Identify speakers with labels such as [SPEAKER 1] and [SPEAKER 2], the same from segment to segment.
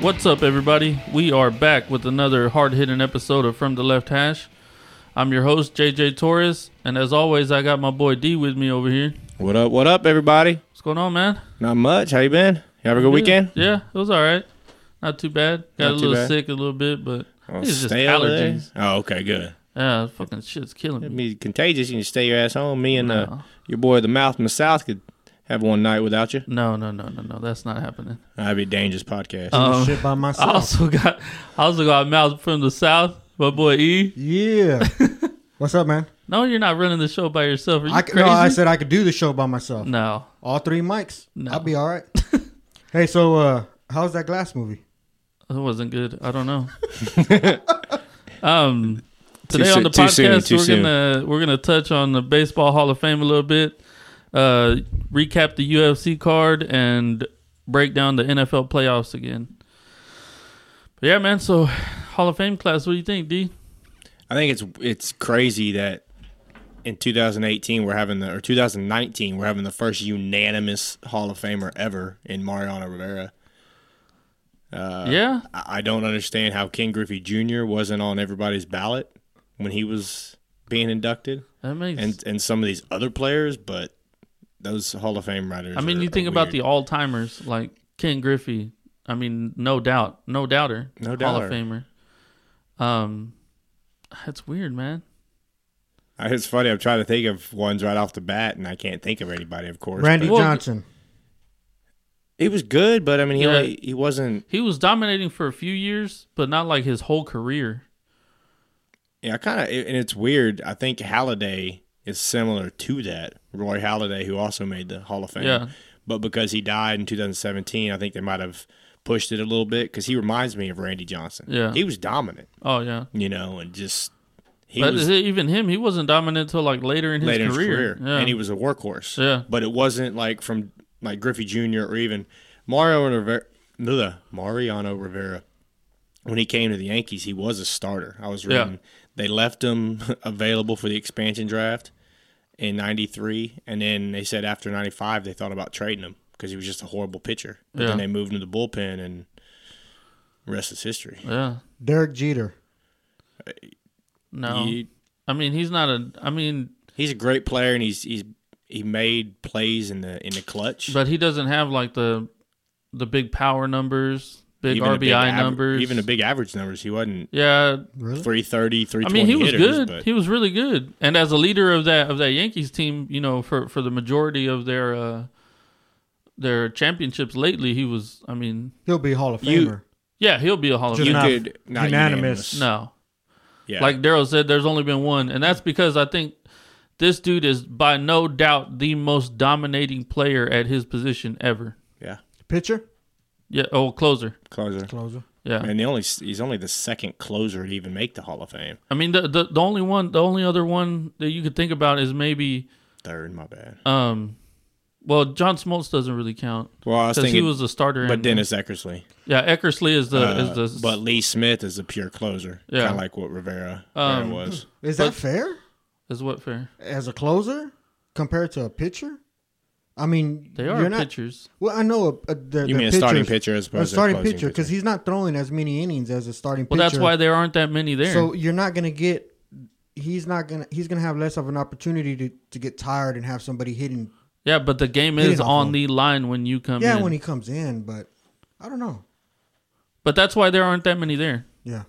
[SPEAKER 1] What's up, everybody? We are back with another hard hitting episode of From the Left Hash. I'm your host, JJ Torres, and as always, I got my boy D with me over here.
[SPEAKER 2] What up? What up, everybody?
[SPEAKER 1] What's going on, man?
[SPEAKER 2] Not much. How you been? You have a good weekend?
[SPEAKER 1] Yeah, it was all right. Not too bad. Got
[SPEAKER 2] Not
[SPEAKER 1] a
[SPEAKER 2] too
[SPEAKER 1] little
[SPEAKER 2] bad.
[SPEAKER 1] sick a little bit, but
[SPEAKER 2] Oh,
[SPEAKER 1] it's just
[SPEAKER 2] stay over there?
[SPEAKER 1] allergies.
[SPEAKER 2] Oh, okay, good.
[SPEAKER 1] Yeah, fucking shit's killing
[SPEAKER 2] It'd
[SPEAKER 1] me.
[SPEAKER 2] be contagious. You can stay your ass home. Me and uh,
[SPEAKER 1] No.
[SPEAKER 2] your boy, the mouth from the south, could have one night without you.
[SPEAKER 1] No, no, no, no, no. That's not happening.
[SPEAKER 2] That'd be a dangerous podcast.
[SPEAKER 1] Um,
[SPEAKER 3] shit by
[SPEAKER 1] I
[SPEAKER 3] myself.
[SPEAKER 1] also got, I also got mouth from the south. My boy E.
[SPEAKER 3] Yeah. What's up, man?
[SPEAKER 1] No, you're not running the show by yourself. Are you
[SPEAKER 3] I, c-
[SPEAKER 1] crazy?
[SPEAKER 3] no, I said I could do the show by myself.
[SPEAKER 1] no.
[SPEAKER 3] All three mics.
[SPEAKER 1] No.
[SPEAKER 3] I'll be all right. hey, so uh, how's that glass movie?
[SPEAKER 1] That wasn't good. I don't know. um,
[SPEAKER 2] Too
[SPEAKER 1] today
[SPEAKER 2] soo-
[SPEAKER 1] on the
[SPEAKER 2] too soon,
[SPEAKER 1] podcast,
[SPEAKER 2] too
[SPEAKER 1] we're
[SPEAKER 2] soon.
[SPEAKER 1] gonna we're gonna touch on the baseball Hall of Fame a little bit, uh, recap the UFC card, and break down the NFL playoffs again. But yeah, man. So Hall of Fame class. What do you think, D?
[SPEAKER 2] I think it's it's crazy that in 2018 we're having the or 2019 we're having the first unanimous Hall of Famer ever in Mariano Rivera. Uh,
[SPEAKER 1] yeah,
[SPEAKER 2] I I don't understand how Ken Griffey Jr. wasn't on everybody's ballot when he was being inducted.
[SPEAKER 1] that makes.
[SPEAKER 2] and and some of these other players, but those Hall of Fame writers.
[SPEAKER 1] I mean,
[SPEAKER 2] are-
[SPEAKER 1] you
[SPEAKER 2] are
[SPEAKER 1] think about the
[SPEAKER 2] weird.
[SPEAKER 1] all timers like Ken Griffey. I mean, no doubt, no doubter,
[SPEAKER 2] No
[SPEAKER 1] Hall of
[SPEAKER 2] doubter.
[SPEAKER 1] Famer. Um, that's weird, man.
[SPEAKER 2] It's funny. I'm trying to think of ones right off the bat, and I can't think of anybody. Of course,
[SPEAKER 3] Randy
[SPEAKER 1] Well,
[SPEAKER 3] Johnson.
[SPEAKER 2] but he was good, but I mean, he
[SPEAKER 1] Yeah.
[SPEAKER 2] only- he wasn't.
[SPEAKER 1] He was dominating for a few years, but not like his whole career.
[SPEAKER 2] Yeah, I kind of, and it's weird. I think Halliday is similar to that. Roy Halladay, who also made the Hall of Fame,
[SPEAKER 1] Yeah.
[SPEAKER 2] but because he died in 2017, I think they might have pushed it a little bit because he reminds me of Randy Johnson.
[SPEAKER 1] Yeah.
[SPEAKER 2] he was dominant,
[SPEAKER 1] Oh yeah,
[SPEAKER 2] you know, and just he
[SPEAKER 1] but
[SPEAKER 2] was
[SPEAKER 1] even him, he wasn't dominant till like later in his
[SPEAKER 2] later
[SPEAKER 1] career.
[SPEAKER 2] in his career,
[SPEAKER 1] Yeah.
[SPEAKER 2] and he was a workhorse.
[SPEAKER 1] Yeah.
[SPEAKER 2] but it wasn't like from like Griffey Jr. or even Mario Rivera. Bleh, Mariano Rivera, when he came to the Yankees, he was a starter. I was
[SPEAKER 1] Yeah.
[SPEAKER 2] reading they left him available for the expansion draft in '93, and then they said after '95 they thought about trading him because he was just a horrible pitcher. But
[SPEAKER 1] Yeah.
[SPEAKER 2] then they moved him to the bullpen, and rest is history.
[SPEAKER 1] yeah.
[SPEAKER 3] Derek Jeter.
[SPEAKER 1] No,
[SPEAKER 2] He-
[SPEAKER 1] I mean he's not a. I mean,
[SPEAKER 2] he's a great player, and he's he's he made plays in the in the clutch.
[SPEAKER 1] but he doesn't have like the the big power numbers, big
[SPEAKER 2] a
[SPEAKER 1] RBI
[SPEAKER 2] big aver-
[SPEAKER 1] numbers,
[SPEAKER 2] even the big average numbers. He wasn't
[SPEAKER 1] Yeah,
[SPEAKER 2] 330,
[SPEAKER 1] I
[SPEAKER 2] 320
[SPEAKER 1] mean he was
[SPEAKER 2] hitters,
[SPEAKER 1] good.
[SPEAKER 2] but
[SPEAKER 1] He was really good, and as a leader of that of that Yankees team, you know, for for the majority of their uh their championships lately, he was. I mean,
[SPEAKER 3] He'll be Hall of Famer.
[SPEAKER 2] You-
[SPEAKER 1] yeah, he'll be a Hall of
[SPEAKER 3] Just
[SPEAKER 1] Famer.
[SPEAKER 2] you
[SPEAKER 3] not-
[SPEAKER 2] could not
[SPEAKER 3] unanimous.
[SPEAKER 2] unanimous.
[SPEAKER 1] No,
[SPEAKER 2] Yeah.
[SPEAKER 1] Like Daryl said, there's only been one, and that's because I think this dude is by no doubt the most dominating player at his position ever.
[SPEAKER 2] yeah,
[SPEAKER 3] Pitcher?
[SPEAKER 1] Yeah, oh closer.
[SPEAKER 2] closer.
[SPEAKER 3] Closer.
[SPEAKER 1] Yeah,
[SPEAKER 2] And the only he's only the second closer to even make the Hall of Fame.
[SPEAKER 1] I mean the, the the only one, the only other one that you could think about is maybe,
[SPEAKER 2] Third, my bad.
[SPEAKER 1] um, well, John Smoltz doesn't really count
[SPEAKER 2] Well, I was
[SPEAKER 1] because
[SPEAKER 2] thinking,
[SPEAKER 1] he was a starter.
[SPEAKER 2] but
[SPEAKER 1] in-
[SPEAKER 2] Dennis Eckersley,
[SPEAKER 1] yeah, Eckersley is the
[SPEAKER 2] uh,
[SPEAKER 1] is the
[SPEAKER 2] but Lee Smith is a pure closer,
[SPEAKER 1] Yeah.
[SPEAKER 2] kind of like what Rivera,
[SPEAKER 1] Um,
[SPEAKER 2] Rivera was.
[SPEAKER 3] Is
[SPEAKER 1] But-
[SPEAKER 3] that fair?
[SPEAKER 1] is what fair.
[SPEAKER 3] As a closer compared to a pitcher? I mean,
[SPEAKER 1] They are
[SPEAKER 3] you're not-
[SPEAKER 1] pitchers.
[SPEAKER 3] Well, I know a, a, the,
[SPEAKER 2] You
[SPEAKER 3] the
[SPEAKER 2] mean a starting
[SPEAKER 3] pitchers-
[SPEAKER 2] pitcher as
[SPEAKER 3] A
[SPEAKER 2] opposed
[SPEAKER 3] starting
[SPEAKER 2] to a closing
[SPEAKER 3] pitcher because he's not throwing as many innings as a starting
[SPEAKER 1] Well,
[SPEAKER 3] pitcher.
[SPEAKER 1] that's why there aren't that many there.
[SPEAKER 3] So you're not gonna get. He's not gonna. He's gonna have less of an opportunity to, to get tired and have somebody hitting.
[SPEAKER 1] yeah, but the game
[SPEAKER 3] Hit it
[SPEAKER 1] is
[SPEAKER 3] off
[SPEAKER 1] on
[SPEAKER 3] him.
[SPEAKER 1] the line when you come
[SPEAKER 3] yeah,
[SPEAKER 1] in.
[SPEAKER 3] when he comes in, but I don't know.
[SPEAKER 1] but that's why there aren't that many there.
[SPEAKER 3] Yeah,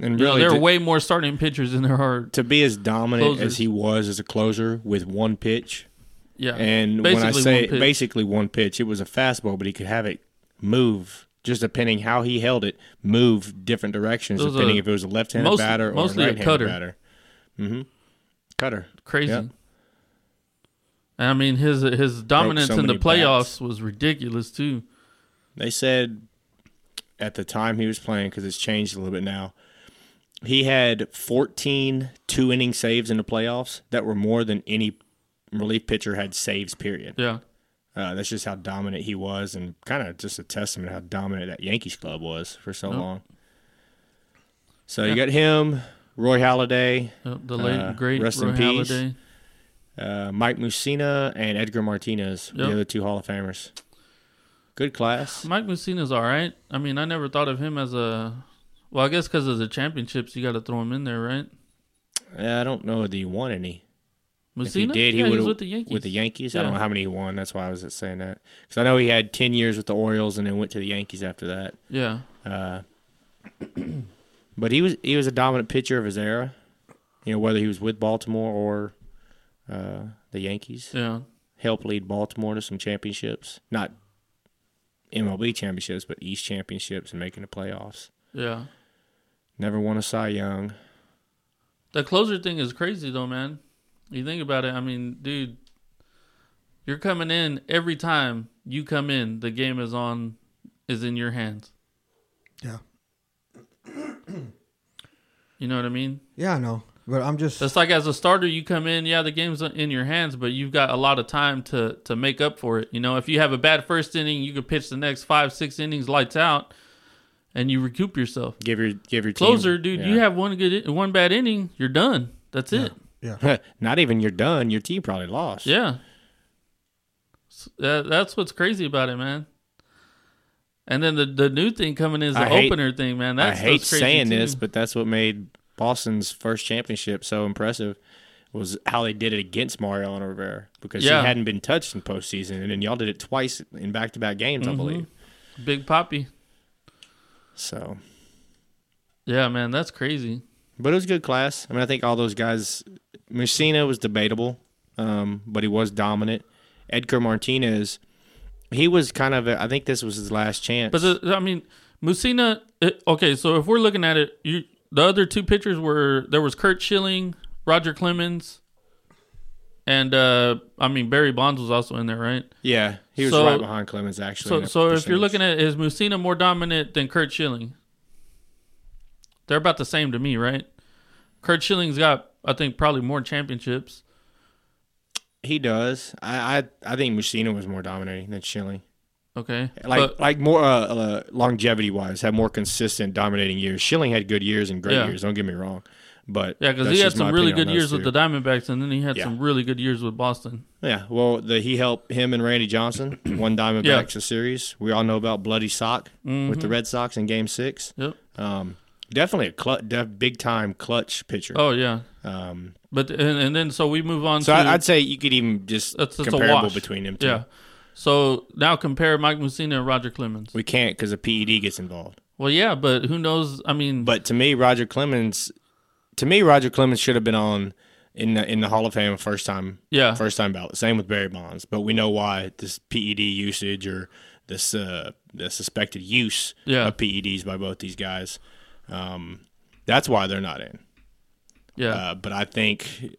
[SPEAKER 2] and
[SPEAKER 1] You know,
[SPEAKER 2] really,
[SPEAKER 1] there are
[SPEAKER 2] to,
[SPEAKER 1] way more starting pitchers than there are.
[SPEAKER 2] to be as dominant
[SPEAKER 1] Closers.
[SPEAKER 2] as he was as a closer with one pitch,
[SPEAKER 1] Yeah,
[SPEAKER 2] And when I
[SPEAKER 1] one
[SPEAKER 2] say
[SPEAKER 1] pitch.
[SPEAKER 2] basically one pitch, it was a fastball, but he could have it move just depending how he held it, move different directions
[SPEAKER 1] It was
[SPEAKER 2] depending
[SPEAKER 1] a-
[SPEAKER 2] if it was a left-handed
[SPEAKER 1] most-
[SPEAKER 2] batter or
[SPEAKER 1] mostly a
[SPEAKER 2] a right-handed
[SPEAKER 1] cutter.
[SPEAKER 2] batter. hmm Cutter.
[SPEAKER 1] crazy,
[SPEAKER 2] Yeah.
[SPEAKER 1] and I mean his his dominance in the
[SPEAKER 2] many
[SPEAKER 1] playoffs was ridiculous too.
[SPEAKER 2] They said at the time he was playing because it's changed a little bit now. He had 14 two-inning saves in the playoffs that were more than any relief pitcher had saves. Period.
[SPEAKER 1] Yeah,
[SPEAKER 2] Uh, that's just how dominant he was, and kind of just a testament to how dominant that Yankees club was for so long. So you got him, Roy Halladay,
[SPEAKER 1] Yep, the late
[SPEAKER 2] Uh,
[SPEAKER 1] great
[SPEAKER 2] rest
[SPEAKER 1] Roy
[SPEAKER 2] in peace.
[SPEAKER 1] Halladay.
[SPEAKER 2] uh, Mike Mussina, and Edgar Martinez,
[SPEAKER 1] Yep.
[SPEAKER 2] the other two Hall of Famers. Good class.
[SPEAKER 1] Mike Messina's all right. I mean, I never thought of him as a. Well, I guess because of the championships, you got to throw him in there, right?
[SPEAKER 2] Yeah, I don't know that he won any.
[SPEAKER 1] Messina.
[SPEAKER 2] If he did, he
[SPEAKER 1] yeah,
[SPEAKER 2] would
[SPEAKER 1] was with the Yankees.
[SPEAKER 2] With the Yankees, I
[SPEAKER 1] Yeah.
[SPEAKER 2] don't know how many he won. That's why I was saying that because I know he had ten years with the Orioles and then went to the Yankees after that.
[SPEAKER 1] yeah,
[SPEAKER 2] Uh, but he was he was a dominant pitcher of his era. You know whether he was with Baltimore or uh, the Yankees,
[SPEAKER 1] yeah,
[SPEAKER 2] helped lead Baltimore to some championships, not MLB championships, but East championships and making the playoffs.
[SPEAKER 1] yeah.
[SPEAKER 2] Never won a Cy Young.
[SPEAKER 1] The closer thing is crazy though, man. You think about it. I mean, dude, you're coming in every time you come in. The game is on, is in your hands.
[SPEAKER 3] Yeah.
[SPEAKER 1] You know what I mean?
[SPEAKER 3] Yeah, I know. But I'm just
[SPEAKER 1] It's like as a starter, you come in. Yeah, the game's in your hands, but you've got a lot of time to to make up for it. You know, if you have a bad first inning, you could pitch the next five, six innings lights out, and you recoup yourself.
[SPEAKER 2] Give your give your team-
[SPEAKER 1] Closer, dude, you
[SPEAKER 2] yeah.
[SPEAKER 1] have one good, one bad inning, you're done. That's it.
[SPEAKER 3] yeah.
[SPEAKER 2] not even you're done. Your team probably lost.
[SPEAKER 1] Yeah. S- That, that's what's crazy about it, man. And then the, the new thing coming in is the
[SPEAKER 2] I hate-
[SPEAKER 1] opener thing, man. That's
[SPEAKER 2] I hate
[SPEAKER 1] that's crazy
[SPEAKER 2] saying this,
[SPEAKER 1] too.
[SPEAKER 2] but that's what made Boston's first championship so impressive was how they did it against Mariano Rivera because
[SPEAKER 1] Yeah.
[SPEAKER 2] he hadn't been touched in postseason, and then y'all did it twice in back-to-back games,
[SPEAKER 1] Mm-hmm.
[SPEAKER 2] I believe.
[SPEAKER 1] Big Poppy.
[SPEAKER 2] So,
[SPEAKER 1] Yeah, man, that's crazy.
[SPEAKER 2] but it was a good class. I mean, I think all those guys. Messina was debatable, um, but he was dominant. Edgar Martinez, he was kind of. A, I think this was his last chance.
[SPEAKER 1] But the, I mean, Musina. It, okay, so if we're looking at it, you, the other two pitchers were there was Kurt Schilling, Roger Clemens, and uh I mean Barry Bonds was also in there, right?
[SPEAKER 2] yeah, he was
[SPEAKER 1] So-
[SPEAKER 2] right behind Clemens actually.
[SPEAKER 1] So,
[SPEAKER 2] in that
[SPEAKER 1] so if you're
[SPEAKER 2] percentage.
[SPEAKER 1] looking at is Musina more dominant than Kurt Schilling? They're about the same to me, right? Kurt Schilling's got, I think, probably more championships.
[SPEAKER 2] he does. I I, I think Messina was more dominating than Schilling.
[SPEAKER 1] Okay,
[SPEAKER 2] like
[SPEAKER 1] But-
[SPEAKER 2] like more uh, uh, longevity wise, had more consistent dominating years. Schilling had good years and great
[SPEAKER 1] Yeah.
[SPEAKER 2] years. Don't get me wrong, but
[SPEAKER 1] yeah, because
[SPEAKER 2] that's
[SPEAKER 1] he had
[SPEAKER 2] just my
[SPEAKER 1] some really
[SPEAKER 2] opinion
[SPEAKER 1] good
[SPEAKER 2] on
[SPEAKER 1] years
[SPEAKER 2] those
[SPEAKER 1] with the
[SPEAKER 2] two.
[SPEAKER 1] Diamondbacks, and then he had
[SPEAKER 2] Yeah.
[SPEAKER 1] some really good years with Boston.
[SPEAKER 2] yeah. Well, the, he helped him and Randy Johnson won Diamondbacks a series. We all know about bloody sock with
[SPEAKER 1] Mm-hmm.
[SPEAKER 2] the Red Sox in Game Six.
[SPEAKER 1] Yep.
[SPEAKER 2] Um, definitely a clu- def- big time clutch pitcher.
[SPEAKER 1] Oh yeah,
[SPEAKER 2] Um,
[SPEAKER 1] but and, and then so we move on.
[SPEAKER 2] so
[SPEAKER 1] to,
[SPEAKER 2] I, I'd say you could even just
[SPEAKER 1] That's- that's a
[SPEAKER 2] comparable
[SPEAKER 1] wash.
[SPEAKER 2] between them two.
[SPEAKER 1] yeah. So now compare Mike Musina and Roger Clemens.
[SPEAKER 2] We can't because a PED E gets involved.
[SPEAKER 1] Well, yeah, but who knows? I mean,
[SPEAKER 2] But to me, Roger Clemens, to me, Roger Clemens should have been on in the in the Hall of Fame first time.
[SPEAKER 1] Yeah.
[SPEAKER 2] first time ballot. Same with Barry Bonds, but we know why this PED usage or this uh, the suspected use
[SPEAKER 1] Yeah.
[SPEAKER 2] of PEDs by both these guys. Um, that's why they're not in.
[SPEAKER 1] yeah,
[SPEAKER 2] Uh, but I think,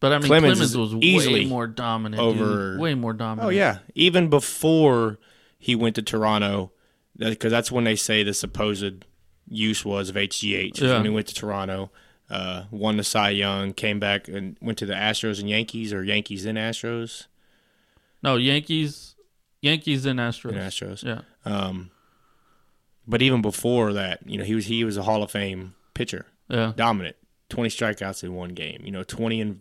[SPEAKER 1] but I mean, Clemens,
[SPEAKER 2] Clemens is
[SPEAKER 1] was
[SPEAKER 2] easily
[SPEAKER 1] way more dominant. dude.
[SPEAKER 2] over-
[SPEAKER 1] way more dominant.
[SPEAKER 2] oh yeah, even before he went to Toronto, because that's when they say the supposed use was of HGH.
[SPEAKER 1] Yeah.
[SPEAKER 2] When he went to Toronto, uh, won the Cy Young, came back and went to the Astros and Yankees, or Yankees and Astros,
[SPEAKER 1] No, Yankees, Yankees and Astros.
[SPEAKER 2] and Astros.
[SPEAKER 1] Yeah,
[SPEAKER 2] Um, but even before that, you know, he was he was a Hall of Fame pitcher,
[SPEAKER 1] yeah,
[SPEAKER 2] dominant, twenty strikeouts in one game. You know, twenty and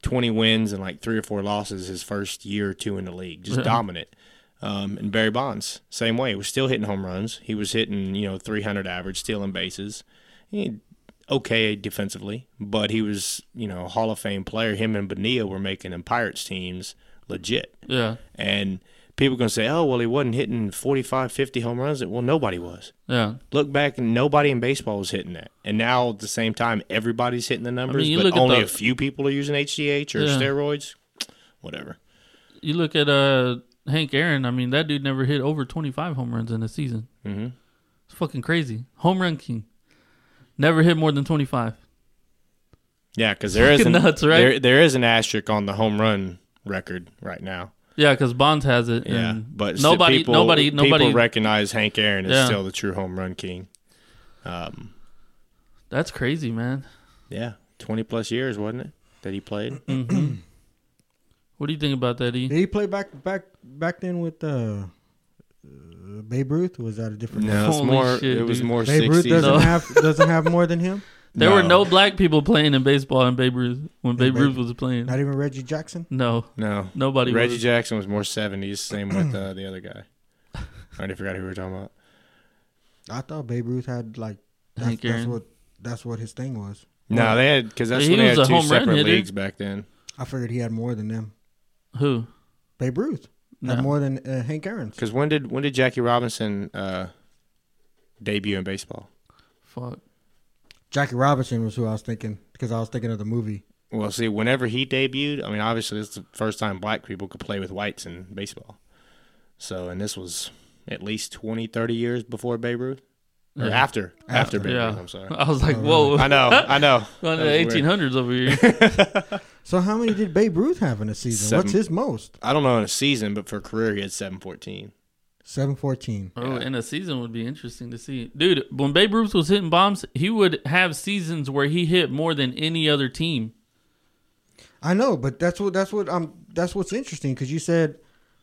[SPEAKER 2] twenty wins and like three or four losses his first year or two in the league, just
[SPEAKER 1] Yeah.
[SPEAKER 2] dominant. Um, and Barry Bonds, same way, was still hitting home runs. He was hitting you know three hundred average, stealing bases. He okay defensively, but he was you know a Hall of Fame player. Him and Bonilla were making them Pirates teams legit.
[SPEAKER 1] yeah,
[SPEAKER 2] And people going to say, oh, well, he wasn't hitting 45, 50 home runs. Well, nobody was.
[SPEAKER 1] yeah.
[SPEAKER 2] Look back, and nobody in baseball was hitting that. And now at the same time, everybody's hitting the numbers,
[SPEAKER 1] you look
[SPEAKER 2] but
[SPEAKER 1] at
[SPEAKER 2] only
[SPEAKER 1] the-
[SPEAKER 2] a few people are using HGH or
[SPEAKER 1] Yeah.
[SPEAKER 2] steroids. Whatever.
[SPEAKER 1] You look at uh Hank Aaron. I mean, that dude never hit over twenty five home runs in a season. Mm-hmm. It's fucking crazy. Home run king. Never hit more than twenty five.
[SPEAKER 2] Yeah, because there is an,
[SPEAKER 1] Fucking nuts, right?
[SPEAKER 2] there, there is an asterisk on the home run record right now.
[SPEAKER 1] Yeah, because Bonds has it.
[SPEAKER 2] Yeah,
[SPEAKER 1] and
[SPEAKER 2] but st-
[SPEAKER 1] nobody,
[SPEAKER 2] people,
[SPEAKER 1] nobody,
[SPEAKER 2] people
[SPEAKER 1] nobody.
[SPEAKER 2] recognize Hank Aaron as
[SPEAKER 1] Yeah.
[SPEAKER 2] still the true home run king. Um,
[SPEAKER 1] That's crazy, man.
[SPEAKER 2] yeah, twenty plus years wasn't it that he played?
[SPEAKER 1] What do you think about that? E?
[SPEAKER 3] Did he play back back back then with uh, uh Babe Ruth? Was that a different?
[SPEAKER 2] No, it's
[SPEAKER 1] Holy
[SPEAKER 2] more.
[SPEAKER 1] shit,
[SPEAKER 2] it was
[SPEAKER 1] dude.
[SPEAKER 2] more
[SPEAKER 3] Babe Ruth
[SPEAKER 2] sixties.
[SPEAKER 3] doesn't
[SPEAKER 1] No.
[SPEAKER 3] have doesn't have more than him.
[SPEAKER 1] There were
[SPEAKER 2] No.
[SPEAKER 1] no black people playing in baseball in Babe Ruth when Babe
[SPEAKER 3] Babe-
[SPEAKER 1] Ruth was playing.
[SPEAKER 3] Not even Reggie Jackson.
[SPEAKER 1] No,
[SPEAKER 2] No,
[SPEAKER 1] nobody.
[SPEAKER 2] Reggie
[SPEAKER 1] was.
[SPEAKER 2] Jackson was more seventies. Same with uh, the other guy. I already forgot who we were talking about.
[SPEAKER 3] I thought Babe Ruth had like that's,
[SPEAKER 1] Hank
[SPEAKER 3] that's
[SPEAKER 1] Aaron.
[SPEAKER 3] what that's what his thing was.
[SPEAKER 2] No, they had because that's
[SPEAKER 1] He
[SPEAKER 2] when they
[SPEAKER 1] was
[SPEAKER 2] had
[SPEAKER 1] a
[SPEAKER 2] two
[SPEAKER 1] home run
[SPEAKER 2] separate
[SPEAKER 1] hitter.
[SPEAKER 2] leagues back then.
[SPEAKER 3] I figured he had more than them.
[SPEAKER 1] Who?
[SPEAKER 3] Babe Ruth had
[SPEAKER 1] No.
[SPEAKER 3] more than uh, Hank Aaron's.
[SPEAKER 2] Because when did when did Jackie Robinson uh, debut in baseball?
[SPEAKER 1] Fuck.
[SPEAKER 3] Jackie Robinson was who I was thinking because I was thinking of the movie.
[SPEAKER 2] Well, see, whenever he debuted, I mean, obviously this is the first time black people could play with whites in baseball. So, and this was at least 20, 30 years before Babe Ruth, or
[SPEAKER 1] Yeah.
[SPEAKER 2] after after
[SPEAKER 3] After,
[SPEAKER 2] Babe
[SPEAKER 1] Yeah.
[SPEAKER 2] Ruth. I'm sorry.
[SPEAKER 1] I was like,
[SPEAKER 3] Oh,
[SPEAKER 1] whoa.
[SPEAKER 2] I know, I know.
[SPEAKER 1] Going
[SPEAKER 2] That
[SPEAKER 1] to
[SPEAKER 2] was
[SPEAKER 1] the
[SPEAKER 2] weird.
[SPEAKER 1] 1800s over here.
[SPEAKER 3] So how many did Babe Ruth have in a season?
[SPEAKER 2] Seven.
[SPEAKER 3] What's his most?
[SPEAKER 2] I don't know in a season, but for a career, he had seven fourteen.
[SPEAKER 3] Seven fourteen.
[SPEAKER 1] oh, and a season would be interesting to see. Dude, when Babe Ruth was hitting bombs, he would have seasons where he hit more than any other team.
[SPEAKER 3] I know, but that's what that's what um that's what's interesting because you said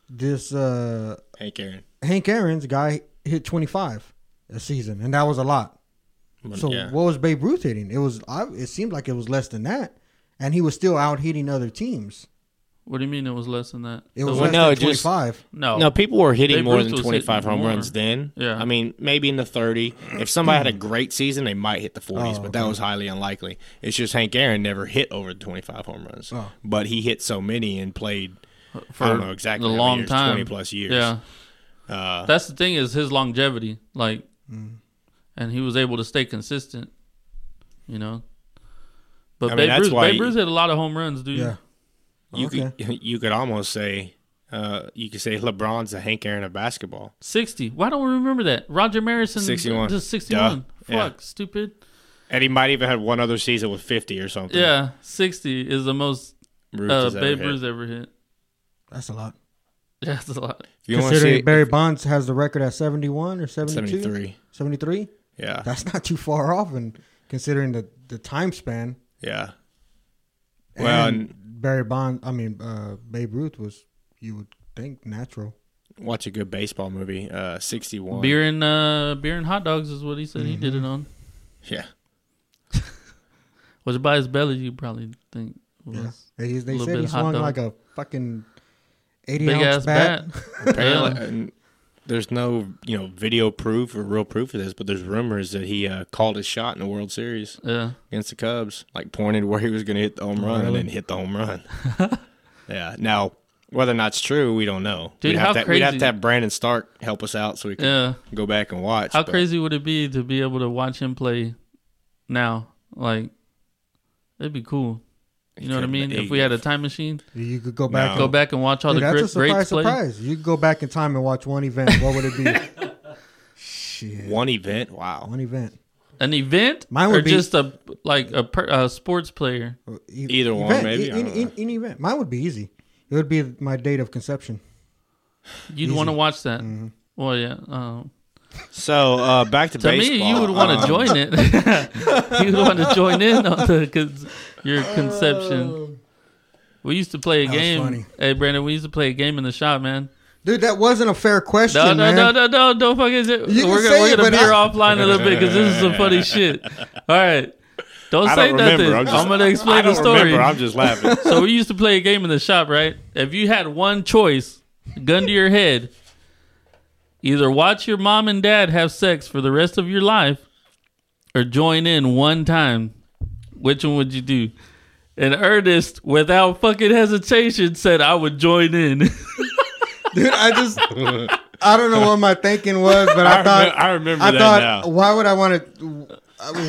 [SPEAKER 3] this uh
[SPEAKER 2] Hank Aaron.
[SPEAKER 3] Hank Aaron's guy hit twenty five a season, and that was a lot. So
[SPEAKER 2] yeah.
[SPEAKER 3] what was Babe Ruth hitting? It was I, it seemed like it was less than that, and he was still out hitting other teams.
[SPEAKER 1] What do you mean it was less than that?
[SPEAKER 3] It was
[SPEAKER 2] Well,
[SPEAKER 3] less
[SPEAKER 2] no,
[SPEAKER 3] than
[SPEAKER 2] it just-
[SPEAKER 3] twenty five.
[SPEAKER 1] no.
[SPEAKER 2] No, people were hitting
[SPEAKER 1] Babe
[SPEAKER 2] more
[SPEAKER 1] Ruth
[SPEAKER 2] than
[SPEAKER 1] was
[SPEAKER 2] twenty five
[SPEAKER 1] hitting
[SPEAKER 2] home
[SPEAKER 1] more.
[SPEAKER 2] runs then.
[SPEAKER 1] Yeah.
[SPEAKER 2] I mean, maybe in the thirty. If somebody had a great season, they might hit the forties,
[SPEAKER 3] Mm. Oh,
[SPEAKER 2] but that was highly unlikely. It's just Hank Aaron never hit over twenty five home runs,
[SPEAKER 3] Oh.
[SPEAKER 2] but he hit so many and played
[SPEAKER 1] for
[SPEAKER 2] I don't know exactly
[SPEAKER 1] a
[SPEAKER 2] how many
[SPEAKER 1] long
[SPEAKER 2] years,
[SPEAKER 1] time.
[SPEAKER 2] 20 plus years.
[SPEAKER 1] Yeah.
[SPEAKER 2] Uh,
[SPEAKER 1] That's the thing is his longevity. Like,
[SPEAKER 3] Mm.
[SPEAKER 1] and he was able to stay consistent, you know. But
[SPEAKER 2] I mean,
[SPEAKER 1] Babe,
[SPEAKER 2] that's
[SPEAKER 1] Ruth,
[SPEAKER 2] why
[SPEAKER 1] Babe
[SPEAKER 2] you-
[SPEAKER 1] Ruth hit a lot of home runs,
[SPEAKER 2] Mm.
[SPEAKER 1] dude.
[SPEAKER 3] Yeah,
[SPEAKER 2] you
[SPEAKER 3] Okay.
[SPEAKER 2] could you could almost say uh, you could say LeBron's the Hank Aaron of basketball.
[SPEAKER 1] 60. Why don't we remember that? Roger Maris in
[SPEAKER 2] 61.
[SPEAKER 1] Just 61. Fuck,
[SPEAKER 2] Duh. Yeah.
[SPEAKER 1] stupid.
[SPEAKER 2] And he might even have one other season with 50 or something.
[SPEAKER 1] Yeah, 60 is the most
[SPEAKER 2] Ruth
[SPEAKER 1] uh,
[SPEAKER 2] has ever
[SPEAKER 1] Babe
[SPEAKER 2] hit.
[SPEAKER 1] Ruth ever hit.
[SPEAKER 3] that's a lot.
[SPEAKER 1] Yeah, that's a lot.
[SPEAKER 2] If you want to
[SPEAKER 3] Considering
[SPEAKER 2] see
[SPEAKER 3] Barry Bonds has the record at seventy one or 72?
[SPEAKER 2] 73.
[SPEAKER 3] 73?
[SPEAKER 2] Yeah.
[SPEAKER 3] That's not too far off, and considering the the time span.
[SPEAKER 2] yeah. Well,
[SPEAKER 3] and
[SPEAKER 2] and
[SPEAKER 3] Barry Bond, I mean uh, Babe Ruth was you would think natural.
[SPEAKER 2] watch a good baseball movie. Uh, 61.
[SPEAKER 1] Beer and uh, beer and hot dogs is what he said
[SPEAKER 2] Mm-hmm.
[SPEAKER 1] he did it on.
[SPEAKER 2] Yeah.
[SPEAKER 1] Was it by his belly? You probably think. Was.
[SPEAKER 3] Yeah, they, they
[SPEAKER 1] little
[SPEAKER 3] said
[SPEAKER 1] bit
[SPEAKER 3] he
[SPEAKER 1] of hot
[SPEAKER 3] swung
[SPEAKER 1] dog.
[SPEAKER 3] like a fucking eighty
[SPEAKER 1] Big ass
[SPEAKER 3] ounce bat.
[SPEAKER 1] bat.
[SPEAKER 2] Apparently,
[SPEAKER 1] Yeah.
[SPEAKER 2] and there's no you know video proof or real proof of this, but there's rumors that he uh, called his shot in the World Series
[SPEAKER 1] Yeah.
[SPEAKER 2] against the Cubs, like pointed where he was going to hit the home run and
[SPEAKER 3] Really?
[SPEAKER 2] then hit the home run. yeah. Now, whether or not it's true, we don't know.
[SPEAKER 1] Dude,
[SPEAKER 2] we'd,
[SPEAKER 1] how
[SPEAKER 2] have to, we'd have
[SPEAKER 1] crazy-
[SPEAKER 2] to have Brandon Stark help us out so we can
[SPEAKER 1] Yeah.
[SPEAKER 2] go back and watch.
[SPEAKER 1] How
[SPEAKER 2] but-
[SPEAKER 1] crazy would it be to be able to watch him play now? Like, it'd be cool. You know what I
[SPEAKER 2] Couldn't-
[SPEAKER 1] mean?
[SPEAKER 2] he-
[SPEAKER 1] If we had a time machine,
[SPEAKER 3] You could go back.
[SPEAKER 2] No.
[SPEAKER 1] go back and watch all
[SPEAKER 3] Dude,
[SPEAKER 1] the
[SPEAKER 3] that's a
[SPEAKER 1] great,
[SPEAKER 3] surprise!
[SPEAKER 1] greats play.
[SPEAKER 3] Surprise! You could go back in time and watch one event. What would it be? Shit,
[SPEAKER 2] one event, wow.
[SPEAKER 3] one event.
[SPEAKER 1] An event,
[SPEAKER 3] Mine
[SPEAKER 1] or
[SPEAKER 3] would be-
[SPEAKER 1] just a like a, per, a sports player.
[SPEAKER 3] E-
[SPEAKER 2] Either one,
[SPEAKER 3] event,
[SPEAKER 2] maybe,
[SPEAKER 3] e-
[SPEAKER 2] I
[SPEAKER 3] Any,
[SPEAKER 2] don't know.
[SPEAKER 3] any- any event. Mine would be easy. It would be my date of conception.
[SPEAKER 1] You'd want to watch that.
[SPEAKER 3] Mm-hmm.
[SPEAKER 1] Well, yeah. Um,
[SPEAKER 2] So uh, back to,
[SPEAKER 1] to
[SPEAKER 2] baseball.
[SPEAKER 1] me, you would want to
[SPEAKER 2] Um,
[SPEAKER 1] join it. you would want to join in on the cause your conception. We used to play a
[SPEAKER 3] Oh. That was
[SPEAKER 1] game.
[SPEAKER 3] funny.
[SPEAKER 1] Hey, Brandon, we used to play a game in the shop, man.
[SPEAKER 3] Dude, that wasn't a fair question,
[SPEAKER 1] No, no,
[SPEAKER 3] man.
[SPEAKER 1] no, no, no, don't fucking say
[SPEAKER 3] You can
[SPEAKER 1] We're
[SPEAKER 3] say
[SPEAKER 1] gonna, we're
[SPEAKER 3] it,
[SPEAKER 1] gonna
[SPEAKER 3] but
[SPEAKER 1] veer
[SPEAKER 3] I-
[SPEAKER 1] off offline a little bit because this is some funny shit. All right. Don't
[SPEAKER 2] Um, I
[SPEAKER 1] say
[SPEAKER 2] don't
[SPEAKER 1] nothing.
[SPEAKER 2] remember. I'm,
[SPEAKER 1] I'm,
[SPEAKER 2] just,
[SPEAKER 1] gonna
[SPEAKER 2] I
[SPEAKER 1] explain the
[SPEAKER 2] don't
[SPEAKER 1] story.
[SPEAKER 2] Remember. I'm just laughing.
[SPEAKER 1] so we used to play a game in the shop, right? If you had one choice, gun to your head, either watch your mom and dad have sex for the rest of your life or join in one time, which one would you do? And Ernest, without fucking hesitation, said, I would join in.
[SPEAKER 3] Dude, I just I don't know what my thinking was, but I,
[SPEAKER 2] I
[SPEAKER 3] thought
[SPEAKER 2] remem- I remember
[SPEAKER 3] I
[SPEAKER 2] that
[SPEAKER 3] thought
[SPEAKER 2] now.
[SPEAKER 3] why would I want to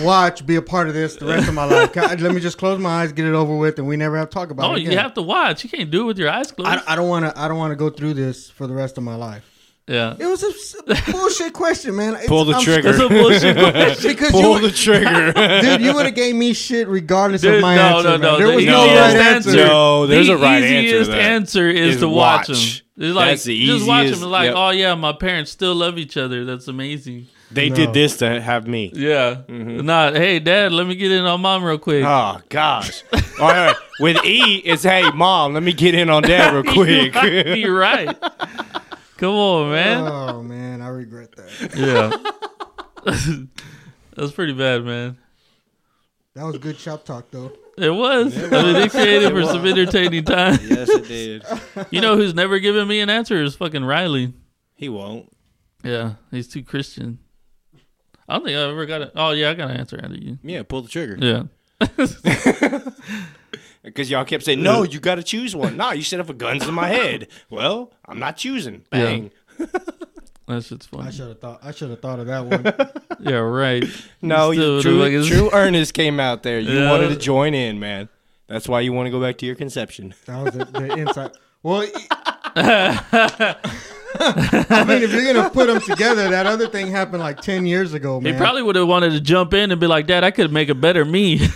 [SPEAKER 3] watch be a part of this the rest of my life? Can I- let me just close my eyes, get it over with, and we never have to talk about
[SPEAKER 1] no,
[SPEAKER 3] it.
[SPEAKER 1] you
[SPEAKER 3] again.
[SPEAKER 1] have to watch. You can't do it with your eyes closed.
[SPEAKER 3] Oh, I, I don't want to. I don't want to go through this for the rest of my life.
[SPEAKER 1] yeah.
[SPEAKER 3] It was a s- bullshit question, man. It's-
[SPEAKER 2] Pull the
[SPEAKER 3] I'm-
[SPEAKER 2] trigger.
[SPEAKER 1] That's a bullshit question.
[SPEAKER 3] because
[SPEAKER 2] Pull
[SPEAKER 3] you,
[SPEAKER 2] the trigger.
[SPEAKER 3] dude, you would have gave me shit regardless of
[SPEAKER 1] Dude,
[SPEAKER 3] my
[SPEAKER 1] no,
[SPEAKER 3] answer.
[SPEAKER 1] no,
[SPEAKER 3] man.
[SPEAKER 1] no,
[SPEAKER 3] There
[SPEAKER 1] the
[SPEAKER 3] was no
[SPEAKER 1] easiest
[SPEAKER 3] right answer.
[SPEAKER 1] answer.
[SPEAKER 2] No, there's
[SPEAKER 1] the
[SPEAKER 2] a right answer to
[SPEAKER 1] easiest
[SPEAKER 2] that.
[SPEAKER 1] answer is,
[SPEAKER 2] Is
[SPEAKER 1] to watch,
[SPEAKER 2] watch.
[SPEAKER 1] them. It's like
[SPEAKER 2] That's the
[SPEAKER 1] just watch
[SPEAKER 2] easiest-
[SPEAKER 1] them. Like,
[SPEAKER 2] yep.
[SPEAKER 1] oh yeah, my parents still love each other. That's amazing.
[SPEAKER 2] they
[SPEAKER 3] No.
[SPEAKER 2] did this to have me.
[SPEAKER 1] Yeah.
[SPEAKER 3] Mm-hmm.
[SPEAKER 1] Nah, hey dad, let me get in on mom real quick.
[SPEAKER 2] Oh gosh! All right, with E, it's hey mom. Let me get in on dad real quick.
[SPEAKER 1] You're right. Come on, man.
[SPEAKER 3] Oh man, I regret that.
[SPEAKER 1] yeah. That's pretty bad, man.
[SPEAKER 3] That was good shop talk, though.
[SPEAKER 1] It was. I mean, they created for some entertaining time.
[SPEAKER 2] Yes, it did.
[SPEAKER 1] You know who's never given me an answer is fucking Riley.
[SPEAKER 2] he won't.
[SPEAKER 1] Yeah, he's too Christian. I don't think I ever got it. Oh yeah, I got an answer out of you.
[SPEAKER 2] Yeah, pull the trigger.
[SPEAKER 1] Yeah.
[SPEAKER 2] Because y'all kept saying, "No, you got to choose one." Nah, you set up a guns in my head. Well, I'm not choosing. Bang.
[SPEAKER 1] That shit's
[SPEAKER 3] I
[SPEAKER 1] funny.
[SPEAKER 3] should have thought. I should have thought of that one.
[SPEAKER 1] Yeah, right. Still
[SPEAKER 2] No, you,
[SPEAKER 1] the
[SPEAKER 2] true,
[SPEAKER 1] biggest-
[SPEAKER 2] true earnest came out there. You
[SPEAKER 1] Yeah.
[SPEAKER 2] wanted to join in, man. That's why you want to go back to your conception.
[SPEAKER 3] That was the, the insight. Well, e- I mean, if you're gonna put them together, that other thing happened like ten years ago,
[SPEAKER 1] He
[SPEAKER 3] man.
[SPEAKER 1] probably would have wanted to jump in and be like, "Dad, I could make a better me,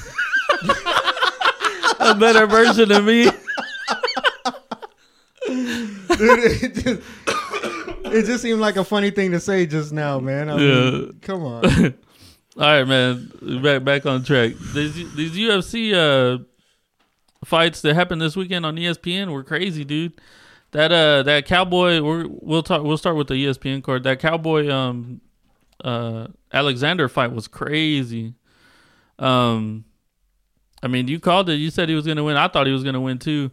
[SPEAKER 1] a better version of me."
[SPEAKER 3] Dude, it, just, it just seemed like a funny thing to say just now, man. I mean,
[SPEAKER 1] Yeah.
[SPEAKER 3] come on.
[SPEAKER 1] All right, man. Back back on track. These these UFC uh, fights that happened this weekend on E ESPN were crazy, dude. That uh that cowboy. We're, we'll talk. We'll start with the E ESPN card. That cowboy um uh Alexander fight was crazy. Um, I mean, you called it. You said he was gonna win. I thought he was gonna win too.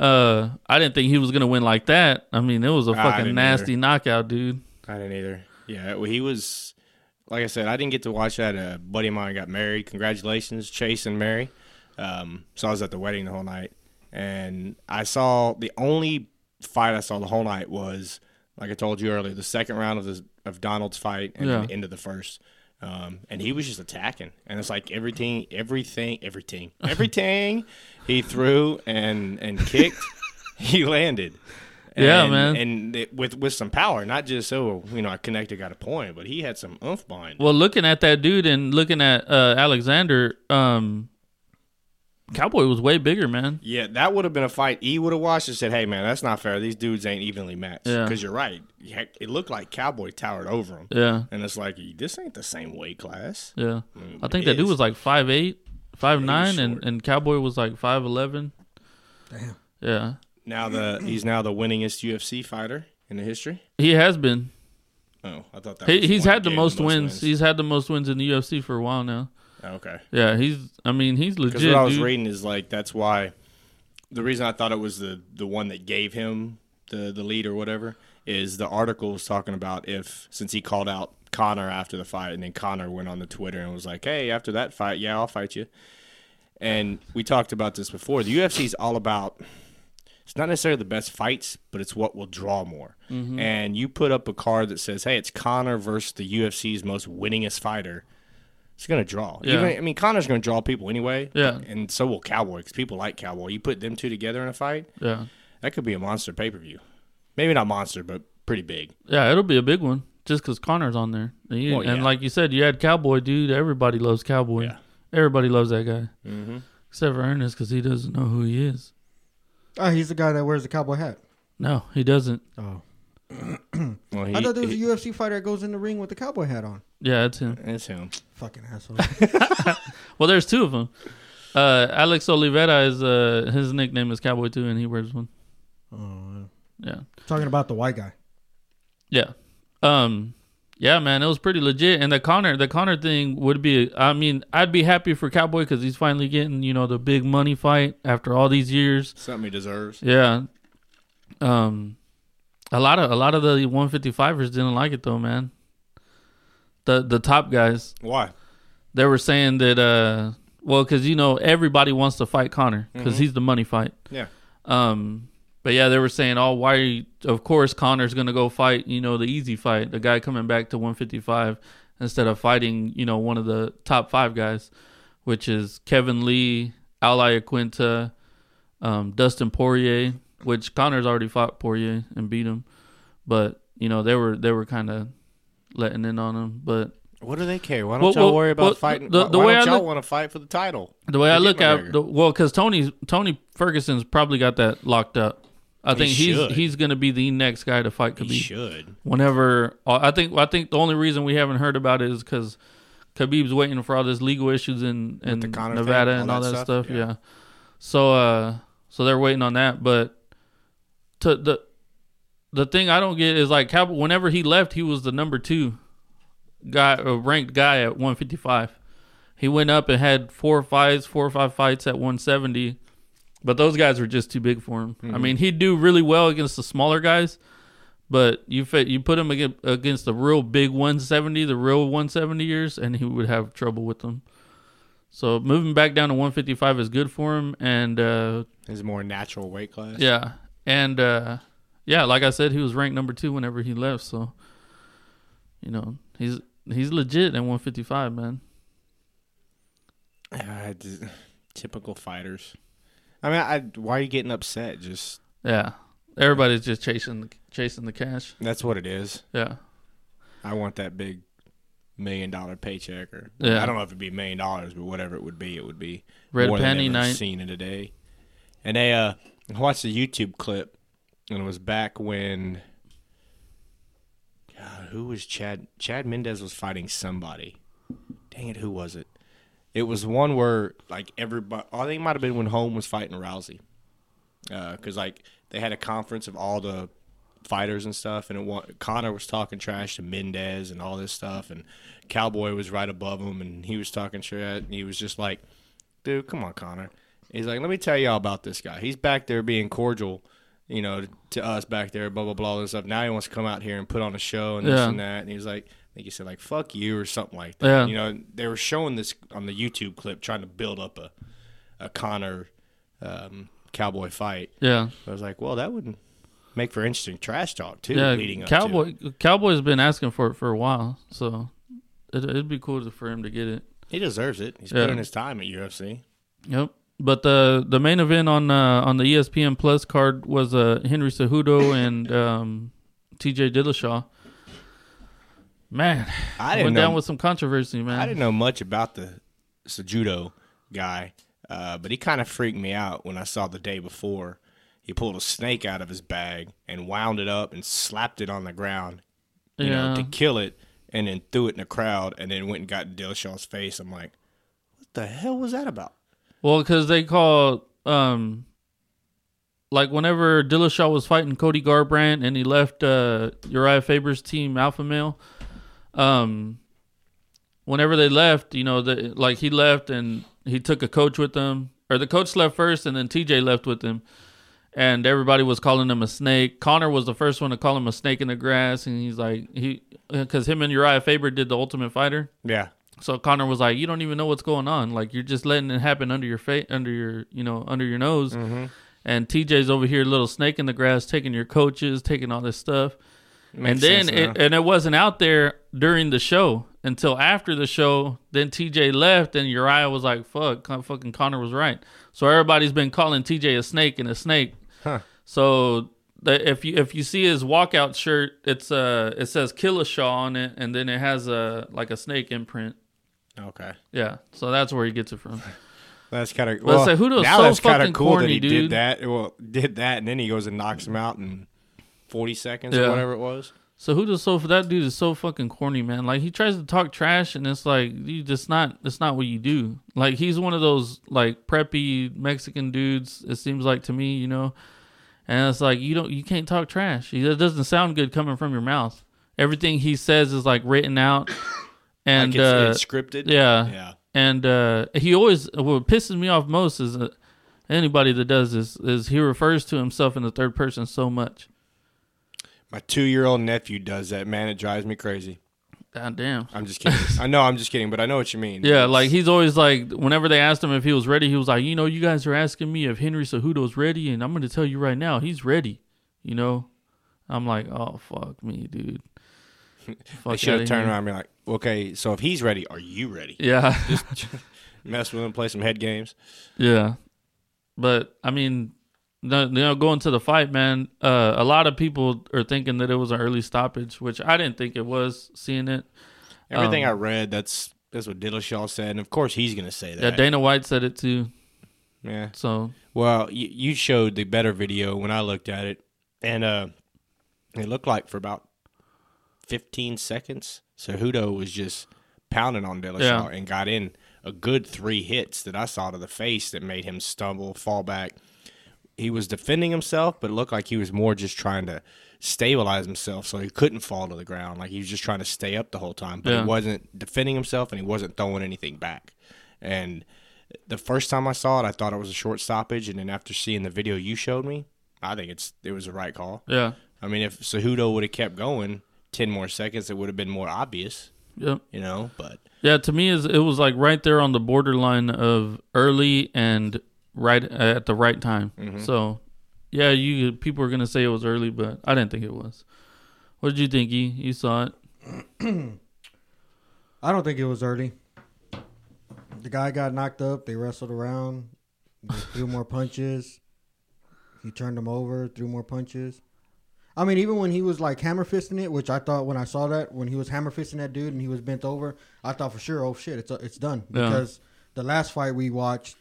[SPEAKER 1] Uh, I didn't think he was gonna win like that. I mean, it was a
[SPEAKER 2] I
[SPEAKER 1] fucking
[SPEAKER 2] didn't
[SPEAKER 1] nasty knockout, dude.
[SPEAKER 2] I didn't either. Yeah, well, he was. Like I said, I didn't get to watch that. A buddy of mine got married. Congratulations, Chase and Mary. Um, so I was at the wedding the whole night, and I saw the only fight I saw the whole night was, like I told you earlier, the second round of this, of Donald's fight and
[SPEAKER 1] Yeah.
[SPEAKER 2] then the end of the first. Um, and he was just attacking, and it's like everything, everything, everything, everything he threw and and kicked, he landed.
[SPEAKER 1] Yeah,
[SPEAKER 2] And-
[SPEAKER 1] man.
[SPEAKER 2] and it, with with some power, not just oh, you know, I connected, got a point, but he had some oomph behind. it.
[SPEAKER 1] Well, looking at that dude and looking at uh, Alexander, um, Cowboy was way bigger, man.
[SPEAKER 2] yeah, that would have been a fight. E would have watched and said, "Hey, man, that's not fair. These dudes ain't evenly matched."
[SPEAKER 1] Yeah.
[SPEAKER 2] Because you're right. Heck, It looked like Cowboy towered over him,
[SPEAKER 1] Yeah,
[SPEAKER 2] and it's like this ain't the same weight class.
[SPEAKER 1] yeah.
[SPEAKER 2] Mm,
[SPEAKER 1] I think
[SPEAKER 2] it
[SPEAKER 1] that dude
[SPEAKER 2] is.
[SPEAKER 1] was like five eight, five nine, and
[SPEAKER 2] short.
[SPEAKER 1] and Cowboy was like five eleven.
[SPEAKER 3] Damn.
[SPEAKER 1] Yeah,
[SPEAKER 2] Now the he's now the winningest UFC fighter in the history.
[SPEAKER 1] he has been.
[SPEAKER 2] Oh, I thought that
[SPEAKER 1] He,
[SPEAKER 2] was
[SPEAKER 1] he's
[SPEAKER 2] one
[SPEAKER 1] had the
[SPEAKER 2] that gave
[SPEAKER 1] most
[SPEAKER 2] him
[SPEAKER 1] wins. He's had the most wins in the UFC for a while now.
[SPEAKER 2] Oh, okay.
[SPEAKER 1] Yeah, he's. I mean, he's legit.
[SPEAKER 2] Because what I was
[SPEAKER 1] dude.
[SPEAKER 2] reading is like that's why the reason I thought it was the the one that gave him the the lead or whatever is the article was talking about if since he called out Connor after the fight and then Connor went on the Twitter and was like, "Hey, after that fight, yeah, I'll fight you." And we talked about this before. The UFC is all about it's not necessarily the best fights, but it's what will draw more.
[SPEAKER 1] Mm-hmm.
[SPEAKER 2] And you put up a card that says, "Hey, it's Connor versus the UFC's most winningest fighter." It's gonna draw.
[SPEAKER 1] Yeah.
[SPEAKER 2] Even- I mean, Connor's gonna draw people anyway.
[SPEAKER 1] Yeah.
[SPEAKER 2] and so will Cowboy because people like Cowboy. You put them two together in a fight,
[SPEAKER 1] Yeah,
[SPEAKER 2] that could be a monster pay per view. Maybe not monster, but pretty big.
[SPEAKER 1] yeah. It'll be a big one just because Connor's on there. And, you-
[SPEAKER 2] Well, yeah.
[SPEAKER 1] and like you said, you had Cowboy, dude. Everybody loves Cowboy.
[SPEAKER 2] Yeah.
[SPEAKER 1] Everybody loves that guy, except for Ernest because he doesn't know who he is.
[SPEAKER 3] Oh, he's the guy that wears the cowboy hat.
[SPEAKER 1] No, he doesn't.
[SPEAKER 3] Oh,
[SPEAKER 2] Well, he,
[SPEAKER 3] I thought there was a
[SPEAKER 2] he-
[SPEAKER 3] UFC fighter that goes in the ring with the cowboy hat on.
[SPEAKER 1] Yeah, it's him.
[SPEAKER 2] it's him.
[SPEAKER 3] Fucking asshole.
[SPEAKER 1] Well, there's two of them. Uh, Alex Oliveira is uh, his nickname is Cowboy too, and he wears one.
[SPEAKER 3] oh,
[SPEAKER 1] Yeah,
[SPEAKER 3] talking about the white guy.
[SPEAKER 1] yeah, um, yeah, man, it was pretty legit. And the Connor, the Connor thing would be. I mean, I'd be happy for Cowboy because he's finally getting you know the big money fight after all these years.
[SPEAKER 2] Something he deserves.
[SPEAKER 1] Yeah, um, a lot of a lot of the 155ers didn't like it though, man. The the top guys.
[SPEAKER 2] Why?
[SPEAKER 1] they were saying that uh well because you know everybody wants to fight connor because he's the money fight
[SPEAKER 2] Yeah.
[SPEAKER 1] um but yeah they were saying oh why are you of course connor's gonna go fight you know the easy fight the guy coming back to 155 instead of fighting you know one of the top five guys which is kevin lee ali aquinta um, dustin poirier which connor's already fought poirier and beat him but you know they were they were kind of letting in on him but
[SPEAKER 2] What do they care? Why don't
[SPEAKER 1] Well,
[SPEAKER 2] y'all
[SPEAKER 1] well,
[SPEAKER 2] worry about
[SPEAKER 1] well,
[SPEAKER 2] fighting?
[SPEAKER 1] the-
[SPEAKER 2] why
[SPEAKER 1] the
[SPEAKER 2] why
[SPEAKER 1] way
[SPEAKER 2] don't
[SPEAKER 1] I
[SPEAKER 2] y'all
[SPEAKER 1] look-
[SPEAKER 2] want to fight for the title?
[SPEAKER 1] The way I
[SPEAKER 2] Forget
[SPEAKER 1] look at
[SPEAKER 2] McGregor.
[SPEAKER 1] the, well, because Tony Tony Ferguson's probably got that locked up. I think
[SPEAKER 2] should.
[SPEAKER 1] he's he's going to be the next guy to fight
[SPEAKER 2] He
[SPEAKER 1] Khabib.
[SPEAKER 2] should.
[SPEAKER 1] Whenever uh, I think I think the only reason we haven't heard about it is because Khabib's waiting for all these legal issues in in
[SPEAKER 2] the Conor
[SPEAKER 1] Nevada
[SPEAKER 2] thing,
[SPEAKER 1] and all that, stuff. Yeah. So uh, so they're waiting on that. But to the the thing I don't get is like how whenever he left, he was the number two guy, uh, ranked guy at 155. He went up and had four fights, four or five fights at 170, but those guys were just too big for him. I mean, he'd do really well against the smaller guys, but you fit, you put him against, against the real big 170, the real 170 years, and he would have trouble with them. So moving back down to 155 is good for him, and uh,
[SPEAKER 2] His more natural weight class.
[SPEAKER 1] yeah, and uh, yeah, like I said, he was ranked number two whenever he left. So, you know, he's he's legit at 155, man.
[SPEAKER 2] Ah, just- typical fighters. I mean, I, why are you getting upset? Just
[SPEAKER 1] Yeah, everybody's just chasing chasing the cash.
[SPEAKER 2] that's what it is.
[SPEAKER 1] Yeah,
[SPEAKER 2] I want that big million dollar paycheck, or
[SPEAKER 1] Yeah.
[SPEAKER 2] I don't know if it'd be a million dollars, but whatever it would be, it would be
[SPEAKER 1] Red
[SPEAKER 2] more than
[SPEAKER 1] Panty
[SPEAKER 2] they've ever
[SPEAKER 1] Night.
[SPEAKER 2] seen in a day. And they, uh, I watched a YouTube clip, and it was back when. God, who was Chad? Chad Mendez was fighting somebody. Dang it, who was it? It was one where like everybody. I think it might have been when Home was fighting Rousey, because like they had a conference of all the fighters and stuff, and it wa- Connor was talking trash to Mendez and all this stuff, and Cowboy was right above him, and he was talking shit, and he was just like, "Dude, come on, Connor." He's like, "Let me tell y'all about this guy. He's back there being cordial." You know, to us back there, blah blah blah, all this stuff. Now he wants to come out here and put on a show and this
[SPEAKER 1] Yeah.
[SPEAKER 2] and that. And he was like, I think he said like "fuck you" or something like that.
[SPEAKER 1] Yeah.
[SPEAKER 2] You know, they were showing this on the YouTube clip, trying to build up a a Connor um, cowboy fight.
[SPEAKER 1] yeah,
[SPEAKER 2] I was like, well, that would make for interesting trash talk too. leading
[SPEAKER 1] yeah.
[SPEAKER 2] up to.
[SPEAKER 1] Cowboy Cowboy's been asking for it for a while, so it, it'd be cool to- for him to get it.
[SPEAKER 2] he deserves it. He's
[SPEAKER 1] Yeah.
[SPEAKER 2] putting his time at UFC.
[SPEAKER 1] Yep. But the the main event on uh, on the ESPN Plus card was uh, Henry Cejudo and um, T.J. Dillashaw. Man,
[SPEAKER 2] I
[SPEAKER 1] went
[SPEAKER 2] didn't
[SPEAKER 1] down
[SPEAKER 2] know.
[SPEAKER 1] with some controversy, man.
[SPEAKER 2] I didn't know much about the Sejudo guy, uh, but he kind of freaked me out when I saw the day before. He pulled a snake out of his bag and wound it up and slapped it on the ground, you
[SPEAKER 1] Yeah.
[SPEAKER 2] know, to kill it, and then threw it in the crowd, and then went and got in Dillashaw's face. I'm like, what the hell was that about?
[SPEAKER 1] Well, because they call um, like whenever Dillashaw was fighting Cody Garbrandt and he left uh, Uriah Faber's team Alpha Male, um, whenever they left, you know, the, like he left and he took a coach with him, or the coach left first and then TJ left with him. And everybody was calling him a snake. Connor was the first one to call him a snake in the grass, and he's like he, because him and Uriah Faber did the Ultimate Fighter.
[SPEAKER 2] Yeah,
[SPEAKER 1] So Connor was like, "You don't even know what's going on. Like you're just letting it happen under your face, under your you know under your nose."
[SPEAKER 2] Mm-hmm.
[SPEAKER 1] And TJ's over here, little snake in the grass, taking your coaches, taking all this stuff.
[SPEAKER 2] Makes
[SPEAKER 1] and
[SPEAKER 2] sense
[SPEAKER 1] then it,
[SPEAKER 2] now.
[SPEAKER 1] and it wasn't out there during the show until after the show. Then TJ left, and Uriah was like, "Fuck, Con- fucking Connor was right." So everybody's been calling TJ a snake and a snake. So the, if you if you see his walkout shirt, it's uh it says Killishaw on it, and then it has a like a snake imprint.
[SPEAKER 2] okay.
[SPEAKER 1] Yeah, so that's where he gets it from.
[SPEAKER 2] That's kind of
[SPEAKER 1] Let's
[SPEAKER 2] well.
[SPEAKER 1] say Hudo's
[SPEAKER 2] now
[SPEAKER 1] so
[SPEAKER 2] that's kind
[SPEAKER 1] fucking
[SPEAKER 2] of cool that
[SPEAKER 1] corny,
[SPEAKER 2] he
[SPEAKER 1] dude.
[SPEAKER 2] did that. Well, did that, and then he goes and knocks him out in forty seconds
[SPEAKER 1] Yeah.
[SPEAKER 2] or whatever it was.
[SPEAKER 1] So who does so that dude is so fucking corny, man. Like he tries to talk trash, and it's like you just not. It's not what you do. Like he's one of those like preppy Mexican dudes. It seems like to me, you know. And it's like you don't, you can't talk trash. It doesn't sound good coming from your mouth. Everything he says is like written out, and
[SPEAKER 2] Like it's,
[SPEAKER 1] uh,
[SPEAKER 2] it's scripted.
[SPEAKER 1] yeah,
[SPEAKER 2] yeah.
[SPEAKER 1] and uh, he always what pisses me off most is uh, anybody that does this is he refers to himself in the third person so much.
[SPEAKER 2] My two-year-old nephew does that. Man, it drives me crazy.
[SPEAKER 1] God damn.
[SPEAKER 2] I'm just kidding. I know I'm just kidding, but I know what you mean.
[SPEAKER 1] Yeah, like he's always like whenever they asked him if he was ready, he was like, you know, you guys are asking me if Henry Cejudo's ready, and I'm gonna tell you right now, he's ready. You know, I'm like, oh fuck me, dude.
[SPEAKER 2] they
[SPEAKER 1] Fuck
[SPEAKER 2] should
[SPEAKER 1] outta
[SPEAKER 2] have turned
[SPEAKER 1] here.
[SPEAKER 2] around and be like, "Okay, so if he's ready, are you ready?"
[SPEAKER 1] Yeah,
[SPEAKER 2] Mess with him, play some head games.
[SPEAKER 1] yeah. But I mean, the, you know, going to the fight, man. Uh, a lot of people are thinking that it was an early stoppage, which I didn't think it was. Seeing it,
[SPEAKER 2] Everything
[SPEAKER 1] Um,
[SPEAKER 2] I read, that's that's what Dillashaw said, and of course he's gonna say
[SPEAKER 1] yeah,
[SPEAKER 2] that.
[SPEAKER 1] Dana White said it too.
[SPEAKER 2] yeah.
[SPEAKER 1] So
[SPEAKER 2] Well, you, you showed the better video when I looked at it, and uh, it looked like for about 15 seconds, Cejudo was just pounding on Dillashaw
[SPEAKER 1] Yeah.
[SPEAKER 2] and got in a good three hits that I saw to the face that made him stumble, fall back. he was defending himself, but it looked like he was more just trying to stabilize himself so he couldn't fall to the ground. Like he was just trying to stay up the whole time, but
[SPEAKER 1] Yeah.
[SPEAKER 2] he wasn't defending himself and he wasn't throwing anything back. And the first time I saw it, I thought it was a short stoppage, and then after seeing the video you showed me, I think it's it was the right call.
[SPEAKER 1] Yeah.
[SPEAKER 2] I mean, if Cejudo would have kept going ten more seconds, it would have been more obvious,
[SPEAKER 1] Yep.
[SPEAKER 2] you know. But
[SPEAKER 1] Yeah, to me, is it was like right there on the borderline of early and right at the right time.
[SPEAKER 3] Mm-hmm.
[SPEAKER 1] So, yeah, you people were gonna say it was early, but I didn't think it was. What did you think? E? You saw it?
[SPEAKER 3] I don't think it was early. The guy got knocked up. They wrestled around, they threw more punches. He turned him over, threw more punches. I mean, even when he was like hammer fisting it, which I thought when I saw that when he was hammer fisting that dude and he was bent over, I thought for sure, oh shit, it's it's done
[SPEAKER 1] Yeah.
[SPEAKER 3] because the last fight we watched,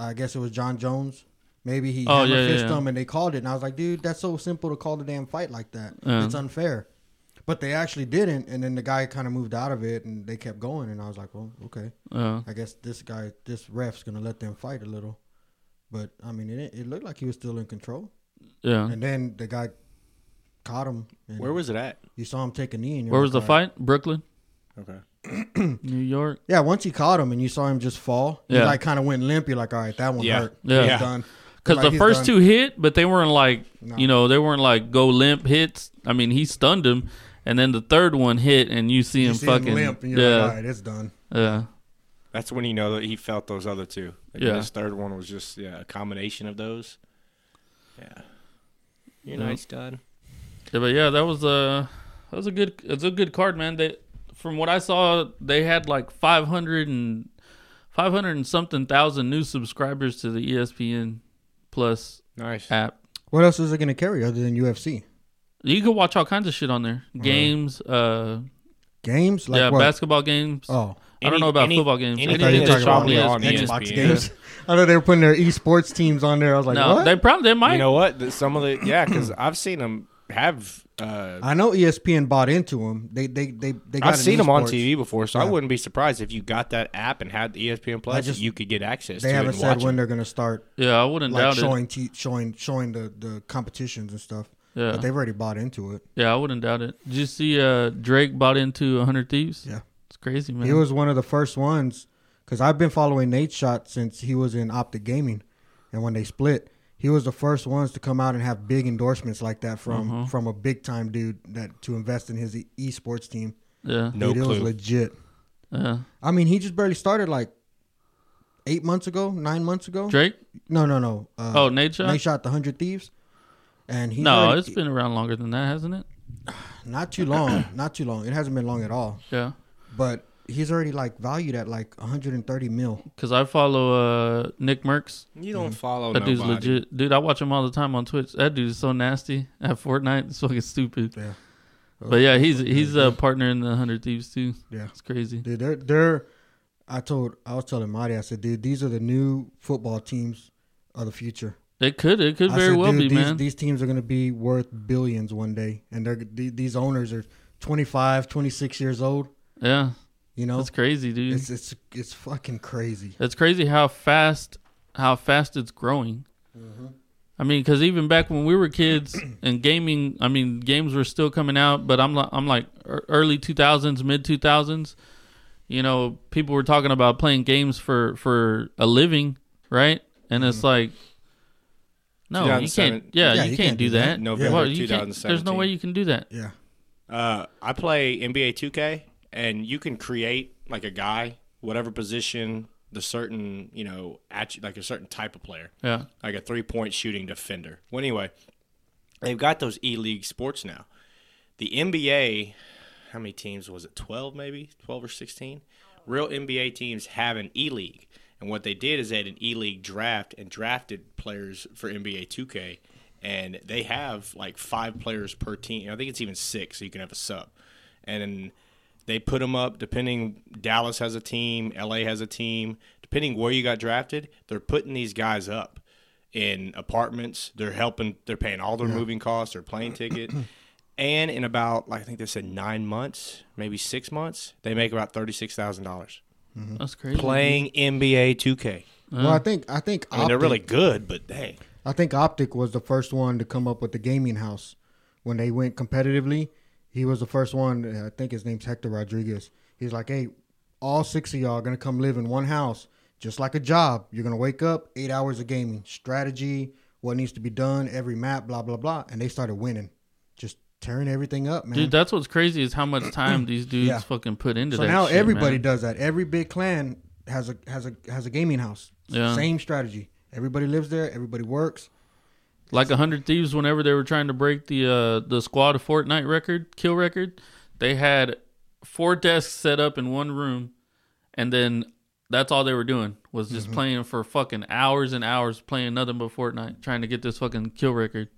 [SPEAKER 3] I guess it was John Jones. Maybe he
[SPEAKER 1] Oh,
[SPEAKER 3] hammer
[SPEAKER 1] yeah, yeah,
[SPEAKER 3] fisted
[SPEAKER 1] yeah.
[SPEAKER 3] him and they called it, and I was like, dude, that's so simple to call the damn fight like that.
[SPEAKER 1] Yeah.
[SPEAKER 3] It's unfair. But they actually didn't, and then the guy kind of moved out of it, and they kept going, and I was like, well, okay,
[SPEAKER 1] Uh,
[SPEAKER 3] I guess this guy, this ref's gonna let them fight a little. But I mean, it it looked like he was still in control,
[SPEAKER 1] yeah.
[SPEAKER 3] and then the guy caught him. And
[SPEAKER 2] where was it at?
[SPEAKER 3] you saw him take a knee? And you're
[SPEAKER 1] Where was the
[SPEAKER 3] like, all right.
[SPEAKER 1] fight? Brooklyn,
[SPEAKER 2] Okay,
[SPEAKER 1] New York.
[SPEAKER 3] Yeah, once he caught him, and you saw him just fall. He
[SPEAKER 1] Yeah.
[SPEAKER 3] like kind of went limp. You're like, all right, that one
[SPEAKER 2] Yeah.
[SPEAKER 3] hurt.
[SPEAKER 1] Yeah.
[SPEAKER 3] he's
[SPEAKER 1] Yeah.
[SPEAKER 3] done.
[SPEAKER 1] Because
[SPEAKER 3] Like,
[SPEAKER 1] the
[SPEAKER 3] he's
[SPEAKER 1] first
[SPEAKER 3] done.
[SPEAKER 1] two hit, but they weren't like
[SPEAKER 3] No.
[SPEAKER 1] you know they weren't like go limp hits. I mean, he stunned him, and then the third one hit, and you see
[SPEAKER 3] you
[SPEAKER 1] him
[SPEAKER 3] see
[SPEAKER 1] fucking
[SPEAKER 3] him limp, and you're
[SPEAKER 1] yeah,
[SPEAKER 3] like, all right, it's done.
[SPEAKER 1] yeah,
[SPEAKER 2] that's when you know that he felt those other two. Like
[SPEAKER 1] Yeah.
[SPEAKER 2] this third one was just yeah a combination of those. Yeah, you're
[SPEAKER 1] Yeah.
[SPEAKER 2] nice, Dud.
[SPEAKER 1] Yeah, but yeah, that was a that was a good it's a good card, man. They from what I saw, they had like 500 and 500 and something thousand new subscribers to the E ESPN Plus
[SPEAKER 2] Nice.
[SPEAKER 1] app.
[SPEAKER 3] What else is it gonna carry other than UFC
[SPEAKER 1] You can watch all kinds of shit on there. Games, uh
[SPEAKER 3] games? Uh-huh. Like
[SPEAKER 1] yeah,
[SPEAKER 3] what?
[SPEAKER 1] basketball games.
[SPEAKER 3] Oh,
[SPEAKER 1] I don't know about football games.
[SPEAKER 2] Anything,
[SPEAKER 1] Anything that's
[SPEAKER 2] that's probably on E
[SPEAKER 1] on
[SPEAKER 2] ESPN.
[SPEAKER 3] Xbox games. I know they were putting their esports teams on there. I was like,
[SPEAKER 1] no,
[SPEAKER 3] what?
[SPEAKER 1] they probably they might.
[SPEAKER 2] You know what? The- Some of the yeah, because I've seen them have. Uh,
[SPEAKER 3] I know E ESPN bought into them. They they they they got
[SPEAKER 2] I've
[SPEAKER 3] an
[SPEAKER 2] seen them on
[SPEAKER 3] esports.
[SPEAKER 2] TV before, so I
[SPEAKER 3] Yeah.
[SPEAKER 2] wouldn't be surprised if you got that app and had the E ESPN Plus.
[SPEAKER 3] just-
[SPEAKER 2] you could get access.
[SPEAKER 3] They
[SPEAKER 2] to
[SPEAKER 3] haven't
[SPEAKER 2] it and watch
[SPEAKER 3] said when
[SPEAKER 2] it.
[SPEAKER 3] they're gonna start
[SPEAKER 1] yeah, I wouldn't
[SPEAKER 3] like
[SPEAKER 1] doubt it.
[SPEAKER 3] showing t- showing showing the the competitions and stuff.
[SPEAKER 1] Yeah.
[SPEAKER 3] But they've already bought into it.
[SPEAKER 1] Yeah, I wouldn't doubt it. Did you see uh Drake bought into 100 Thieves?
[SPEAKER 3] Yeah.
[SPEAKER 1] It's crazy, man.
[SPEAKER 3] He
[SPEAKER 2] Mm-hmm.
[SPEAKER 3] was one of the first ones because I've been following Nate Shot since he was in Optic Gaming, and when they split, he was the first ones to come out and have big endorsements like that from
[SPEAKER 2] Mm-hmm.
[SPEAKER 3] from a big time dude that to invest in his e- esports team.
[SPEAKER 1] yeah.
[SPEAKER 2] No
[SPEAKER 3] Dude, It was
[SPEAKER 2] clue.
[SPEAKER 3] legit.
[SPEAKER 1] Yeah.
[SPEAKER 3] I mean, he just barely started like eight months ago, nine months ago.
[SPEAKER 1] Drake?
[SPEAKER 3] No, no, no. Uh,
[SPEAKER 1] Oh, Nate shot?
[SPEAKER 3] They shot the Hundred Thieves, and he
[SPEAKER 1] No,
[SPEAKER 3] already-
[SPEAKER 1] it's been around longer than that, hasn't it?
[SPEAKER 3] not too long, not too long. It hasn't been long at all,
[SPEAKER 1] Yeah,
[SPEAKER 3] but he's already like valued at like 130 mil.
[SPEAKER 1] because I follow uh, Nick Merckx.
[SPEAKER 2] You don't follow
[SPEAKER 1] That
[SPEAKER 2] Oh, nobody.
[SPEAKER 1] dude's legit, dude. I watch him all the time on Twitch. That dude is so nasty at Fortnite. It's fucking stupid.
[SPEAKER 3] Yeah. Oh,
[SPEAKER 1] But yeah, he's he's a partner in the Hundred Thieves too.
[SPEAKER 3] Yeah.
[SPEAKER 1] it's crazy.
[SPEAKER 3] Dude, they're they're. I told I was telling Marty, I said, dude, these are the new football teams of the future.
[SPEAKER 1] It could it could
[SPEAKER 3] I
[SPEAKER 1] very
[SPEAKER 3] said,
[SPEAKER 1] well
[SPEAKER 3] dude,
[SPEAKER 1] be,
[SPEAKER 3] these,
[SPEAKER 1] man.
[SPEAKER 3] These teams are going to be worth billions one day, and they're the- these owners are 25, 26 years old.
[SPEAKER 1] yeah,
[SPEAKER 3] You know,
[SPEAKER 1] that's crazy, dude.
[SPEAKER 3] it's
[SPEAKER 1] It's,
[SPEAKER 3] it's it's fucking crazy.
[SPEAKER 1] crazy how fast how fast it's growing.
[SPEAKER 3] Mm-hmm.
[SPEAKER 1] I mean, because even back when we were kids and gaming, I mean, games were still coming out. But I'm like, I'm like ear- early 2000s, mid 2000s. You know, people were talking about playing games for for a living, right? And
[SPEAKER 3] Mm-hmm.
[SPEAKER 1] it's like, no, you
[SPEAKER 2] 2007.
[SPEAKER 1] can't. Yeah, you, can't, do that.
[SPEAKER 2] November
[SPEAKER 1] Well, you can't- There's no
[SPEAKER 2] 2017.
[SPEAKER 1] way you can do that.
[SPEAKER 3] Yeah,
[SPEAKER 2] Uh, I play NBA 2K, and you can create like a guy, whatever position, the certain you know, at, like a certain type of player,
[SPEAKER 1] Yeah,
[SPEAKER 2] like a three point shooting defender. Well, anyway, they've got those e league sports now. The NBA, how many teams was it? Twelve, maybe twelve or sixteen. Real NBA teams have an e league, and what they did is they had an e league draft and drafted players for NBA Two K, and they have like five players per team. I think it's even six, so you can have a sub, and. Then they put them up depending Dallas has a team, LA has a team, depending where you got drafted, they're putting these guys up in apartments. They're helping. They're paying all their moving costs, their plane ticket, and in about like I think they said nine months, maybe six months, they make about thirty six thousand dollars
[SPEAKER 3] Mm-hmm.
[SPEAKER 1] that's crazy.
[SPEAKER 2] playing NBA Two K.
[SPEAKER 3] well, I think I think
[SPEAKER 2] I mean, they're
[SPEAKER 3] Optic-
[SPEAKER 2] really good, but hey,
[SPEAKER 3] I think Optic was the first one to come up with the gaming house when they went competitively. He was the first one. I think his name's Hector Rodriguez. He's like, hey, all six of y'all are gonna come live in one house, just like a job. You're gonna wake up, eight hours of gaming, strategy, what needs to be done, every map, blah blah blah. And they started winning, just tearing everything up, man.
[SPEAKER 1] Dude, that's what's crazy is how much time these dudes
[SPEAKER 3] Yeah.
[SPEAKER 1] fucking put into
[SPEAKER 3] So
[SPEAKER 1] that.
[SPEAKER 3] now
[SPEAKER 1] shit,
[SPEAKER 3] everybody
[SPEAKER 1] man.
[SPEAKER 3] does that. Every big clan has a has a has a gaming house.
[SPEAKER 1] Yeah.
[SPEAKER 3] Same strategy. Everybody lives there. Everybody works.
[SPEAKER 1] like hundred thieves. Whenever they were trying to break the uh, the squad of Fortnite record kill record, they had four desks set up in one room, and then that's all they were doing was just playing for fucking hours and hours, playing nothing but Fortnite, trying to get this fucking kill record.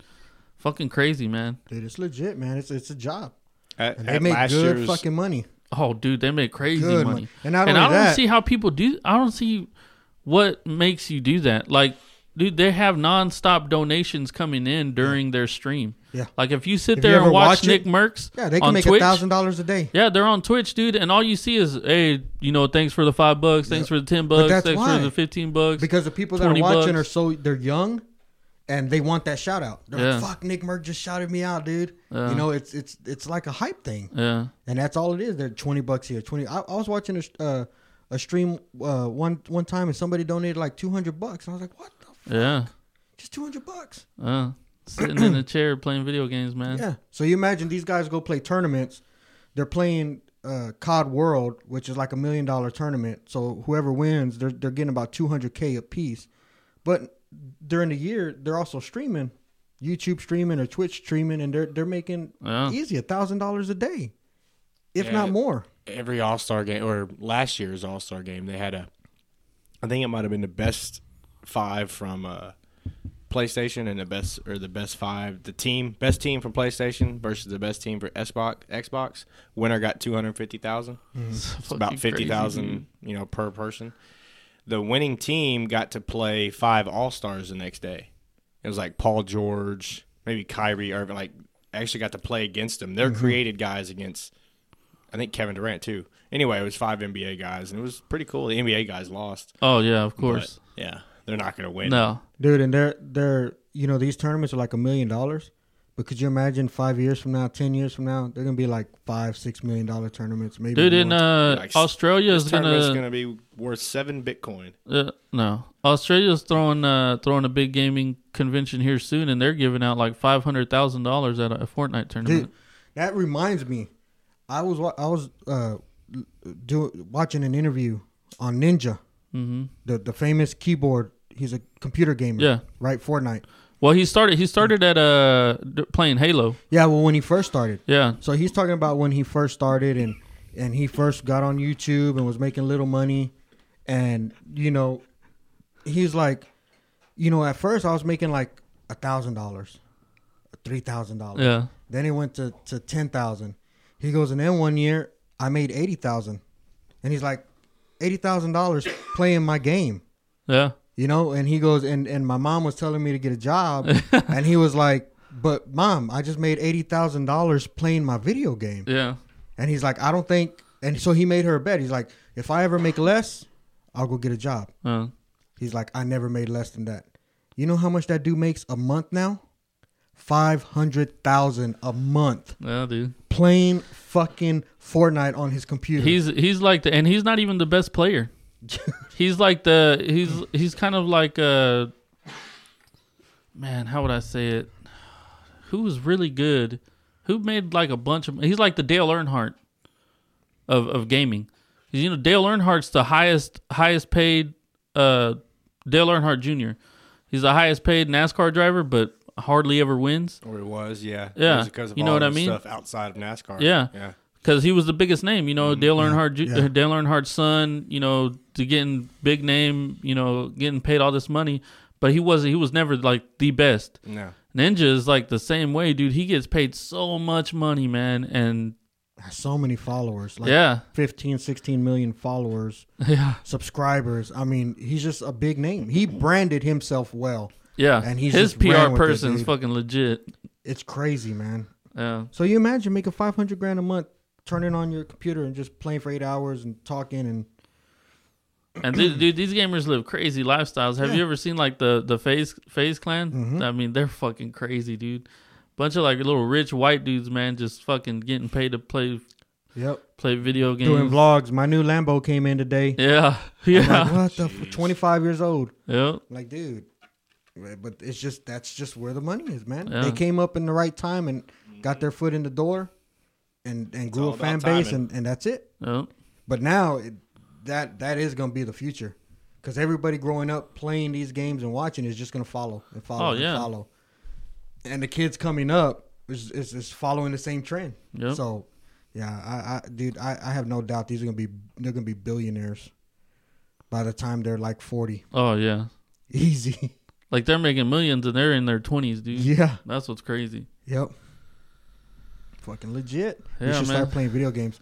[SPEAKER 1] Fucking crazy, man.
[SPEAKER 3] Dude, it's legit, man. It's it's a job,
[SPEAKER 4] At,
[SPEAKER 3] and they
[SPEAKER 4] at
[SPEAKER 3] make
[SPEAKER 4] last
[SPEAKER 3] good
[SPEAKER 4] year's-
[SPEAKER 3] fucking money.
[SPEAKER 1] Oh, dude, they make crazy
[SPEAKER 3] Good
[SPEAKER 1] money.
[SPEAKER 3] money. And not
[SPEAKER 1] I
[SPEAKER 3] only
[SPEAKER 1] don't
[SPEAKER 3] that-
[SPEAKER 1] see how people do. I don't see what makes you do that. Like, dude, they have nonstop donations coming in during their stream.
[SPEAKER 3] Yeah.
[SPEAKER 1] Like if you sit
[SPEAKER 3] If you
[SPEAKER 1] there
[SPEAKER 3] ever
[SPEAKER 1] and watch,
[SPEAKER 3] watch
[SPEAKER 1] Nick
[SPEAKER 3] it-
[SPEAKER 1] Merckx
[SPEAKER 3] Yeah, they
[SPEAKER 1] on
[SPEAKER 3] can make a
[SPEAKER 1] Twitch,
[SPEAKER 3] thousand dollars a day.
[SPEAKER 1] Yeah, they're on Twitch, dude, and all you see is, hey, you know, thanks for the five bucks, thanks for the ten bucks,
[SPEAKER 3] that's
[SPEAKER 1] thanks
[SPEAKER 3] why.
[SPEAKER 1] for the fifteen bucks.
[SPEAKER 3] because the people that are
[SPEAKER 1] 20
[SPEAKER 3] watching
[SPEAKER 1] bucks.
[SPEAKER 3] are so they're young and they want that shout out. They're
[SPEAKER 1] Yeah.
[SPEAKER 3] like, fuck Nick Merck just shouted me out, dude. You know, it's it's it's like a hype thing.
[SPEAKER 1] yeah,
[SPEAKER 3] And that's all it is. They're twenty bucks here, twenty. I, I was watching a sh- uh, a stream uh, one one time, and somebody donated like two hundred bucks. And I was like, "What? The f-?
[SPEAKER 1] yeah,
[SPEAKER 3] Just two hundred bucks?"
[SPEAKER 1] uh, sitting in a chair playing video games, man.
[SPEAKER 3] Yeah. So you imagine these guys go play tournaments. They're playing uh, COD World, which is like a million dollar tournament. So whoever wins, they're they're getting about two hundred k a piece. But during the year, they're also streaming, YouTube streaming or Twitch streaming, and they're they're making
[SPEAKER 1] Yeah.
[SPEAKER 3] easy a thousand dollars a day, if
[SPEAKER 4] Yeah.
[SPEAKER 3] not more.
[SPEAKER 4] every All Star game or last year's All Star game, they had a. I think it might have been the best five from uh, PlayStation and the best or the best five, the team best team from PlayStation versus the best team for Xbox. Xbox winner got two hundred fifty thousand.
[SPEAKER 1] It's
[SPEAKER 4] It's about fifty thousand, you know, per person. The winning team got to play five All Stars the next day. It was like Paul George, maybe Kyrie Irving, like actually got to play against them.
[SPEAKER 1] Mm-hmm.
[SPEAKER 4] They're created guys against, I think Kevin Durant too. Anyway, it was five NBA guys, and it was pretty cool. The NBA guys lost,
[SPEAKER 1] Oh yeah, of
[SPEAKER 4] but,
[SPEAKER 1] course.
[SPEAKER 4] yeah, they're not going to win.
[SPEAKER 1] no,
[SPEAKER 3] dude and they're they're you know these tournaments are like a million dollars but could you imagine five years from now ten years from now they're gonna be like five six million dollar tournaments maybe
[SPEAKER 1] dude, in
[SPEAKER 3] more.
[SPEAKER 1] uh,
[SPEAKER 4] Like,
[SPEAKER 1] Australia is
[SPEAKER 4] This tournament's
[SPEAKER 1] gonna
[SPEAKER 4] going to be worth seven Bitcoin.
[SPEAKER 1] Uh, no, Australia's throwing uh, throwing a big gaming convention here soon, and they're giving out like five hundred thousand dollars at a, Fortnite tournament.
[SPEAKER 3] dude that reminds me i was wa- i was uh do, watching an interview on ninja mm-hmm. the the famous keyboard he's a computer gamer
[SPEAKER 1] Yeah.
[SPEAKER 3] right fortnite
[SPEAKER 1] Well, he started he started at uh d- playing Halo.
[SPEAKER 3] yeah well when he first started
[SPEAKER 1] Yeah,
[SPEAKER 3] So he's talking about when he first started and and he first got on YouTube and was making little money and you know he's like you know at first I was making like a thousand dollars three thousand dollars
[SPEAKER 1] yeah,
[SPEAKER 3] then it went to to ten thousand he goes and then one year I made eighty thousand and he's like eighty thousand dollars playing my game
[SPEAKER 1] yeah.
[SPEAKER 3] you know and he goes and and my mom was telling me to get a job and he was like but mom I just made eighty thousand dollars playing my video game
[SPEAKER 1] Yeah,
[SPEAKER 3] and he's like, I don't think. And so he made her a bet. He's like, if I ever make less, I'll go get a job.
[SPEAKER 1] uh,
[SPEAKER 3] He's like, I never made less than that. You know how much that dude makes a month now? Five hundred thousand a month
[SPEAKER 1] yeah, dude.
[SPEAKER 3] playing fucking Fortnite on his computer.
[SPEAKER 1] He's he's like the and he's not even the best player. he's like the he's he's kind of like uh man, how would I say it? Who was really good? Who made like a bunch of? He's like the Dale Earnhardt of of gaming. 'Cause, You know, Dale Earnhardt's the highest highest paid. Uh, Dale Earnhardt Jr. He's the highest paid NASCAR driver, but hardly ever wins.
[SPEAKER 4] Or it was, yeah, It
[SPEAKER 1] Yeah.
[SPEAKER 4] was because of
[SPEAKER 1] You know
[SPEAKER 4] all
[SPEAKER 1] what I
[SPEAKER 4] the
[SPEAKER 1] mean?
[SPEAKER 4] Stuff outside of NASCAR,
[SPEAKER 1] Yeah.
[SPEAKER 4] yeah.
[SPEAKER 1] because he was the biggest name. You know, Dale Earnhardt, Ju-
[SPEAKER 3] Mm, yeah.
[SPEAKER 1] Dale Earnhardt's son. You know, to getting big name. You know, getting paid all this money, but he was he was never like the best.
[SPEAKER 4] No,
[SPEAKER 1] Ninja is like the same way, dude. He gets paid so much money, man, and
[SPEAKER 3] Has so many followers. Like
[SPEAKER 1] yeah,
[SPEAKER 3] 15, 16 million followers,
[SPEAKER 1] yeah,
[SPEAKER 3] subscribers. I mean, he's just a big name. He branded himself well.
[SPEAKER 1] yeah.
[SPEAKER 3] And he's
[SPEAKER 1] his
[SPEAKER 3] just
[SPEAKER 1] PR
[SPEAKER 3] ran with it,
[SPEAKER 1] person's
[SPEAKER 3] dude.
[SPEAKER 1] fucking legit.
[SPEAKER 3] It's crazy, man.
[SPEAKER 1] Yeah,
[SPEAKER 3] So you imagine making five hundred grand a month, turning on your computer and just playing for eight hours and talking and
[SPEAKER 1] And dude, dude, these gamers live crazy lifestyles. Have you ever seen like the the Phase Phase Clan?
[SPEAKER 3] Mm-hmm.
[SPEAKER 1] I mean, they're fucking crazy, dude. Bunch of like little rich white dudes, man, just fucking getting paid to play
[SPEAKER 3] Yep.
[SPEAKER 1] play video games.
[SPEAKER 3] Doing vlogs. My new Lambo came in today.
[SPEAKER 1] Yeah, Mm. yeah,
[SPEAKER 3] Like, what the? F- 25 years old.
[SPEAKER 1] yeah.
[SPEAKER 3] Like, dude. But but it's just that's just where the money is, man.
[SPEAKER 1] Yeah.
[SPEAKER 3] They came up in the right time and got their foot in the door, and and grew
[SPEAKER 2] all
[SPEAKER 3] a fan
[SPEAKER 2] about
[SPEAKER 3] base,
[SPEAKER 2] timing.
[SPEAKER 3] and, and that's it.
[SPEAKER 1] yeah.
[SPEAKER 3] But now it, that that is going to be the future, because everybody growing up playing these games and watching is just going to follow and follow
[SPEAKER 1] Oh,
[SPEAKER 3] and
[SPEAKER 1] yeah.
[SPEAKER 3] follow, and the kids coming up is is, is following the same trend.
[SPEAKER 1] Yep.
[SPEAKER 3] So, yeah, I, I dude, I, I have no doubt these are going to be they're going to be billionaires by the time they're like forty,
[SPEAKER 1] Oh yeah. Mm-hmm.
[SPEAKER 3] easy.
[SPEAKER 1] Like they're making millions and they're in their twenties, dude.
[SPEAKER 3] yeah.
[SPEAKER 1] That's what's crazy.
[SPEAKER 3] Yep. Fucking legit.
[SPEAKER 1] Yeah,
[SPEAKER 3] we should
[SPEAKER 1] man.
[SPEAKER 3] start playing video games.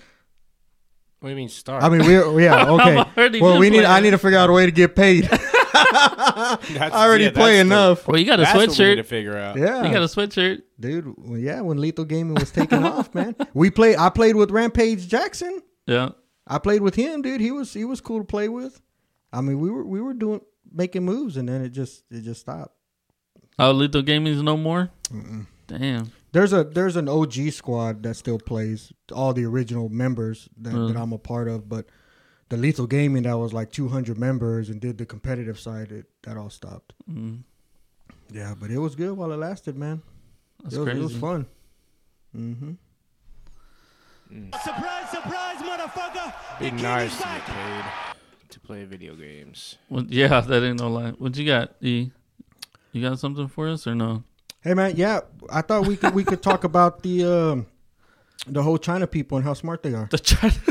[SPEAKER 2] What do you mean start?
[SPEAKER 3] I mean, we're yeah okay.
[SPEAKER 1] already
[SPEAKER 3] well, we
[SPEAKER 1] been
[SPEAKER 3] need. I
[SPEAKER 1] playing.
[SPEAKER 3] need to figure out a way to get paid.
[SPEAKER 2] That's-
[SPEAKER 3] I already
[SPEAKER 2] yeah, that's
[SPEAKER 3] play
[SPEAKER 2] the-
[SPEAKER 3] enough.
[SPEAKER 1] Well, you got a
[SPEAKER 2] That's what we need to
[SPEAKER 1] sweatshirt.
[SPEAKER 2] figure out.
[SPEAKER 3] Yeah,
[SPEAKER 1] You got a sweatshirt.
[SPEAKER 3] dude. Well, yeah, when Lethal Gaming was taking off, man, we played. I played with Rampage Jackson.
[SPEAKER 1] Yeah.
[SPEAKER 3] I played with him, dude. He was he was cool to play with. I mean, we were we were doing making moves, and then it just it just stopped.
[SPEAKER 1] Oh, Lethal Gaming's no more. Damn.
[SPEAKER 3] There's a there's an OG squad that still plays all the original members that, that
[SPEAKER 1] Mm.
[SPEAKER 3] I'm a part of, but the Lethal Gaming that was like 200 members and did the competitive side, it that all stopped.
[SPEAKER 1] Mm.
[SPEAKER 3] Yeah, but it was good while it lasted, man.
[SPEAKER 1] That's
[SPEAKER 3] it, was,
[SPEAKER 1] crazy.
[SPEAKER 3] it was fun. Mm-hmm.
[SPEAKER 5] Surprise, surprise, motherfucker!
[SPEAKER 2] Be nice to get paid to play video games.
[SPEAKER 1] Well, yeah, that ain't no lie. What you got, E? You got something for us or no?
[SPEAKER 3] Hey man, yeah, I thought we could we could talk about the um, the whole China people and how smart they are.
[SPEAKER 1] The China.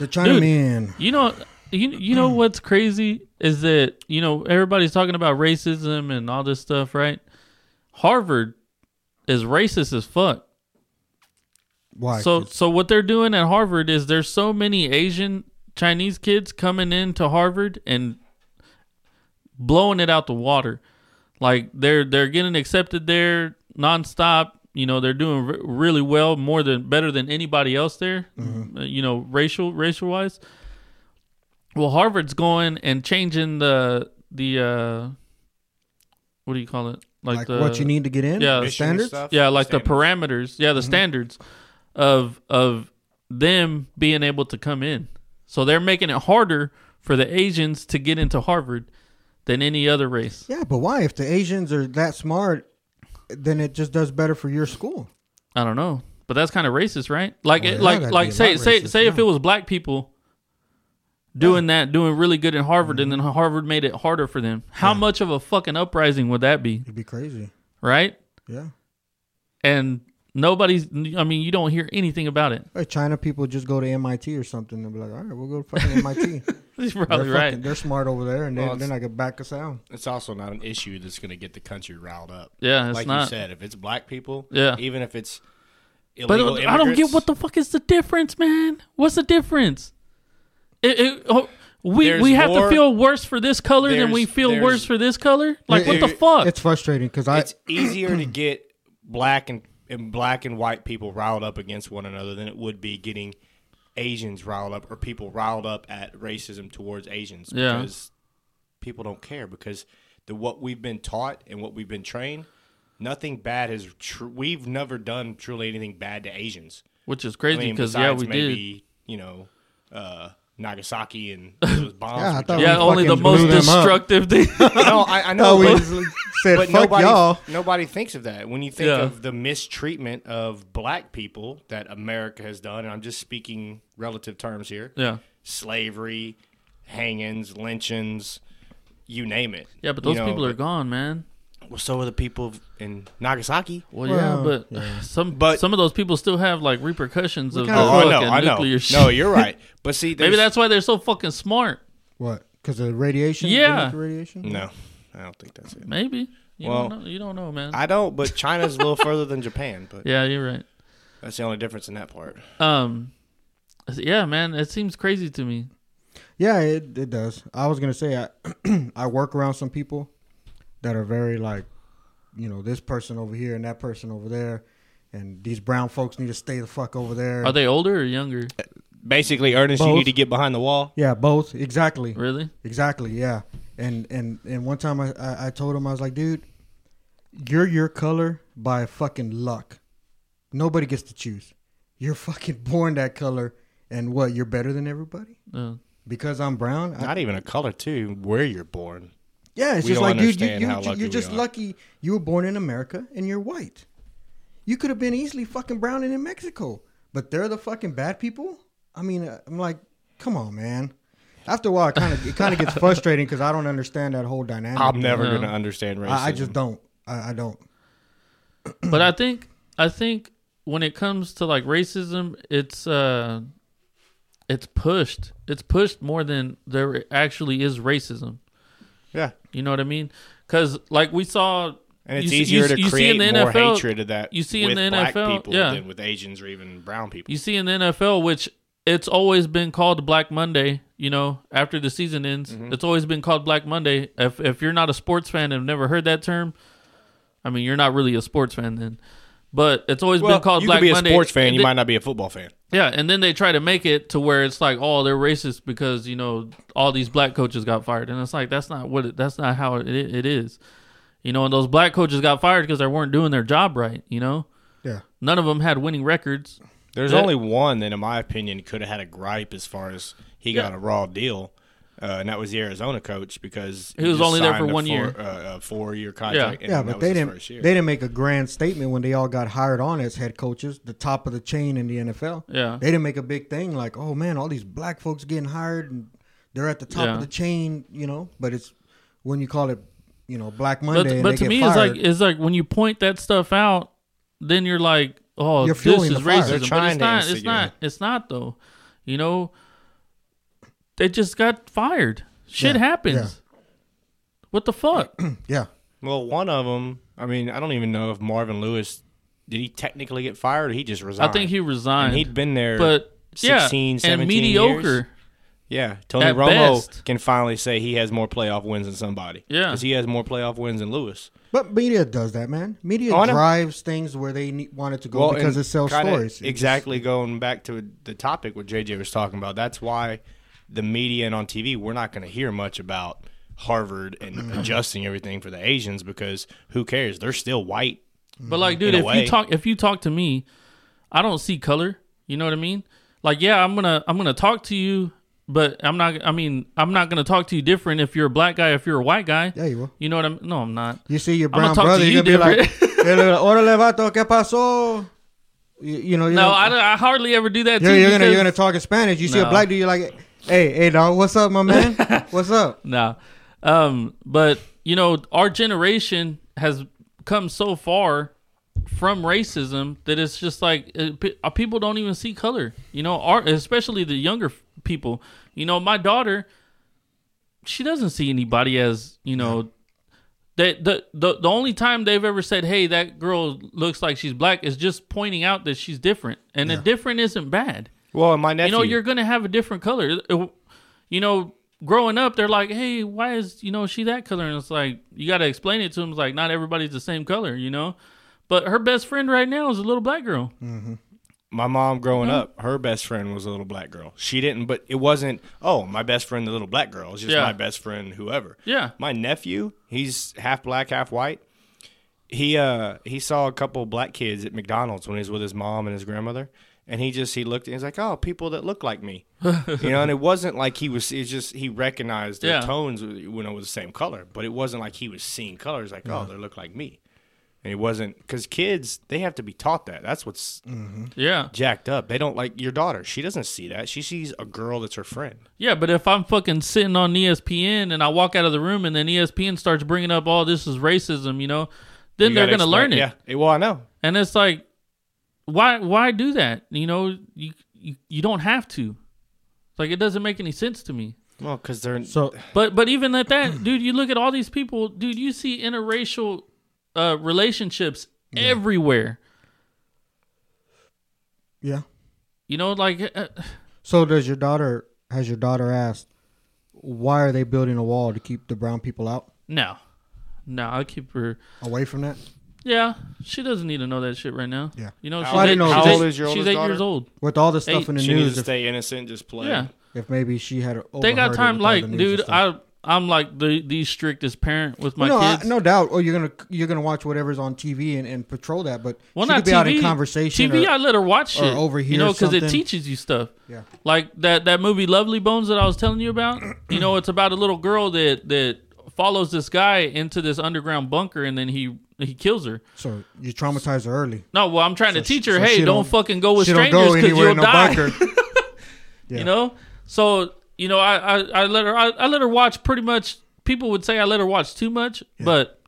[SPEAKER 3] The China
[SPEAKER 1] Dude.
[SPEAKER 3] man.
[SPEAKER 1] You know, you you know what's crazy is that you know everybody's talking about racism and all this stuff, right? Harvard is racist as fuck.
[SPEAKER 3] Why?
[SPEAKER 1] So so what they're doing at Harvard is there's so many Asian Chinese kids coming into Harvard and blowing it out the water. Like they're they're getting accepted there nonstop. You know they're doing re- really well, more than better than anybody else there.
[SPEAKER 3] Mm-hmm.
[SPEAKER 1] uh, You know racial racial wise. Well, Harvard's going and changing the the uh, what do you call it?
[SPEAKER 3] like what you need to get
[SPEAKER 1] uh,
[SPEAKER 3] in?
[SPEAKER 1] yeah.
[SPEAKER 3] the Mm-hmm.
[SPEAKER 1] Mission
[SPEAKER 3] standards.
[SPEAKER 1] yeah like the parameters yeah the standards of of them being able to come in so they're making it harder for the asians to get into harvard than any other race
[SPEAKER 3] Yeah, but why? If the Asians are that smart, then it just does better for your school.
[SPEAKER 1] i don't know but that's kind of racist right like
[SPEAKER 3] Well,
[SPEAKER 1] it,
[SPEAKER 3] yeah,
[SPEAKER 1] like
[SPEAKER 3] that'd
[SPEAKER 1] like
[SPEAKER 3] be a
[SPEAKER 1] say
[SPEAKER 3] lot
[SPEAKER 1] say
[SPEAKER 3] racist,
[SPEAKER 1] say if
[SPEAKER 3] yeah.
[SPEAKER 1] it was black people doing that doing really good in harvard and
[SPEAKER 3] Mm-hmm.
[SPEAKER 1] then harvard made it harder for them how much of a fucking uprising would that be
[SPEAKER 3] It'd be crazy.
[SPEAKER 1] right
[SPEAKER 3] Yeah.
[SPEAKER 1] and nobody's i mean you don't hear anything about it
[SPEAKER 3] Hey, China people just go to MIT or something and be like, all right, we'll go to fucking MIT.
[SPEAKER 1] he's
[SPEAKER 3] they're,
[SPEAKER 1] probably
[SPEAKER 3] fucking,
[SPEAKER 1] right
[SPEAKER 3] they're smart over there, and
[SPEAKER 2] Well,
[SPEAKER 3] then, then I could back us out.
[SPEAKER 2] It's also not an issue that's going to get the country riled up.
[SPEAKER 1] Yeah, it's
[SPEAKER 2] like you
[SPEAKER 1] not.
[SPEAKER 2] said, if it's black people,
[SPEAKER 1] Yeah.
[SPEAKER 2] even if it's
[SPEAKER 1] But uh,
[SPEAKER 2] illegal
[SPEAKER 1] I don't get
[SPEAKER 2] immigrants,
[SPEAKER 1] what the fuck is the difference, man. What's the difference? It, it, oh, we
[SPEAKER 2] There's
[SPEAKER 1] we have to
[SPEAKER 2] more-
[SPEAKER 1] feel worse for this color than we
[SPEAKER 2] there's-
[SPEAKER 1] feel
[SPEAKER 2] there's-
[SPEAKER 1] worse for this color. Like
[SPEAKER 3] It-
[SPEAKER 1] what the
[SPEAKER 2] it-
[SPEAKER 1] fuck?
[SPEAKER 3] It's frustrating because I
[SPEAKER 2] it's easier to get black and, and black and white people riled up against one another than it would be getting Asians riled up or people riled up at racism towards Asians
[SPEAKER 1] Yeah.
[SPEAKER 2] because people don't care because the what we've been taught and what we've been trained nothing bad has tr- we've never done truly anything bad to Asians
[SPEAKER 1] Which is crazy because yeah,
[SPEAKER 2] besides
[SPEAKER 1] we did.
[SPEAKER 2] maybe, you know uh, Nagasaki and those bombs
[SPEAKER 3] Yeah, I
[SPEAKER 2] we
[SPEAKER 3] thought
[SPEAKER 2] dropped.
[SPEAKER 1] Yeah,
[SPEAKER 3] we
[SPEAKER 1] only the
[SPEAKER 3] fucking blew
[SPEAKER 1] most
[SPEAKER 3] them up.
[SPEAKER 1] destructive thing.
[SPEAKER 2] no, I, I know
[SPEAKER 3] no, we
[SPEAKER 2] but-
[SPEAKER 3] just said
[SPEAKER 2] but
[SPEAKER 3] fuck
[SPEAKER 2] nobody,
[SPEAKER 3] y'all.
[SPEAKER 2] nobody thinks of that. When you think
[SPEAKER 1] Yeah.
[SPEAKER 2] of the mistreatment of black people that America has done, and I'm just speaking relative terms here
[SPEAKER 1] yeah,
[SPEAKER 2] slavery, hangings, lynchings, you name it.
[SPEAKER 1] yeah, but those
[SPEAKER 2] You know,
[SPEAKER 1] people are gone, man.
[SPEAKER 2] Well, so are the people in Nagasaki.
[SPEAKER 1] Well, yeah,
[SPEAKER 3] Well,
[SPEAKER 1] but uh, some
[SPEAKER 2] But-
[SPEAKER 1] some of those people still have like repercussions of the
[SPEAKER 3] kinda-
[SPEAKER 2] Oh,
[SPEAKER 1] fucking
[SPEAKER 2] I know, I know.
[SPEAKER 1] nuclear shit.
[SPEAKER 2] No, you're right. But see,
[SPEAKER 1] Maybe
[SPEAKER 2] there's-
[SPEAKER 1] that's why they're so fucking smart.
[SPEAKER 3] What? Because of radiation?
[SPEAKER 1] Yeah.
[SPEAKER 3] The radiation?
[SPEAKER 2] no. I don't think that's it.
[SPEAKER 1] Maybe you
[SPEAKER 2] Well,
[SPEAKER 1] don't know. You don't know, man.
[SPEAKER 2] I don't, but China's a little further than Japan, but
[SPEAKER 1] yeah, you're right.
[SPEAKER 2] that's the only difference in that part.
[SPEAKER 1] Um, yeah, man, it seems crazy to me.
[SPEAKER 3] Yeah, it, it does. I was gonna say I I work around some people that are very like, you know, this person over here and that person over there, and these brown folks need to stay the fuck over there.
[SPEAKER 1] Are they older or younger?
[SPEAKER 2] Basically, Ernest, you
[SPEAKER 3] Both.
[SPEAKER 2] need to get behind the wall.
[SPEAKER 3] Yeah, both exactly.
[SPEAKER 1] Really?
[SPEAKER 3] Exactly, yeah. And and and one time I, I I told him I was like, dude, you're your color by fucking luck. Nobody gets to choose. You're fucking born that color, and what? You're better than everybody
[SPEAKER 1] Uh,
[SPEAKER 3] because I'm brown. I,
[SPEAKER 2] Not even a color, too. Where you're born.
[SPEAKER 3] yeah, it's
[SPEAKER 2] we
[SPEAKER 3] just
[SPEAKER 2] don't
[SPEAKER 3] like dude, you
[SPEAKER 2] understand
[SPEAKER 3] you
[SPEAKER 2] how
[SPEAKER 3] you-
[SPEAKER 2] lucky
[SPEAKER 3] you're
[SPEAKER 2] we
[SPEAKER 3] just
[SPEAKER 2] are.
[SPEAKER 3] lucky. You were born in America and you're white. You could have been easily fucking brown and in Mexico, but they're the fucking bad people. I mean, uh, I'm like, come on, man. After a while, it kind of it kind of gets frustrating because I don't understand that whole dynamic.
[SPEAKER 2] I'm never
[SPEAKER 1] No.
[SPEAKER 2] going to understand racism.
[SPEAKER 3] I, I just don't. I, I don't.
[SPEAKER 1] but I think I think when it comes to like racism, it's uh it's pushed. It's pushed more than there actually is racism.
[SPEAKER 2] Yeah.
[SPEAKER 1] You know what I mean? Cuz like we saw
[SPEAKER 2] And it's
[SPEAKER 1] you see-
[SPEAKER 2] easier
[SPEAKER 1] you-
[SPEAKER 2] to
[SPEAKER 1] you see
[SPEAKER 2] create
[SPEAKER 1] in the
[SPEAKER 2] more
[SPEAKER 1] NFL
[SPEAKER 2] hatred of that
[SPEAKER 1] you see in
[SPEAKER 2] with
[SPEAKER 1] the
[SPEAKER 2] black
[SPEAKER 1] NFL
[SPEAKER 2] people
[SPEAKER 1] yeah.
[SPEAKER 2] than with Asians or even brown people.
[SPEAKER 1] You see in the NFL, which it's always been called Black Monday. You know, after the season ends,
[SPEAKER 2] Mm-hmm.
[SPEAKER 1] it's always been called Black Monday. If if you're not a sports fan and have never heard that term, I mean, you're not really a sports fan then. But it's always
[SPEAKER 2] well,
[SPEAKER 1] been called
[SPEAKER 2] you
[SPEAKER 1] Black
[SPEAKER 2] could be
[SPEAKER 1] Monday.
[SPEAKER 2] a sports fan.
[SPEAKER 1] And
[SPEAKER 2] You
[SPEAKER 1] then-
[SPEAKER 2] might not be a football fan.
[SPEAKER 1] yeah, and then they try to make it to where it's like, oh, they're racist because you know all these black coaches got fired, and it's like that's not what it, that's not how it, it is, you know. And those black coaches got fired because they weren't doing their job right, you know.
[SPEAKER 3] Yeah.
[SPEAKER 1] None of them had winning records.
[SPEAKER 2] There's
[SPEAKER 1] That-
[SPEAKER 2] only one that, in my opinion, could have had a gripe as far as he got
[SPEAKER 1] Yeah.
[SPEAKER 2] a raw deal, uh, and that was the Arizona coach because
[SPEAKER 1] He was
[SPEAKER 2] just
[SPEAKER 1] only there for
[SPEAKER 2] signed a
[SPEAKER 1] one
[SPEAKER 2] four,
[SPEAKER 1] year.
[SPEAKER 2] uh, a four-year contract. and
[SPEAKER 3] yeah,
[SPEAKER 2] that
[SPEAKER 3] but
[SPEAKER 2] was
[SPEAKER 3] they
[SPEAKER 2] his
[SPEAKER 3] didn't.
[SPEAKER 2] first year.
[SPEAKER 3] They didn't make a grand statement when they all got hired on as head coaches, the top of the chain in the NFL.
[SPEAKER 1] Yeah.
[SPEAKER 3] They didn't make a big thing like, oh man, all these black folks getting hired and they're at the top
[SPEAKER 1] Yeah.
[SPEAKER 3] of the chain, you know. But it's when you call it, you know, Black
[SPEAKER 1] But,
[SPEAKER 3] Monday. and
[SPEAKER 1] but
[SPEAKER 3] they
[SPEAKER 1] to
[SPEAKER 3] get
[SPEAKER 1] me,
[SPEAKER 3] fired,
[SPEAKER 1] it's like it's like when you point that stuff out, then you're like, oh,
[SPEAKER 3] You're
[SPEAKER 1] this
[SPEAKER 3] fueling
[SPEAKER 1] is
[SPEAKER 3] the fire.
[SPEAKER 1] racism.
[SPEAKER 3] They're
[SPEAKER 1] But it's
[SPEAKER 2] trying to
[SPEAKER 1] not. It's
[SPEAKER 2] instigate
[SPEAKER 1] not.
[SPEAKER 2] it.
[SPEAKER 1] It's not though. You know, they just got fired. Shit
[SPEAKER 3] Yeah,
[SPEAKER 1] happens. What the fuck?
[SPEAKER 3] yeah,
[SPEAKER 2] Well, one of them. I mean, I don't even know if Marvin Lewis did he technically get fired or he just
[SPEAKER 1] I
[SPEAKER 2] resigned.
[SPEAKER 1] think he resigned.
[SPEAKER 2] And he'd been there,
[SPEAKER 1] but
[SPEAKER 2] 16,
[SPEAKER 1] yeah,
[SPEAKER 2] 17
[SPEAKER 1] and mediocre.
[SPEAKER 2] years. yeah. Tony
[SPEAKER 1] At
[SPEAKER 2] Romo
[SPEAKER 1] best.
[SPEAKER 2] can finally say he has more playoff wins than somebody.
[SPEAKER 1] Yeah.
[SPEAKER 2] because he has more playoff wins than Lewis.
[SPEAKER 3] but media does that, man. Media
[SPEAKER 2] Oh, I know.
[SPEAKER 3] drives things where they need, want it to go because
[SPEAKER 2] and
[SPEAKER 3] it sells
[SPEAKER 2] kinda
[SPEAKER 3] stories.
[SPEAKER 2] Exactly. Going back to the topic what JJ was talking about, that's why the media and on TV we're not going to hear much about Harvard and adjusting everything for the Asians because who cares? They're still white.
[SPEAKER 1] But like,
[SPEAKER 3] Mm-hmm.
[SPEAKER 1] dude,
[SPEAKER 2] In a
[SPEAKER 1] if
[SPEAKER 2] way.
[SPEAKER 1] you talk if you talk to me, I don't see color. You know what I mean? Like, yeah, I'm gonna I'm gonna talk to you, but I'm not. I mean, I'm not gonna talk to you different if you're a black guy, if you're a white guy.
[SPEAKER 3] Yeah, you will.
[SPEAKER 1] You know what I'm? No, I'm not.
[SPEAKER 3] You see your
[SPEAKER 1] I'ma
[SPEAKER 3] brown
[SPEAKER 1] talk to
[SPEAKER 3] brother,
[SPEAKER 1] you
[SPEAKER 3] you're gonna be like, "Hey, look, "Órale, vato, ¿qué pasó?" You, you know, you
[SPEAKER 1] No,
[SPEAKER 3] know,
[SPEAKER 1] I, don't- I hardly ever do that.
[SPEAKER 3] You're,
[SPEAKER 1] too
[SPEAKER 3] you're gonna
[SPEAKER 1] because-
[SPEAKER 3] you're gonna talk in Spanish. You see a
[SPEAKER 1] No.
[SPEAKER 3] black dude, you're like, "Hey, hey, dog, what's up, my man? what's up?"
[SPEAKER 1] No. Um, but you know, our generation has come so far from racism that it's just like it, pe- uh, people don't even see color. You know, our, especially the younger f- people. You know, my daughter, she doesn't see anybody as you know. They, the, the the only time they've ever said, "Hey, that girl looks like she's black," is just pointing out that she's different, and the different isn't bad
[SPEAKER 2] Well, and my nephew.
[SPEAKER 1] you know you're gonna have a different color It- you know growing up they're like hey why is you know she that color and it's like you gotta explain it to them it's like not everybody's the same color you know but her best friend right now is a little black girl
[SPEAKER 2] Hmm. my mom growing
[SPEAKER 1] Mm-hmm.
[SPEAKER 2] up, her best friend was a little black girl. She didn't, but it wasn't. Oh, my best friend, the little black girl. It's just
[SPEAKER 1] Yeah.
[SPEAKER 2] my best friend, whoever.
[SPEAKER 1] Yeah.
[SPEAKER 2] My nephew, he's half black, half white. He uh he saw a couple black kids at McDonald's when he was with his mom and his grandmother, and he just he looked and he's like, oh, people that look like me, you know. And it wasn't like he was. It's just he recognized their
[SPEAKER 1] Yeah.
[SPEAKER 2] tones when it was the same color, but it wasn't like he was seeing colors like, oh, they look like me. And it wasn't because kids they have to be taught that. That's what's
[SPEAKER 1] yeah
[SPEAKER 2] jacked up. They don't like your daughter. She doesn't see that. She sees a girl that's her friend.
[SPEAKER 1] yeah but if i'm fucking sitting on E espn and i walk out of the room and then E espn starts bringing up all this is racism you know then
[SPEAKER 2] You
[SPEAKER 1] they're
[SPEAKER 2] gotta
[SPEAKER 1] gonna
[SPEAKER 2] explain-
[SPEAKER 1] learn it
[SPEAKER 2] Yeah. Eh, Well, I know.
[SPEAKER 1] and it's like why why do that you know you you, you don't have to It's like it doesn't make any sense to me
[SPEAKER 2] Well, because they're
[SPEAKER 3] So
[SPEAKER 1] But but even at that, dude, you look at all these people, dude. You see interracial uh, relationships everywhere.
[SPEAKER 3] yeah.
[SPEAKER 1] You know, like uh,
[SPEAKER 3] So does your daughter? Has your daughter asked why are they building a wall to keep the brown people out
[SPEAKER 1] no, no. I keep her.
[SPEAKER 3] away from that?
[SPEAKER 1] Yeah, she doesn't need to know that shit right now.
[SPEAKER 3] Yeah.
[SPEAKER 1] You know,
[SPEAKER 2] How-
[SPEAKER 1] she's
[SPEAKER 3] I
[SPEAKER 1] eight,
[SPEAKER 3] didn't know
[SPEAKER 1] she's
[SPEAKER 3] that.
[SPEAKER 1] eight-
[SPEAKER 3] How old
[SPEAKER 2] is your
[SPEAKER 1] she's
[SPEAKER 2] oldest
[SPEAKER 1] eight
[SPEAKER 2] daughter?
[SPEAKER 1] years old.
[SPEAKER 3] With all the stuff
[SPEAKER 1] Eight,
[SPEAKER 3] in the
[SPEAKER 2] She needs
[SPEAKER 3] news,
[SPEAKER 2] to
[SPEAKER 3] if,
[SPEAKER 2] stay innocent, just play.
[SPEAKER 1] Yeah,
[SPEAKER 3] if maybe she had overheard
[SPEAKER 1] they
[SPEAKER 3] it
[SPEAKER 1] got time.
[SPEAKER 3] with all the
[SPEAKER 1] Like,
[SPEAKER 3] news
[SPEAKER 1] dude,
[SPEAKER 3] and stuff.
[SPEAKER 1] I I'm like the the strictest parent with my
[SPEAKER 3] no, I-
[SPEAKER 1] kids.
[SPEAKER 3] no doubt. Oh, you're gonna you're gonna watch whatever's on TV and, and patrol that. But
[SPEAKER 1] Well,
[SPEAKER 3] she
[SPEAKER 1] not
[SPEAKER 3] could be
[SPEAKER 1] TV.
[SPEAKER 3] out in conversation.
[SPEAKER 1] TV,
[SPEAKER 3] or-
[SPEAKER 1] I let her watch
[SPEAKER 3] or
[SPEAKER 1] shit
[SPEAKER 3] overhear
[SPEAKER 1] You know, because it
[SPEAKER 3] something.
[SPEAKER 1] teaches you stuff.
[SPEAKER 3] Yeah.
[SPEAKER 1] Like that that movie Lovely Bones that I was telling you about. you know, it's about a little girl that that follows this guy into this underground bunker, and then he he kills her.
[SPEAKER 3] so you traumatize her early.
[SPEAKER 1] No, well, I'm trying to
[SPEAKER 3] So
[SPEAKER 1] teach
[SPEAKER 3] she-
[SPEAKER 1] her,
[SPEAKER 3] so
[SPEAKER 1] hey,
[SPEAKER 3] she
[SPEAKER 1] don't,
[SPEAKER 3] don't-
[SPEAKER 1] fucking go with
[SPEAKER 3] she don't
[SPEAKER 1] strangers
[SPEAKER 3] go
[SPEAKER 1] because
[SPEAKER 3] anywhere
[SPEAKER 1] you'll
[SPEAKER 3] in the
[SPEAKER 1] die.
[SPEAKER 3] bunker. Yeah.
[SPEAKER 1] You know, so you know, I I, I let her I, I let her watch pretty much. People would say I let her watch too much, but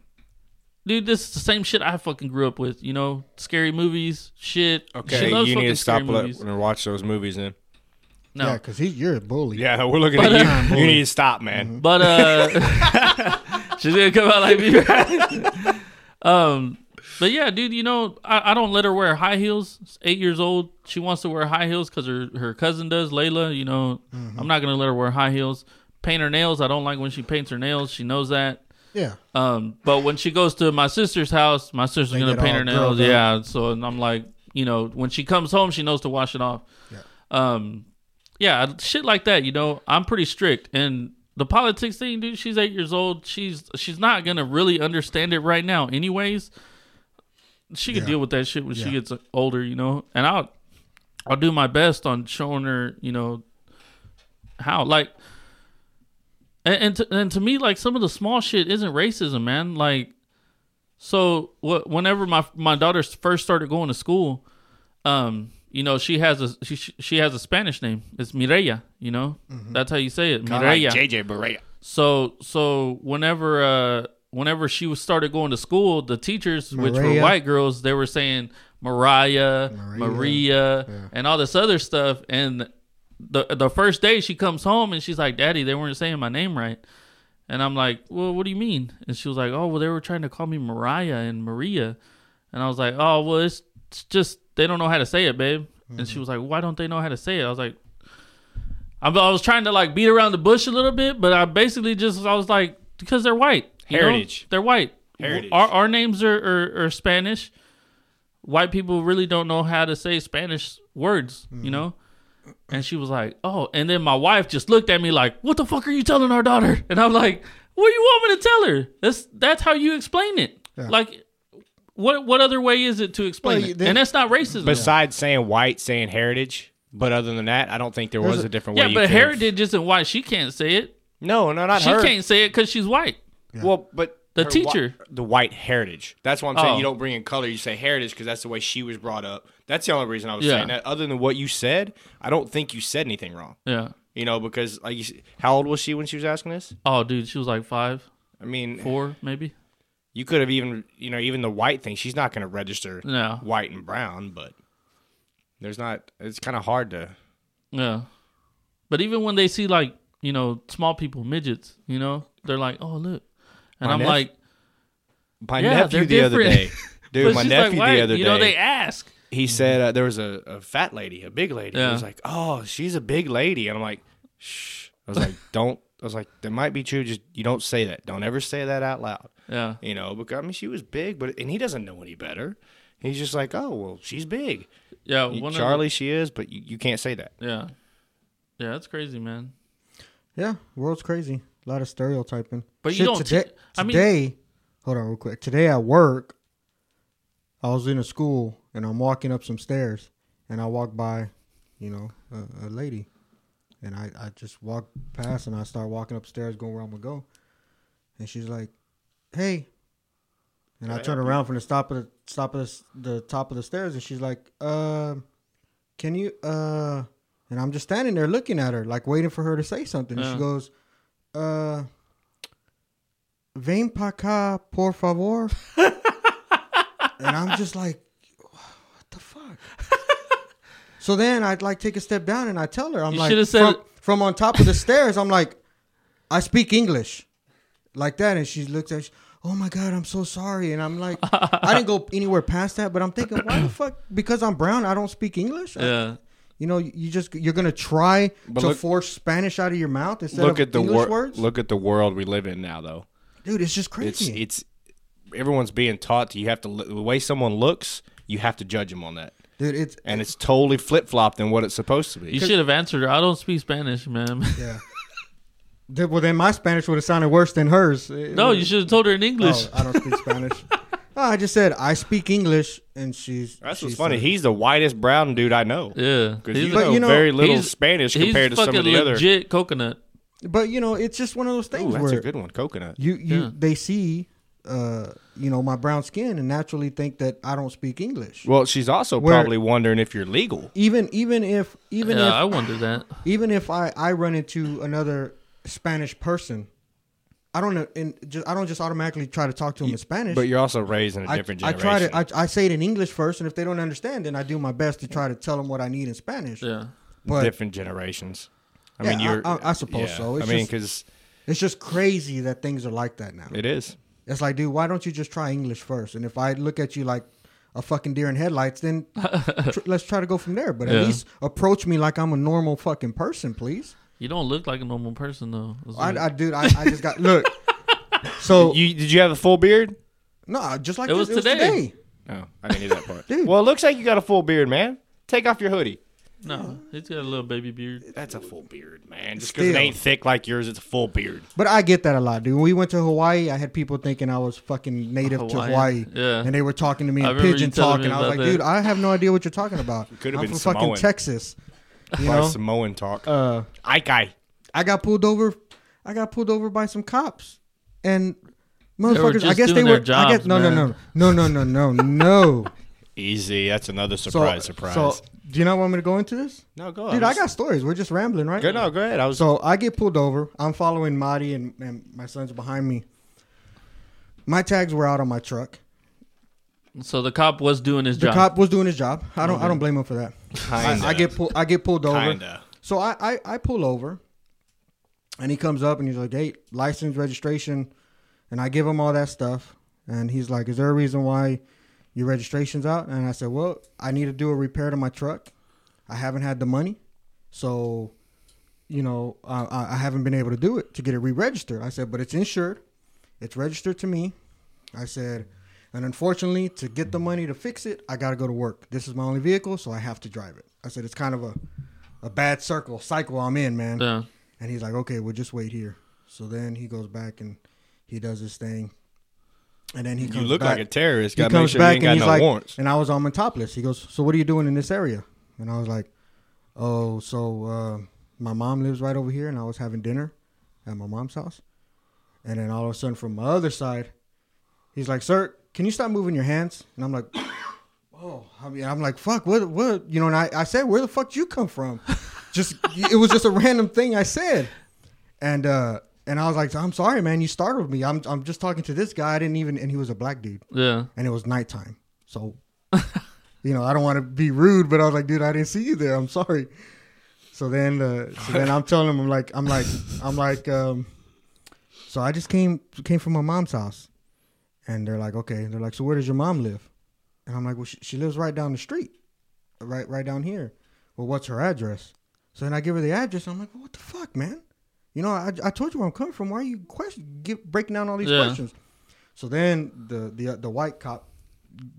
[SPEAKER 1] dude, this is the same shit I fucking grew up with. You know, scary movies, shit.
[SPEAKER 2] Okay,
[SPEAKER 1] she loves
[SPEAKER 2] you need
[SPEAKER 1] fucking
[SPEAKER 2] to stop
[SPEAKER 1] scary movies.
[SPEAKER 2] letting her watch those movies then.
[SPEAKER 1] No,
[SPEAKER 3] Yeah, because he you're a bully.
[SPEAKER 2] Yeah, we're looking
[SPEAKER 1] But, uh,
[SPEAKER 2] at you. you need to stop, man.
[SPEAKER 3] Mm-hmm.
[SPEAKER 1] But uh she's gonna come out like me. right? um but yeah, dude, you know, I, I don't let her wear high heels. She's Eight years old, she wants to wear high heels because her, her cousin does, Layla. You know, I'm not gonna let her wear high heels. Paint her nails. I don't like when she paints her nails. She knows that.
[SPEAKER 3] yeah.
[SPEAKER 1] Um, but when she goes to my sister's house, my sister's
[SPEAKER 3] They
[SPEAKER 1] gonna
[SPEAKER 3] get
[SPEAKER 1] paint
[SPEAKER 3] all
[SPEAKER 1] her nails.
[SPEAKER 3] grilled
[SPEAKER 1] Yeah. So and I'm like, you know, when she comes home, she knows to wash it off.
[SPEAKER 3] Yeah.
[SPEAKER 1] Um, yeah, shit like that. You know, I'm pretty strict. And the politics thing, dude. She's eight years old. She's she's not gonna really understand it right now. Anyways, she can
[SPEAKER 3] Yeah.
[SPEAKER 1] deal with that shit when she
[SPEAKER 3] Yeah.
[SPEAKER 1] gets older. You know, and I'll I'll do my best on showing her. You know, how like and and to, and to me like some of the small shit isn't racism man like so wh- whenever my my daughter first started going to school um you know she has a she she has a spanish name it's mireya you know that's how you say it
[SPEAKER 2] I like
[SPEAKER 1] mireya
[SPEAKER 2] JJ Barea.
[SPEAKER 1] so so whenever uh whenever she was started going to school, the teachers, which were
[SPEAKER 3] Maria.
[SPEAKER 1] white girls, they were saying Mariah, Maria, and all this other stuff. And the the first day she comes home and she's like, Daddy, they weren't saying my name right. And I'm like, Well, what do you mean? And she was like, Oh, well, they were trying to call me Mariah and Maria. And I was like, Oh, well, it's, it's just they don't know how to say it, babe. And
[SPEAKER 2] Mm-hmm.
[SPEAKER 1] she was like, Why don't they know how to say it? I was like, I, I was trying to like beat around the bush a little bit, but I basically just I was like because they're white. you know?
[SPEAKER 2] Heritage.
[SPEAKER 1] They're white.
[SPEAKER 2] Heritage.
[SPEAKER 1] Our our names are, are are Spanish. White people really don't know how to say Spanish words,
[SPEAKER 2] Mm-hmm.
[SPEAKER 1] you know. And she was like, "Oh," and then my wife just looked at me like, "What the fuck are you telling our daughter?" And I'm like, "What do you want me to tell her? That's that's how you explain it. Like, what what other way is it to explain
[SPEAKER 3] Well,
[SPEAKER 1] it?
[SPEAKER 3] they-
[SPEAKER 1] and that's not racism.
[SPEAKER 2] Besides saying white, saying heritage. But other than that, I don't think there was
[SPEAKER 3] There's
[SPEAKER 2] a,
[SPEAKER 3] a-
[SPEAKER 2] different way.
[SPEAKER 1] yeah,
[SPEAKER 2] you
[SPEAKER 1] but
[SPEAKER 2] could've-
[SPEAKER 1] heritage isn't white. She can't say it.
[SPEAKER 2] No, no, not
[SPEAKER 1] She
[SPEAKER 2] her.
[SPEAKER 1] can't say it because she's white.
[SPEAKER 2] Well, but
[SPEAKER 1] The
[SPEAKER 2] her whi-
[SPEAKER 1] teacher.
[SPEAKER 2] the white heritage. That's why I'm saying.
[SPEAKER 1] Oh.
[SPEAKER 2] You don't bring in color. You say heritage because that's the way she was brought up. That's the only reason I was
[SPEAKER 1] Yeah.
[SPEAKER 2] saying that. Other than what you said, I don't think you said anything wrong.
[SPEAKER 1] Yeah.
[SPEAKER 2] You know, because like, you, s- how old was she when she was asking this?
[SPEAKER 1] Oh, dude, she was like five,
[SPEAKER 2] I mean,
[SPEAKER 1] four, maybe.
[SPEAKER 2] you could have even, you know, even the white thing. She's not going to register
[SPEAKER 1] No.
[SPEAKER 2] white and brown, but there's not. It's kind of hard to.
[SPEAKER 1] Yeah. But even when they see like you know small people, midgets, you know, they're like, oh look, and
[SPEAKER 2] My
[SPEAKER 1] I'm
[SPEAKER 2] neph-
[SPEAKER 1] like,
[SPEAKER 2] My
[SPEAKER 1] Yeah,
[SPEAKER 2] nephew
[SPEAKER 1] they're
[SPEAKER 2] the other day,
[SPEAKER 1] different.
[SPEAKER 2] dude.
[SPEAKER 1] But
[SPEAKER 2] my
[SPEAKER 1] she's
[SPEAKER 2] nephew
[SPEAKER 1] like,
[SPEAKER 2] the
[SPEAKER 1] "Why?"
[SPEAKER 2] other
[SPEAKER 1] you
[SPEAKER 2] day,
[SPEAKER 1] know, they ask.
[SPEAKER 2] he said uh, there was a, a fat lady, a big lady. He
[SPEAKER 1] Mm-hmm. Yeah.
[SPEAKER 2] was like, "Oh, she's a big lady," and I'm like, "Shh." I was like, "Don't." I was like, "That might be true. Just you don't say that. Don't ever say that out loud."
[SPEAKER 1] Yeah.
[SPEAKER 2] You know, because I mean, she was big, but and he doesn't know any better. He's just like, "Oh, well, she's big,
[SPEAKER 1] Yeah.
[SPEAKER 2] You-
[SPEAKER 1] One
[SPEAKER 2] Charlie. She is, but you, you can't say that."
[SPEAKER 1] Of the, yeah. Yeah, that's crazy, man.
[SPEAKER 3] Yeah, world's crazy. A lot of stereotyping.
[SPEAKER 1] But you
[SPEAKER 3] Shit,
[SPEAKER 1] don't t-
[SPEAKER 3] today.
[SPEAKER 1] I mean-
[SPEAKER 3] today, hold on real quick. Today at work, I was in a school and I'm walking up some stairs, and I walk by, you know, a, a lady, and I I just walk past and I start walking upstairs going where I'm gonna go, and she's like, "Hey," and I turn around from the top of the top of the, s- the top of the stairs, and she's like, "Um." can you uh and i'm just standing there looking at her like waiting for her to say something and
[SPEAKER 1] Yeah.
[SPEAKER 3] she goes uh Ven pa acá, por favor. and I'm just like, what the fuck? so then I'd like take a step down and I tell her, I'm
[SPEAKER 1] You
[SPEAKER 3] like,
[SPEAKER 1] should've said-
[SPEAKER 3] from, from on top of the stairs, I'm like, I speak English like that. And she looks at, she, oh my God, I'm so sorry. And I'm like, I didn't go anywhere past that, but I'm thinking, why the fuck? Because I'm brown, I don't speak English? I-
[SPEAKER 1] Yeah.
[SPEAKER 3] you know, you just you're gonna try to
[SPEAKER 2] look-
[SPEAKER 3] force Spanish out of your mouth instead
[SPEAKER 2] look
[SPEAKER 3] of
[SPEAKER 2] at the
[SPEAKER 3] English
[SPEAKER 2] wor-
[SPEAKER 3] words, Hmm.
[SPEAKER 2] look at the world we live in now, though.
[SPEAKER 3] dude. It's just
[SPEAKER 2] It's
[SPEAKER 3] crazy.
[SPEAKER 2] it's everyone's being taught to you have to look- the way someone looks, you have to judge them on that,
[SPEAKER 3] dude. It's
[SPEAKER 2] and it's totally flip flopped than what it's supposed to be.
[SPEAKER 1] You should have answered. I don't speak Spanish, man.
[SPEAKER 3] yeah. Dude, well, then my Spanish would have sounded worse than hers. It-
[SPEAKER 1] no, you should have told her in English.
[SPEAKER 3] Oh, I don't speak Spanish. No, I just said I speak English, and she's.
[SPEAKER 2] That's
[SPEAKER 3] she's
[SPEAKER 2] what's funny.
[SPEAKER 3] like-
[SPEAKER 2] He's the whitest brown dude I know.
[SPEAKER 1] yeah,
[SPEAKER 2] Because you,
[SPEAKER 3] But
[SPEAKER 2] know
[SPEAKER 3] you know,
[SPEAKER 2] very little
[SPEAKER 1] he's-
[SPEAKER 2] Spanish compared
[SPEAKER 1] he's
[SPEAKER 2] to some
[SPEAKER 1] fucking
[SPEAKER 2] of the other.
[SPEAKER 1] legit coconut.
[SPEAKER 3] but you know, it's just one of those
[SPEAKER 2] Ooh,
[SPEAKER 3] things
[SPEAKER 2] that's
[SPEAKER 3] where
[SPEAKER 2] a good one. Coconut.
[SPEAKER 3] you you
[SPEAKER 1] Yeah.
[SPEAKER 3] they see, uh, you know, my brown skin and naturally think that I don't speak English.
[SPEAKER 2] Well, she's also
[SPEAKER 3] Where-
[SPEAKER 2] probably wondering if you're legal.
[SPEAKER 3] even even if even
[SPEAKER 1] yeah,
[SPEAKER 3] if
[SPEAKER 1] I wonder that.
[SPEAKER 3] even if I, I run into another Spanish person, I don't know, and just, I don't just automatically try to talk to them in Spanish.
[SPEAKER 2] But you're also raised in a
[SPEAKER 3] I,
[SPEAKER 2] different
[SPEAKER 3] I
[SPEAKER 2] generation.
[SPEAKER 3] try to I, I say it in English first, and if they don't understand, then I do my best to try to tell them what I need in Spanish.
[SPEAKER 1] Yeah,
[SPEAKER 3] But
[SPEAKER 2] different generations. I
[SPEAKER 3] Yeah,
[SPEAKER 2] mean, you're.
[SPEAKER 3] I- I- I suppose
[SPEAKER 2] yeah.
[SPEAKER 3] so. It's
[SPEAKER 2] I mean,
[SPEAKER 3] just-
[SPEAKER 2] because
[SPEAKER 3] it's just crazy that things are like that now.
[SPEAKER 2] it is.
[SPEAKER 3] It's like, dude, why don't you just try English first? And if I look at you like a fucking deer in headlights, then tr- let's try to go from there. But at
[SPEAKER 1] Yeah.
[SPEAKER 3] least approach me like I'm a normal fucking person, please.
[SPEAKER 1] you don't look like a normal person though. That's
[SPEAKER 3] I,
[SPEAKER 1] weird.
[SPEAKER 3] I dude, I, I just got look. So
[SPEAKER 2] You did you have a full beard?
[SPEAKER 3] no, just like
[SPEAKER 1] It
[SPEAKER 3] this,
[SPEAKER 1] was today.
[SPEAKER 2] No, I didn't hear that part.
[SPEAKER 3] Dude.
[SPEAKER 2] Well, it looks like you got a full beard, man. Take off your hoodie.
[SPEAKER 1] no, he's got a little baby beard.
[SPEAKER 2] That's a full beard, man. Just because it
[SPEAKER 3] Still.
[SPEAKER 2] ain't thick like yours, it's a full beard.
[SPEAKER 3] But I get that a lot, dude. When we went to Hawaii, I had people thinking I was fucking native to Hawaii.
[SPEAKER 1] Hawaiian. Yeah.
[SPEAKER 3] And they were talking to me
[SPEAKER 1] I
[SPEAKER 3] in
[SPEAKER 1] remember you
[SPEAKER 3] pigeon
[SPEAKER 1] telling
[SPEAKER 3] talk,
[SPEAKER 1] me
[SPEAKER 3] and I was
[SPEAKER 1] about
[SPEAKER 3] like,
[SPEAKER 1] that.
[SPEAKER 3] dude, I have no idea what you're talking about.
[SPEAKER 2] Could've
[SPEAKER 3] I'm
[SPEAKER 2] been
[SPEAKER 3] from fucking
[SPEAKER 2] Samoan.
[SPEAKER 3] Texas. You
[SPEAKER 2] Probably
[SPEAKER 3] know?
[SPEAKER 2] Samoan talk.
[SPEAKER 3] Uh,
[SPEAKER 2] Ike Ike.
[SPEAKER 3] I got pulled over. I got pulled over by some cops, and motherfuckers. I
[SPEAKER 1] just
[SPEAKER 3] guess they
[SPEAKER 1] doing
[SPEAKER 3] were.
[SPEAKER 1] their
[SPEAKER 3] I guess
[SPEAKER 1] jobs,
[SPEAKER 3] no, no,
[SPEAKER 1] man.
[SPEAKER 3] no, no, no, no, no, no.
[SPEAKER 2] Easy. That's another
[SPEAKER 3] So-
[SPEAKER 2] surprise. surprise.
[SPEAKER 3] So, do you not want me to go into this?
[SPEAKER 2] no, go.
[SPEAKER 3] Dude, I got stories. We're just rambling, right?
[SPEAKER 2] Go, no, go ahead. I was.
[SPEAKER 3] So I get pulled over. I'm following Marty, and, and my son's behind me. My tags were out on my truck.
[SPEAKER 1] So the cop was doing his
[SPEAKER 3] The
[SPEAKER 1] job.
[SPEAKER 3] cop was doing his job. I don't. I don't blame him for that. I, I get pulled. I get pulled over.
[SPEAKER 2] Kinda.
[SPEAKER 3] So I, I I pull over, and he comes up and he's like, "Hey, license, registration," and I give him all that stuff, and he's like, "Is there a reason why your registration's out?" And I said, "Well, I need to do a repair to my truck. I haven't had the money, so." You know, I, I- I haven't been able to do it to get it re-registered. I said, but it's insured, it's registered to me. I said, and unfortunately, to get the money to fix it, I got to go to work. This is my only vehicle, so I have to drive it. I said, it's kind of a, a bad circle, cycle I'm in, man.
[SPEAKER 1] Yeah.
[SPEAKER 3] And he's like, okay, we'll just wait here. So then he goes back and he does his thing. And then he
[SPEAKER 2] You
[SPEAKER 3] comes
[SPEAKER 2] look
[SPEAKER 3] back.
[SPEAKER 2] like a terrorist.
[SPEAKER 3] he
[SPEAKER 2] Got to make
[SPEAKER 3] comes
[SPEAKER 2] sure you
[SPEAKER 3] back
[SPEAKER 2] ain't
[SPEAKER 3] and
[SPEAKER 2] got
[SPEAKER 3] he's
[SPEAKER 2] no
[SPEAKER 3] like,
[SPEAKER 2] warrants.
[SPEAKER 3] and I was on my topless. He goes, so what are you doing in this area? And I was like, oh, so uh, my mom lives right over here, and I was having dinner at my mom's house. And then all of a sudden, from my other side, he's like, sir, can you stop moving your hands? And I'm like, oh, I mean, I'm like, fuck, what, what, you know? And I, I said, where the fuck you come from? just it was just a random thing I said, and uh, and I was like, I'm sorry, man, you startled me. I'm I'm just talking to this guy. I didn't even, and he was a black dude
[SPEAKER 1] Yeah.
[SPEAKER 3] and it was nighttime. So, you know, I don't want to be rude, but I was like, dude, I didn't see you there. I'm sorry. So then, uh, so then I'm telling him, I'm like, I'm like, I'm like, um, so I just came came from my mom's house, and they're like, okay, they're like, so where does your mom live? And I'm like, well, she, she lives right down the street, right right down here. Well, what's her address? So then I give her the address. I'm like, what the fuck, man? You know, I, I told you where I'm coming from. Why are you question, get, breaking down all these
[SPEAKER 1] Yeah.
[SPEAKER 3] questions? So then the the the white cop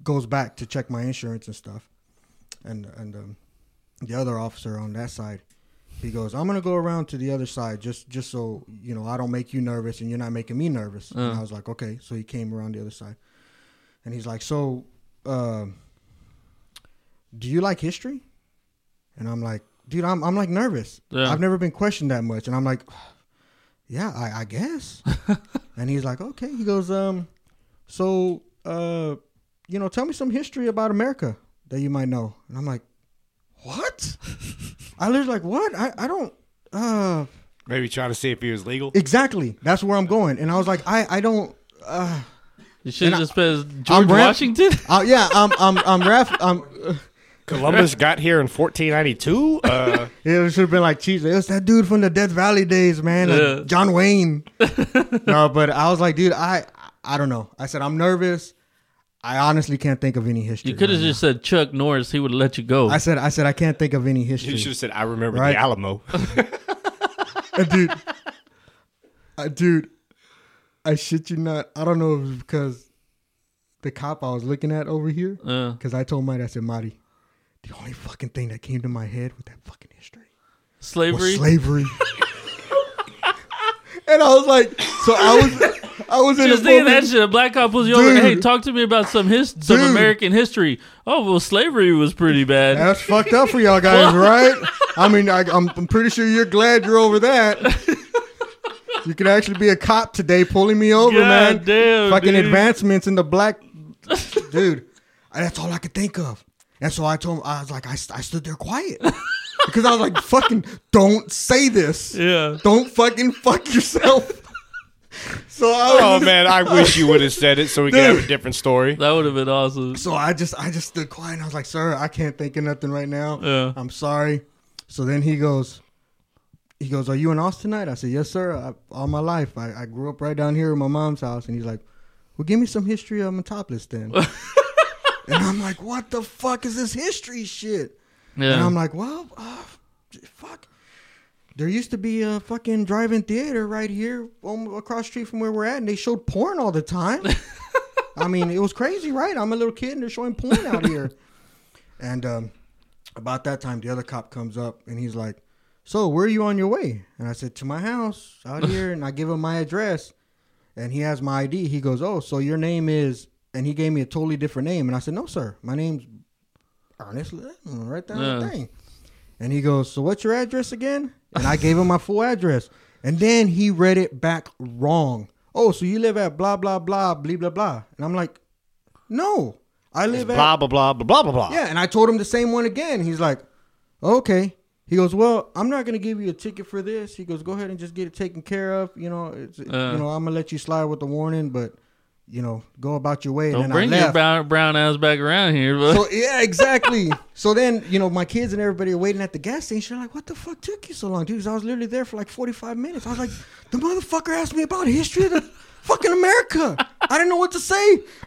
[SPEAKER 3] goes back to check my insurance and stuff, and and um, the other officer on that side, he goes, "I'm gonna go around to the other side just just so you know I don't make you nervous and you're not making me nervous." And I was like, "Okay." So he came around the other side, and he's like, "So, um, do you like history?" And I'm like, "Dude, I'm I'm like nervous.
[SPEAKER 1] Yeah.
[SPEAKER 3] I've never been questioned that much." And I'm like, "Yeah, I, I guess." and he's like, "Okay." He goes, "Um, so, uh, you know, tell me some history about America that you might know." And I'm like, "What?" I was like, "What? I I don't." Uh,
[SPEAKER 2] Maybe trying to see if he was legal.
[SPEAKER 3] exactly. That's where I'm going. And I was like, "I I don't." Uh,
[SPEAKER 1] You should
[SPEAKER 3] I-
[SPEAKER 1] have just said George
[SPEAKER 3] rap-
[SPEAKER 1] Washington.
[SPEAKER 3] uh, yeah, I'm I'm I'm Raf. I'm. Uh,
[SPEAKER 2] Columbus got here in 1492. Uh,
[SPEAKER 3] it should have been like cheese. It was that dude from the Death Valley days, man, like
[SPEAKER 1] Yeah.
[SPEAKER 3] John Wayne. no, but I was like, dude, I I don't know. I said I'm nervous. I honestly can't think of any history.
[SPEAKER 1] You could have
[SPEAKER 3] right now.
[SPEAKER 1] just said Chuck Norris. He would have let you go.
[SPEAKER 3] I said I said I can't think of any
[SPEAKER 2] you
[SPEAKER 3] history.
[SPEAKER 2] should have said, "I remember
[SPEAKER 3] Right.
[SPEAKER 2] the Alamo."
[SPEAKER 3] Uh, dude, uh, dude, I shit you not. I don't know if it's because the cop I was looking at over here
[SPEAKER 1] Uh,
[SPEAKER 3] because I told Mighty, I said, Mighty, the only fucking thing that came to my head with that fucking history
[SPEAKER 1] slavery.
[SPEAKER 3] was slavery. and I was like, so I was, I was in
[SPEAKER 1] Just
[SPEAKER 3] a
[SPEAKER 1] thinking that
[SPEAKER 3] moment-
[SPEAKER 1] shit. A black cop pulls you over.
[SPEAKER 3] Dude.
[SPEAKER 1] Hey, talk to me about some his some
[SPEAKER 3] Dude.
[SPEAKER 1] American history. Oh well, slavery was pretty bad.
[SPEAKER 3] That's fucked up for y'all guys, right? I mean, I, I'm, I'm pretty sure you're glad you're over that. You could actually be a cop today pulling me over,
[SPEAKER 1] God
[SPEAKER 3] man.
[SPEAKER 1] damn,
[SPEAKER 3] Fucking
[SPEAKER 1] dude.
[SPEAKER 3] advancements in the black. dude, that's all I could think of. And so I told him, I was like, I, st- I stood there quiet. Because I was like, fucking don't say this.
[SPEAKER 1] Yeah.
[SPEAKER 3] Don't fucking fuck yourself. so I was
[SPEAKER 2] Oh man, I wish you would have said it so we could have
[SPEAKER 3] Dude.
[SPEAKER 2] a different story.
[SPEAKER 1] That would have been awesome.
[SPEAKER 3] So I just I just stood quiet and I was like, sir, I can't think of nothing right now.
[SPEAKER 1] Yeah.
[SPEAKER 3] I'm sorry. So then he goes, he goes, Are you in Austinite? I said, Yes, sir. I, all my life. I, I grew up right down here in my mom's house. And he's like, Well, give me some history of Metropolis then. and I'm like, What the fuck is this history shit? And
[SPEAKER 1] Yeah.
[SPEAKER 3] I'm like, Well, uh, fuck. There used to be a fucking drive-in theater right here on, across the street from where we're at, and they showed porn all the time. I mean, it was crazy, right? I'm a little kid and they're showing porn out here. And um, about that time, the other cop comes up and he's like, So, where are you on your way? And I said, To my house out here. And I give him my address and he has my ID. He goes, Oh, so your name is. And he gave me a totally different name. And I said, No, sir. My name's Ernest. Le- Right down the
[SPEAKER 1] Yeah.
[SPEAKER 3] thing. And he goes, So, what's your address again? And I gave him my full address. And then he read it back wrong. Oh, so you live at blah, blah, blah, blee, blah, blah. And I'm like, No. I live at
[SPEAKER 2] Blah blah blah blah blah blah blah.
[SPEAKER 3] yeah, and I told him the same one again. He's like, okay. He goes, well, I'm not gonna give you a ticket for this. He goes, go ahead and just get it taken care of. You know, it's,
[SPEAKER 1] Uh.
[SPEAKER 3] you know, I'm gonna let you slide with the warning, but you know, go about your way. And
[SPEAKER 1] Don't
[SPEAKER 3] then
[SPEAKER 1] bring
[SPEAKER 3] I
[SPEAKER 1] your
[SPEAKER 3] left.
[SPEAKER 1] brown, brown ass back around here. But
[SPEAKER 3] So yeah, exactly. so then you know, my kids and everybody are waiting at the gas station. They're like, what the fuck took you so long, dude? 'Cause I was literally there for like 45 minutes. I was like, the motherfucker asked me about history of the fucking America. I didn't know what to say.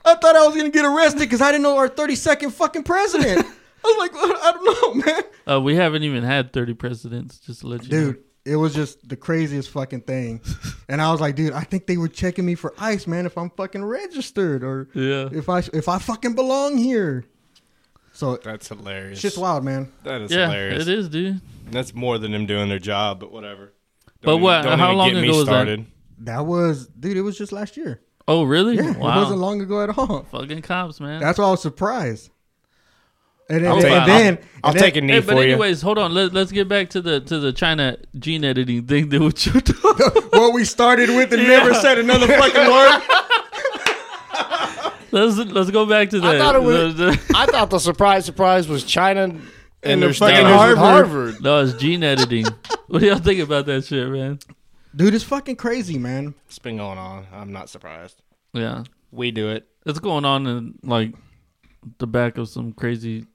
[SPEAKER 3] I thought I was gonna get arrested because I didn't know our 32nd fucking president. I was like, "Well, I don't know, man.
[SPEAKER 1] uh, we haven't even had thirty presidents. Just to let you know.
[SPEAKER 3] Dude, it was just the craziest fucking thing. And I was like, dude, I think they were checking me for ICE, man, if I'm fucking registered or
[SPEAKER 1] Yeah.
[SPEAKER 3] if I if I fucking belong here. So
[SPEAKER 2] That's hilarious.
[SPEAKER 3] shit's wild, man.
[SPEAKER 2] That is
[SPEAKER 1] yeah,
[SPEAKER 2] hilarious.
[SPEAKER 1] it is, dude.
[SPEAKER 2] That's more than them doing their job, but whatever.
[SPEAKER 1] But what- how long ago was that?
[SPEAKER 3] That was, dude. It was just last year.
[SPEAKER 1] Oh, really?
[SPEAKER 3] Yeah,
[SPEAKER 1] wow.
[SPEAKER 3] it wasn't long ago at all.
[SPEAKER 1] Fucking cops, man.
[SPEAKER 3] That's why I was surprised. And then,
[SPEAKER 2] I'll,
[SPEAKER 3] and
[SPEAKER 2] take, I'll-
[SPEAKER 3] then,
[SPEAKER 2] I'll,
[SPEAKER 3] and then-
[SPEAKER 2] take a knee
[SPEAKER 1] Hey,
[SPEAKER 2] for
[SPEAKER 1] but
[SPEAKER 2] you.
[SPEAKER 1] anyways, hold on. Let, let's get back to the to the China gene editing thing that what you're doing.
[SPEAKER 3] what we started with and never said another fucking word.
[SPEAKER 1] Let's let's go back to that.
[SPEAKER 2] thought it was-
[SPEAKER 1] The- the-
[SPEAKER 2] I thought the surprise surprise was China and,
[SPEAKER 3] their
[SPEAKER 2] their
[SPEAKER 3] fucking
[SPEAKER 2] standards with
[SPEAKER 3] Harvard.
[SPEAKER 2] Harvard.
[SPEAKER 1] no, it's gene editing. what do y'all think about that shit, man?
[SPEAKER 3] Dude, it's fucking crazy, man.
[SPEAKER 2] It's been going on. I'm not surprised.
[SPEAKER 1] Yeah,
[SPEAKER 2] We do it.
[SPEAKER 1] it's going on in like the back of some crazy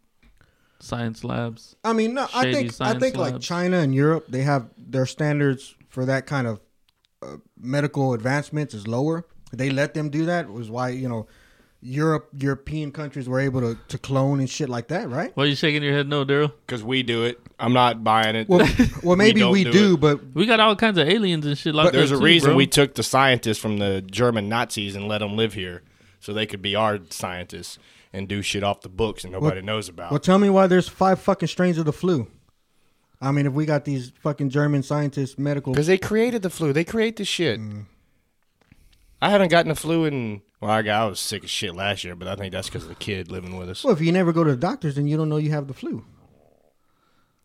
[SPEAKER 1] science labs.
[SPEAKER 3] I mean, no, I
[SPEAKER 1] Shady
[SPEAKER 3] think I
[SPEAKER 1] science
[SPEAKER 3] think like
[SPEAKER 1] labs.
[SPEAKER 3] China and Europe, they have their standards for that kind of uh, medical advancements is lower. They let them do that. Was why you know Europe, European countries were able to to clone and shit like that, right?
[SPEAKER 1] Why are you shaking your head? No, Daryl.
[SPEAKER 2] Because we do it. I'm not buying it.
[SPEAKER 3] Well, well, maybe
[SPEAKER 2] don't
[SPEAKER 3] we,
[SPEAKER 2] do
[SPEAKER 3] do
[SPEAKER 2] it.
[SPEAKER 3] but
[SPEAKER 1] We got all kinds of aliens and shit like that.
[SPEAKER 2] There's a
[SPEAKER 1] too,
[SPEAKER 2] reason
[SPEAKER 1] bro.
[SPEAKER 2] we took the scientists from the German Nazis and let them live here so they could be our scientists and do shit off the books and nobody knows about.
[SPEAKER 3] Well, tell me why there's five fucking strains of the flu. I mean, if we got these fucking German scientists, medical.
[SPEAKER 2] Because they created the flu. They create the shit.
[SPEAKER 3] Mm.
[SPEAKER 2] I haven't gotten the flu in. Well, I, got, I was sick as shit last year, but I think that's because of the kid living with us.
[SPEAKER 3] Well, if you never go to the doctors, then you don't know you have the flu.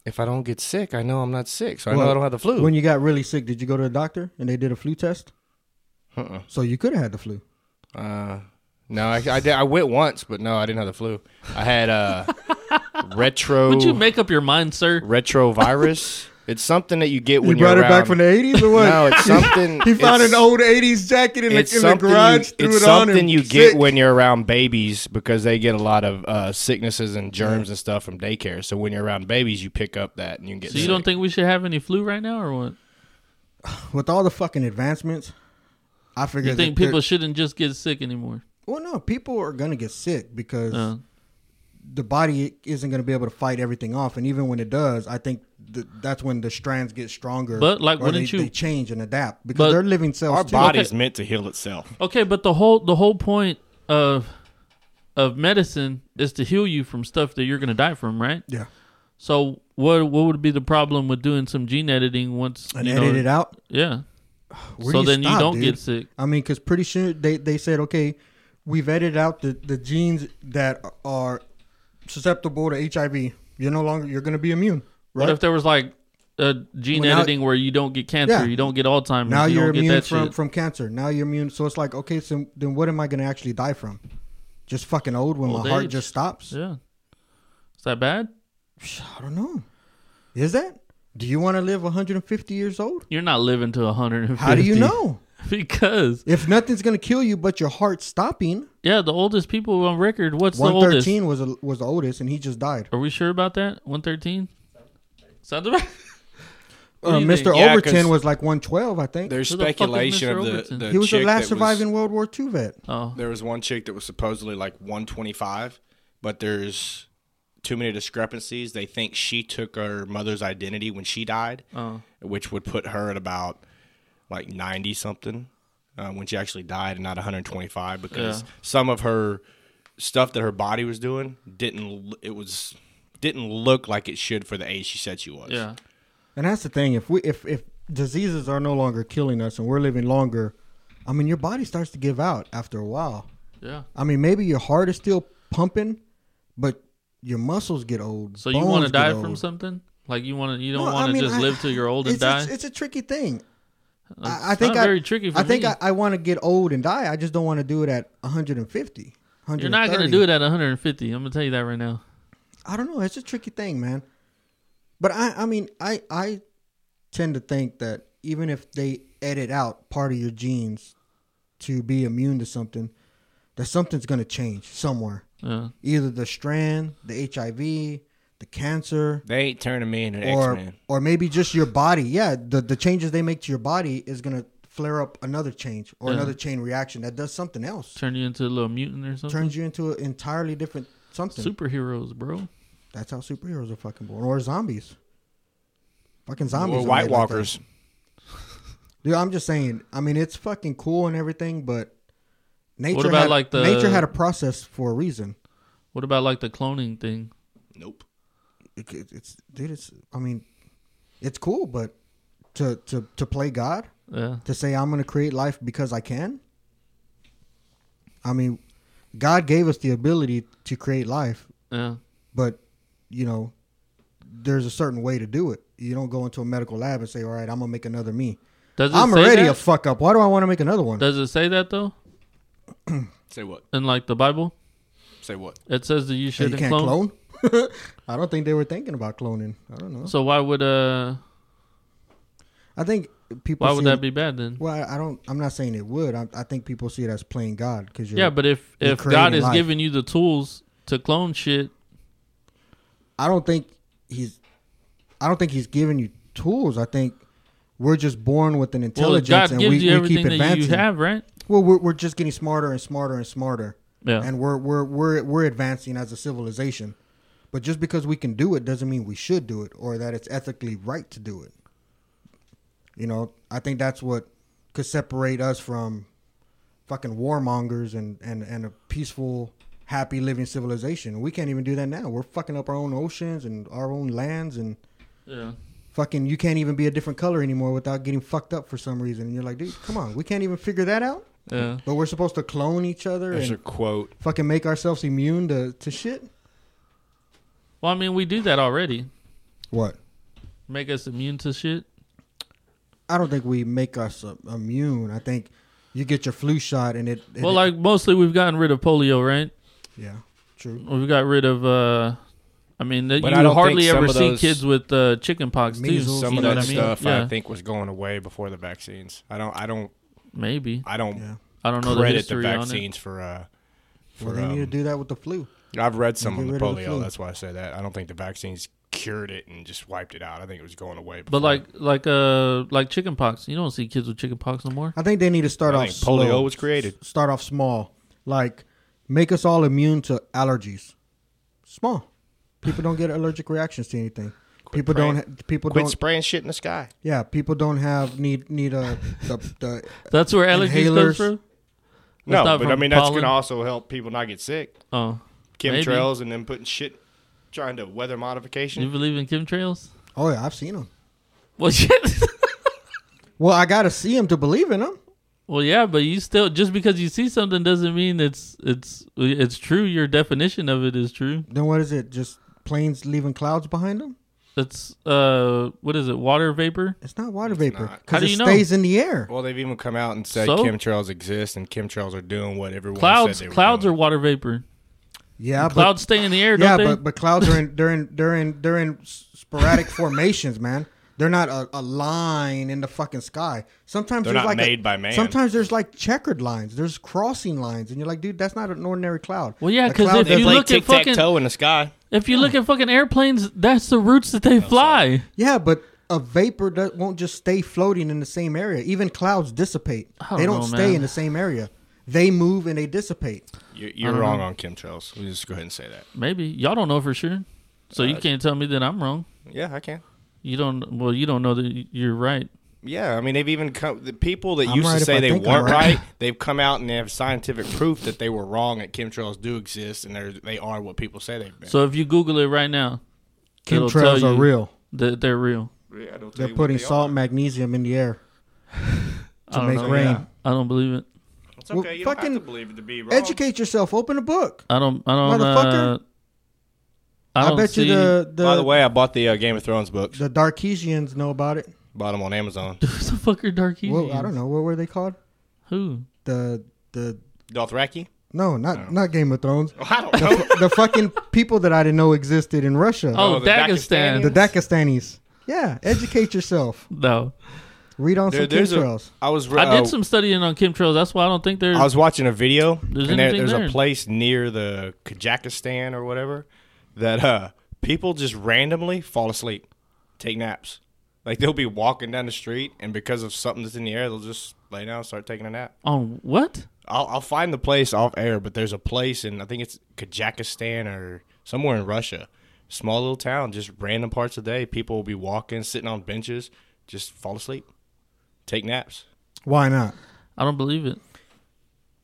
[SPEAKER 2] If I don't get sick, I know I'm not sick, so I
[SPEAKER 3] Well,
[SPEAKER 2] know I don't have the flu.
[SPEAKER 3] When you got really sick, did you go to the doctor and they did a flu test?
[SPEAKER 2] Uh-uh.
[SPEAKER 3] So you could have had the flu.
[SPEAKER 2] Uh, no, I, I, did, I went once, but no, I didn't have the flu. I had uh, retro
[SPEAKER 1] Would you make up your mind, sir?
[SPEAKER 2] retrovirus. it's something that you get when
[SPEAKER 3] you brought
[SPEAKER 2] are
[SPEAKER 3] it back from the eighties or what?
[SPEAKER 2] No, it's something.
[SPEAKER 3] he found
[SPEAKER 2] it's-
[SPEAKER 3] an old eighties jacket in the,
[SPEAKER 2] It's
[SPEAKER 3] in the
[SPEAKER 2] something
[SPEAKER 3] garage,
[SPEAKER 2] you,
[SPEAKER 3] threw
[SPEAKER 2] it's
[SPEAKER 3] it on.
[SPEAKER 2] something
[SPEAKER 3] and
[SPEAKER 2] you get
[SPEAKER 3] sick.
[SPEAKER 2] when you're around babies because they get a lot of uh, sicknesses and germs and stuff from daycare. So when you're around babies, you pick up that and you get.
[SPEAKER 1] So you
[SPEAKER 2] sick.
[SPEAKER 1] don't think we should have any flu right now, or what?
[SPEAKER 3] with all the fucking advancements. I figure
[SPEAKER 1] You think
[SPEAKER 3] that they're-
[SPEAKER 1] people shouldn't just get sick anymore?
[SPEAKER 3] Well, no, people are gonna get sick because
[SPEAKER 1] Uh.
[SPEAKER 3] the body isn't gonna be able to fight everything off, and even when it does, I think th- that's when the strands get stronger.
[SPEAKER 1] But, like,
[SPEAKER 3] or
[SPEAKER 1] wouldn't
[SPEAKER 3] they,
[SPEAKER 1] you-
[SPEAKER 3] they change and adapt because
[SPEAKER 1] But
[SPEAKER 3] they're living cells.
[SPEAKER 2] our
[SPEAKER 3] too.
[SPEAKER 2] body's meant to heal itself?
[SPEAKER 1] Okay, but the whole the whole point of of medicine is to heal you from stuff that you're going to die from, right?
[SPEAKER 3] Yeah.
[SPEAKER 1] So what what would be the problem with doing some gene editing once
[SPEAKER 3] And
[SPEAKER 1] you know-
[SPEAKER 3] edit it out.
[SPEAKER 1] Yeah.
[SPEAKER 3] Where
[SPEAKER 1] so
[SPEAKER 3] do
[SPEAKER 1] then you
[SPEAKER 3] stop,
[SPEAKER 1] don't
[SPEAKER 3] dude?
[SPEAKER 1] get sick.
[SPEAKER 3] I mean, because pretty soon they, they said, okay, we've edited out the, the genes that are susceptible to HIV. You're no longer, you're going to be immune. Right?
[SPEAKER 1] What if there was like a gene
[SPEAKER 3] Well, now-
[SPEAKER 1] editing where you don't get cancer,
[SPEAKER 3] Yeah.
[SPEAKER 1] you don't get Alzheimer's,
[SPEAKER 3] now
[SPEAKER 1] you
[SPEAKER 3] you're
[SPEAKER 1] don't get
[SPEAKER 3] immune
[SPEAKER 1] that
[SPEAKER 3] from,
[SPEAKER 1] shit.
[SPEAKER 3] from cancer. Now you're immune. So it's like, okay, so then what am I going to actually die from? Just fucking old when
[SPEAKER 1] Old
[SPEAKER 3] my heart
[SPEAKER 1] age.
[SPEAKER 3] just stops?
[SPEAKER 1] yeah. Is that bad?
[SPEAKER 3] I don't know. Is that? Do you want to live 150 years old?
[SPEAKER 1] You're not living to 150.
[SPEAKER 3] How do you know?
[SPEAKER 1] Because
[SPEAKER 3] If nothing's going to kill you but your heart stopping,
[SPEAKER 1] yeah, the oldest people on record. What's the oldest?
[SPEAKER 3] 113 was a, was the oldest and he just died.
[SPEAKER 1] Are we sure about that? 113? Sounds about What do
[SPEAKER 3] Uh,
[SPEAKER 1] you
[SPEAKER 3] Mr.
[SPEAKER 1] think?
[SPEAKER 2] Yeah, 'cause-
[SPEAKER 3] Overton was like 112, I think.
[SPEAKER 2] There's
[SPEAKER 1] Who the fuck is
[SPEAKER 2] speculation
[SPEAKER 1] Mr.
[SPEAKER 2] of the,
[SPEAKER 1] Overton?
[SPEAKER 2] the
[SPEAKER 3] He was the
[SPEAKER 2] chick
[SPEAKER 3] last
[SPEAKER 2] that
[SPEAKER 3] surviving World War II vet.
[SPEAKER 1] Oh.
[SPEAKER 2] There was one chick that was supposedly like 125, but there's too many discrepancies. They think she took her mother's identity when she died,
[SPEAKER 1] Oh.
[SPEAKER 2] which would put her at about like 90 something uh, when she actually died and not 125 because
[SPEAKER 1] Yeah.
[SPEAKER 2] some of her stuff that her body was doing didn't l- it was didn't look like it should for the age she said she was.
[SPEAKER 1] Yeah.
[SPEAKER 3] And that's the thing. If we if if diseases are no longer killing us and we're living longer, I mean your body starts to give out after a while.
[SPEAKER 1] Yeah.
[SPEAKER 3] I mean maybe your heart is still pumping, but your muscles get old.
[SPEAKER 1] So you want to
[SPEAKER 3] bones get
[SPEAKER 1] die from
[SPEAKER 3] old.
[SPEAKER 1] something? Like you want to? You don't
[SPEAKER 3] No, I
[SPEAKER 1] want to
[SPEAKER 3] mean,
[SPEAKER 1] just
[SPEAKER 3] I-
[SPEAKER 1] live till you're old and
[SPEAKER 3] it's,
[SPEAKER 1] die?
[SPEAKER 3] It's, it's a tricky thing. I, I
[SPEAKER 1] It's
[SPEAKER 3] think
[SPEAKER 1] not
[SPEAKER 3] I,
[SPEAKER 1] very tricky for
[SPEAKER 3] I think
[SPEAKER 1] me.
[SPEAKER 3] I, I want to get old and die. I just don't want to do it at 150.
[SPEAKER 1] you're not going to
[SPEAKER 3] 130.
[SPEAKER 1] do it at 150. I'm going to tell you that right now.
[SPEAKER 3] I don't know. It's a tricky thing, man. But I, I mean, I, I tend to think that even if they edit out part of your genes to be immune to something, that something's going to change somewhere.
[SPEAKER 1] Yeah.
[SPEAKER 3] Either the strand, the HIV, the cancer,
[SPEAKER 2] They ain't turning me into an
[SPEAKER 3] or
[SPEAKER 2] X Man.
[SPEAKER 3] or maybe just your body. Yeah, the the changes they make to your body is going to flare up another change or
[SPEAKER 1] Yeah.
[SPEAKER 3] another chain reaction that does something else,
[SPEAKER 1] Turn you into a little mutant or something.
[SPEAKER 3] turns you into an entirely different something.
[SPEAKER 1] Superheroes, bro.
[SPEAKER 3] That's how superheroes are fucking born, or zombies. Fucking zombies.
[SPEAKER 2] Or
[SPEAKER 3] are
[SPEAKER 2] White
[SPEAKER 3] made like
[SPEAKER 2] Walkers.
[SPEAKER 3] that. Dude, I'm just saying. I mean, it's fucking cool and everything, but nature
[SPEAKER 1] about,
[SPEAKER 3] had,
[SPEAKER 1] like, the-
[SPEAKER 3] nature had a process for a reason.
[SPEAKER 1] What about like the cloning thing?
[SPEAKER 2] Nope.
[SPEAKER 3] It- it- it's dude. It's I mean, it's cool, but to to to play God,
[SPEAKER 1] Yeah.
[SPEAKER 3] to say I'm going to create life because I can. I mean, God gave us the ability to create life,
[SPEAKER 1] Yeah.
[SPEAKER 3] but you know there's a certain way to do it you don't go into a medical lab and say all right i'm gonna make another me
[SPEAKER 1] Does it
[SPEAKER 3] i'm
[SPEAKER 1] say
[SPEAKER 3] already
[SPEAKER 1] that?
[SPEAKER 3] a fuck up why do i want to make another one
[SPEAKER 1] Does it say that though?
[SPEAKER 2] Say what?
[SPEAKER 1] In like the Bible,
[SPEAKER 2] Say what?
[SPEAKER 1] it says that you
[SPEAKER 3] That you
[SPEAKER 1] shouldn't
[SPEAKER 3] can't
[SPEAKER 1] clone.
[SPEAKER 3] clone, i don't think they were thinking about cloning i don't know
[SPEAKER 1] So why would uh
[SPEAKER 3] i think people
[SPEAKER 1] why
[SPEAKER 3] see
[SPEAKER 1] would
[SPEAKER 3] it-
[SPEAKER 1] that be bad then?
[SPEAKER 3] well i I don't i'm not saying it would i, I think people see it as playing god because
[SPEAKER 1] Yeah, but if
[SPEAKER 3] you're
[SPEAKER 1] if God
[SPEAKER 3] creating
[SPEAKER 1] is
[SPEAKER 3] life.
[SPEAKER 1] giving you the tools to clone shit,
[SPEAKER 3] i don't think he's i don't think he's giving you tools i think we're just born with an
[SPEAKER 1] well,
[SPEAKER 3] intelligence
[SPEAKER 1] God
[SPEAKER 3] and
[SPEAKER 1] gives
[SPEAKER 3] we,
[SPEAKER 1] you
[SPEAKER 3] we keep
[SPEAKER 1] everything that you
[SPEAKER 3] advancing
[SPEAKER 1] have, right?
[SPEAKER 3] well we're, we're just getting smarter and smarter and smarter
[SPEAKER 1] Yeah.
[SPEAKER 3] and we're we're we're we're advancing as a civilization. But just because we can do it doesn't mean we should do it or that it's ethically right to do it. You know, I think that's what could separate us from fucking warmongers and and and a peaceful happy living civilization. We can't even do that now. We're fucking up our own oceans and our own lands and
[SPEAKER 1] yeah.
[SPEAKER 3] fucking you can't even be a different color anymore without getting fucked up for some reason. And you're like, dude, come on. We can't even figure that out.
[SPEAKER 1] Yeah.
[SPEAKER 3] But we're supposed to clone each other
[SPEAKER 2] There's
[SPEAKER 3] and
[SPEAKER 2] a quote.
[SPEAKER 3] fucking make ourselves immune to, to shit?
[SPEAKER 1] Well, I mean, we do that already.
[SPEAKER 3] What?
[SPEAKER 1] Make us immune to shit.
[SPEAKER 3] I don't think we make us uh, immune. I think you get your flu shot and it. it-
[SPEAKER 1] Well, like mostly we've gotten rid of polio, right?
[SPEAKER 3] yeah, true.
[SPEAKER 1] We've got rid of. uh I mean, that
[SPEAKER 2] But
[SPEAKER 1] you
[SPEAKER 2] I don't
[SPEAKER 1] hardly
[SPEAKER 2] think some
[SPEAKER 1] ever
[SPEAKER 2] of
[SPEAKER 1] see
[SPEAKER 2] those-
[SPEAKER 1] kids with uh, chicken pox too.
[SPEAKER 3] Measles,
[SPEAKER 2] some
[SPEAKER 1] you
[SPEAKER 2] of
[SPEAKER 1] know
[SPEAKER 2] that
[SPEAKER 1] what I mean?
[SPEAKER 2] stuff
[SPEAKER 1] yeah,
[SPEAKER 2] I think was going away before the vaccines. I don't I don't
[SPEAKER 1] maybe.
[SPEAKER 2] I don't
[SPEAKER 3] Yeah.
[SPEAKER 1] I don't know the
[SPEAKER 2] credit the,
[SPEAKER 1] history on it.
[SPEAKER 2] vaccines for uh for
[SPEAKER 3] Well, they need to
[SPEAKER 2] um,
[SPEAKER 3] do that with the flu.
[SPEAKER 2] I've read some
[SPEAKER 3] get
[SPEAKER 2] on the
[SPEAKER 3] rid of the
[SPEAKER 2] polio,
[SPEAKER 3] flu.
[SPEAKER 2] that's why I say that. I don't think the vaccines cured it and just wiped it out. I think it was going away before.
[SPEAKER 1] But like, like, uh, like chicken pox. You don't see kids with chicken pox no more.
[SPEAKER 3] I think they need to start
[SPEAKER 2] I
[SPEAKER 3] off
[SPEAKER 2] think polio
[SPEAKER 3] slow.
[SPEAKER 2] was created.
[SPEAKER 3] S- Start off small, like make us all immune to allergies. Small. People don't get allergic reactions to anything. people
[SPEAKER 2] praying.
[SPEAKER 3] don't. Ha- people
[SPEAKER 2] quit
[SPEAKER 3] don't.
[SPEAKER 2] spraying shit in the sky.
[SPEAKER 3] yeah, people don't have need need a the, the
[SPEAKER 1] That's where allergies comes
[SPEAKER 3] Uh, Inhalers.
[SPEAKER 1] from.
[SPEAKER 2] No,
[SPEAKER 1] not
[SPEAKER 2] but
[SPEAKER 1] from
[SPEAKER 2] I mean that's
[SPEAKER 1] pollen?
[SPEAKER 2] gonna also help people not get sick.
[SPEAKER 1] Oh, Maybe.
[SPEAKER 2] Chemtrails and then putting shit, trying to weather modification.
[SPEAKER 1] you believe in chemtrails?
[SPEAKER 3] Oh yeah, I've seen them.
[SPEAKER 1] Well, shit.
[SPEAKER 3] Well, I gotta see them to believe in them.
[SPEAKER 1] Well, yeah, but you still just because you see something doesn't mean it's it's it's true. Your definition of it is true.
[SPEAKER 3] Then what is it? Just planes leaving clouds behind them?
[SPEAKER 1] That's uh, what is it? Water vapor?
[SPEAKER 3] It's not water vapor
[SPEAKER 2] not.
[SPEAKER 1] How
[SPEAKER 3] because
[SPEAKER 1] do
[SPEAKER 3] it
[SPEAKER 1] you know?
[SPEAKER 3] stays in the air.
[SPEAKER 2] Well, they've even come out and said
[SPEAKER 1] So?
[SPEAKER 2] chemtrails exist and chemtrails are doing what everyone
[SPEAKER 1] Clouds,
[SPEAKER 2] said they were
[SPEAKER 1] clouds are
[SPEAKER 2] doing.
[SPEAKER 1] water vapor.
[SPEAKER 3] Yeah, but
[SPEAKER 1] Clouds stay in the air,
[SPEAKER 3] yeah,
[SPEAKER 1] don't they?
[SPEAKER 3] but, but clouds are in during during during sporadic formations, man. They're not a, a line in the fucking sky. Sometimes
[SPEAKER 2] They're
[SPEAKER 3] there's
[SPEAKER 2] not
[SPEAKER 3] like a-
[SPEAKER 2] made by man.
[SPEAKER 3] Sometimes there's like checkered lines. There's crossing lines, and you're like, dude, that's not an ordinary cloud.
[SPEAKER 1] Well, yeah,
[SPEAKER 3] A
[SPEAKER 1] 'cause
[SPEAKER 3] cloud
[SPEAKER 1] if
[SPEAKER 3] is-
[SPEAKER 2] They
[SPEAKER 1] you
[SPEAKER 2] play
[SPEAKER 1] look at
[SPEAKER 2] tic
[SPEAKER 1] fucking-
[SPEAKER 2] tac toe in the sky.
[SPEAKER 1] if you look at fucking airplanes, that's the routes that they fly.
[SPEAKER 3] yeah, but a vapor that won't just stay floating in the same area. Even clouds dissipate.
[SPEAKER 1] don't
[SPEAKER 3] they don't
[SPEAKER 1] know,
[SPEAKER 3] stay
[SPEAKER 1] man.
[SPEAKER 3] in the same area. They move and they dissipate.
[SPEAKER 2] You're, you're wrong on chemtrails. We just go ahead and say that.
[SPEAKER 1] Maybe y'all don't know for sure, so
[SPEAKER 2] Uh,
[SPEAKER 1] you can't tell me that I'm wrong.
[SPEAKER 2] Yeah, I can.
[SPEAKER 1] You don't. Well, you don't know that you're right.
[SPEAKER 2] Yeah, I mean they've even come. The people that
[SPEAKER 3] I'm
[SPEAKER 2] used
[SPEAKER 3] right
[SPEAKER 2] to
[SPEAKER 3] if
[SPEAKER 2] say
[SPEAKER 3] I
[SPEAKER 2] they
[SPEAKER 3] think I'm
[SPEAKER 2] weren't
[SPEAKER 3] right.
[SPEAKER 2] right. they've come out and they have scientific proof that they were wrong. That chemtrails do exist and they're they are what people say they've been.
[SPEAKER 1] So if you Google it right now, it'll tell
[SPEAKER 3] Chemtrails are
[SPEAKER 1] you
[SPEAKER 3] real.
[SPEAKER 1] That they're real.
[SPEAKER 2] yeah, they'll
[SPEAKER 3] They're putting salt and magnesium in the air to make rain.
[SPEAKER 1] I don't believe it.
[SPEAKER 2] It's
[SPEAKER 3] Well, okay, you don't have fucking to
[SPEAKER 2] believe it to be wrong.
[SPEAKER 3] Educate yourself. Open a book.
[SPEAKER 1] I don't. I don't.
[SPEAKER 3] Motherfucker.
[SPEAKER 1] Uh, I,
[SPEAKER 3] I,
[SPEAKER 1] don't
[SPEAKER 3] bet
[SPEAKER 1] see,
[SPEAKER 3] you the the,
[SPEAKER 2] By the way, I bought the uh, Game of Thrones books.
[SPEAKER 3] the Darkesians know about it.
[SPEAKER 2] Bought them on Amazon.
[SPEAKER 1] Who's the fucker Dark
[SPEAKER 3] Well, I don't know. What were they called?
[SPEAKER 1] Who?
[SPEAKER 3] The the
[SPEAKER 2] Dothraki?
[SPEAKER 3] no, not not Game of Thrones.
[SPEAKER 2] I don't know.
[SPEAKER 3] the fucking people that I didn't know existed in Russia.
[SPEAKER 1] Oh,
[SPEAKER 2] the
[SPEAKER 1] Dagestan.
[SPEAKER 2] Dagestanians?
[SPEAKER 3] The Daghestanis. Yeah, educate yourself.
[SPEAKER 1] No.
[SPEAKER 3] Read on
[SPEAKER 2] There-
[SPEAKER 3] some
[SPEAKER 2] there's a,
[SPEAKER 3] chemtrails.
[SPEAKER 2] I was.
[SPEAKER 1] I
[SPEAKER 2] uh,
[SPEAKER 1] did some studying on chemtrails. That's why I don't think they're.
[SPEAKER 2] I was watching a video,
[SPEAKER 1] There's
[SPEAKER 2] and there,
[SPEAKER 1] anything
[SPEAKER 2] there's
[SPEAKER 1] there.
[SPEAKER 2] a place near the Kazakhstan or whatever that uh, people just randomly fall asleep, take naps. Like they'll be walking down the street, and because of something that's in the air, they'll just lay down and start taking a nap.
[SPEAKER 1] on what?
[SPEAKER 2] I'll, I'll find the place off air, but there's a place, in I think it's Kazakhstan or somewhere in Russia, small little town. Just random parts of the day, people will be walking, sitting on benches, just fall asleep, take naps.
[SPEAKER 3] Why not?
[SPEAKER 1] I don't believe it.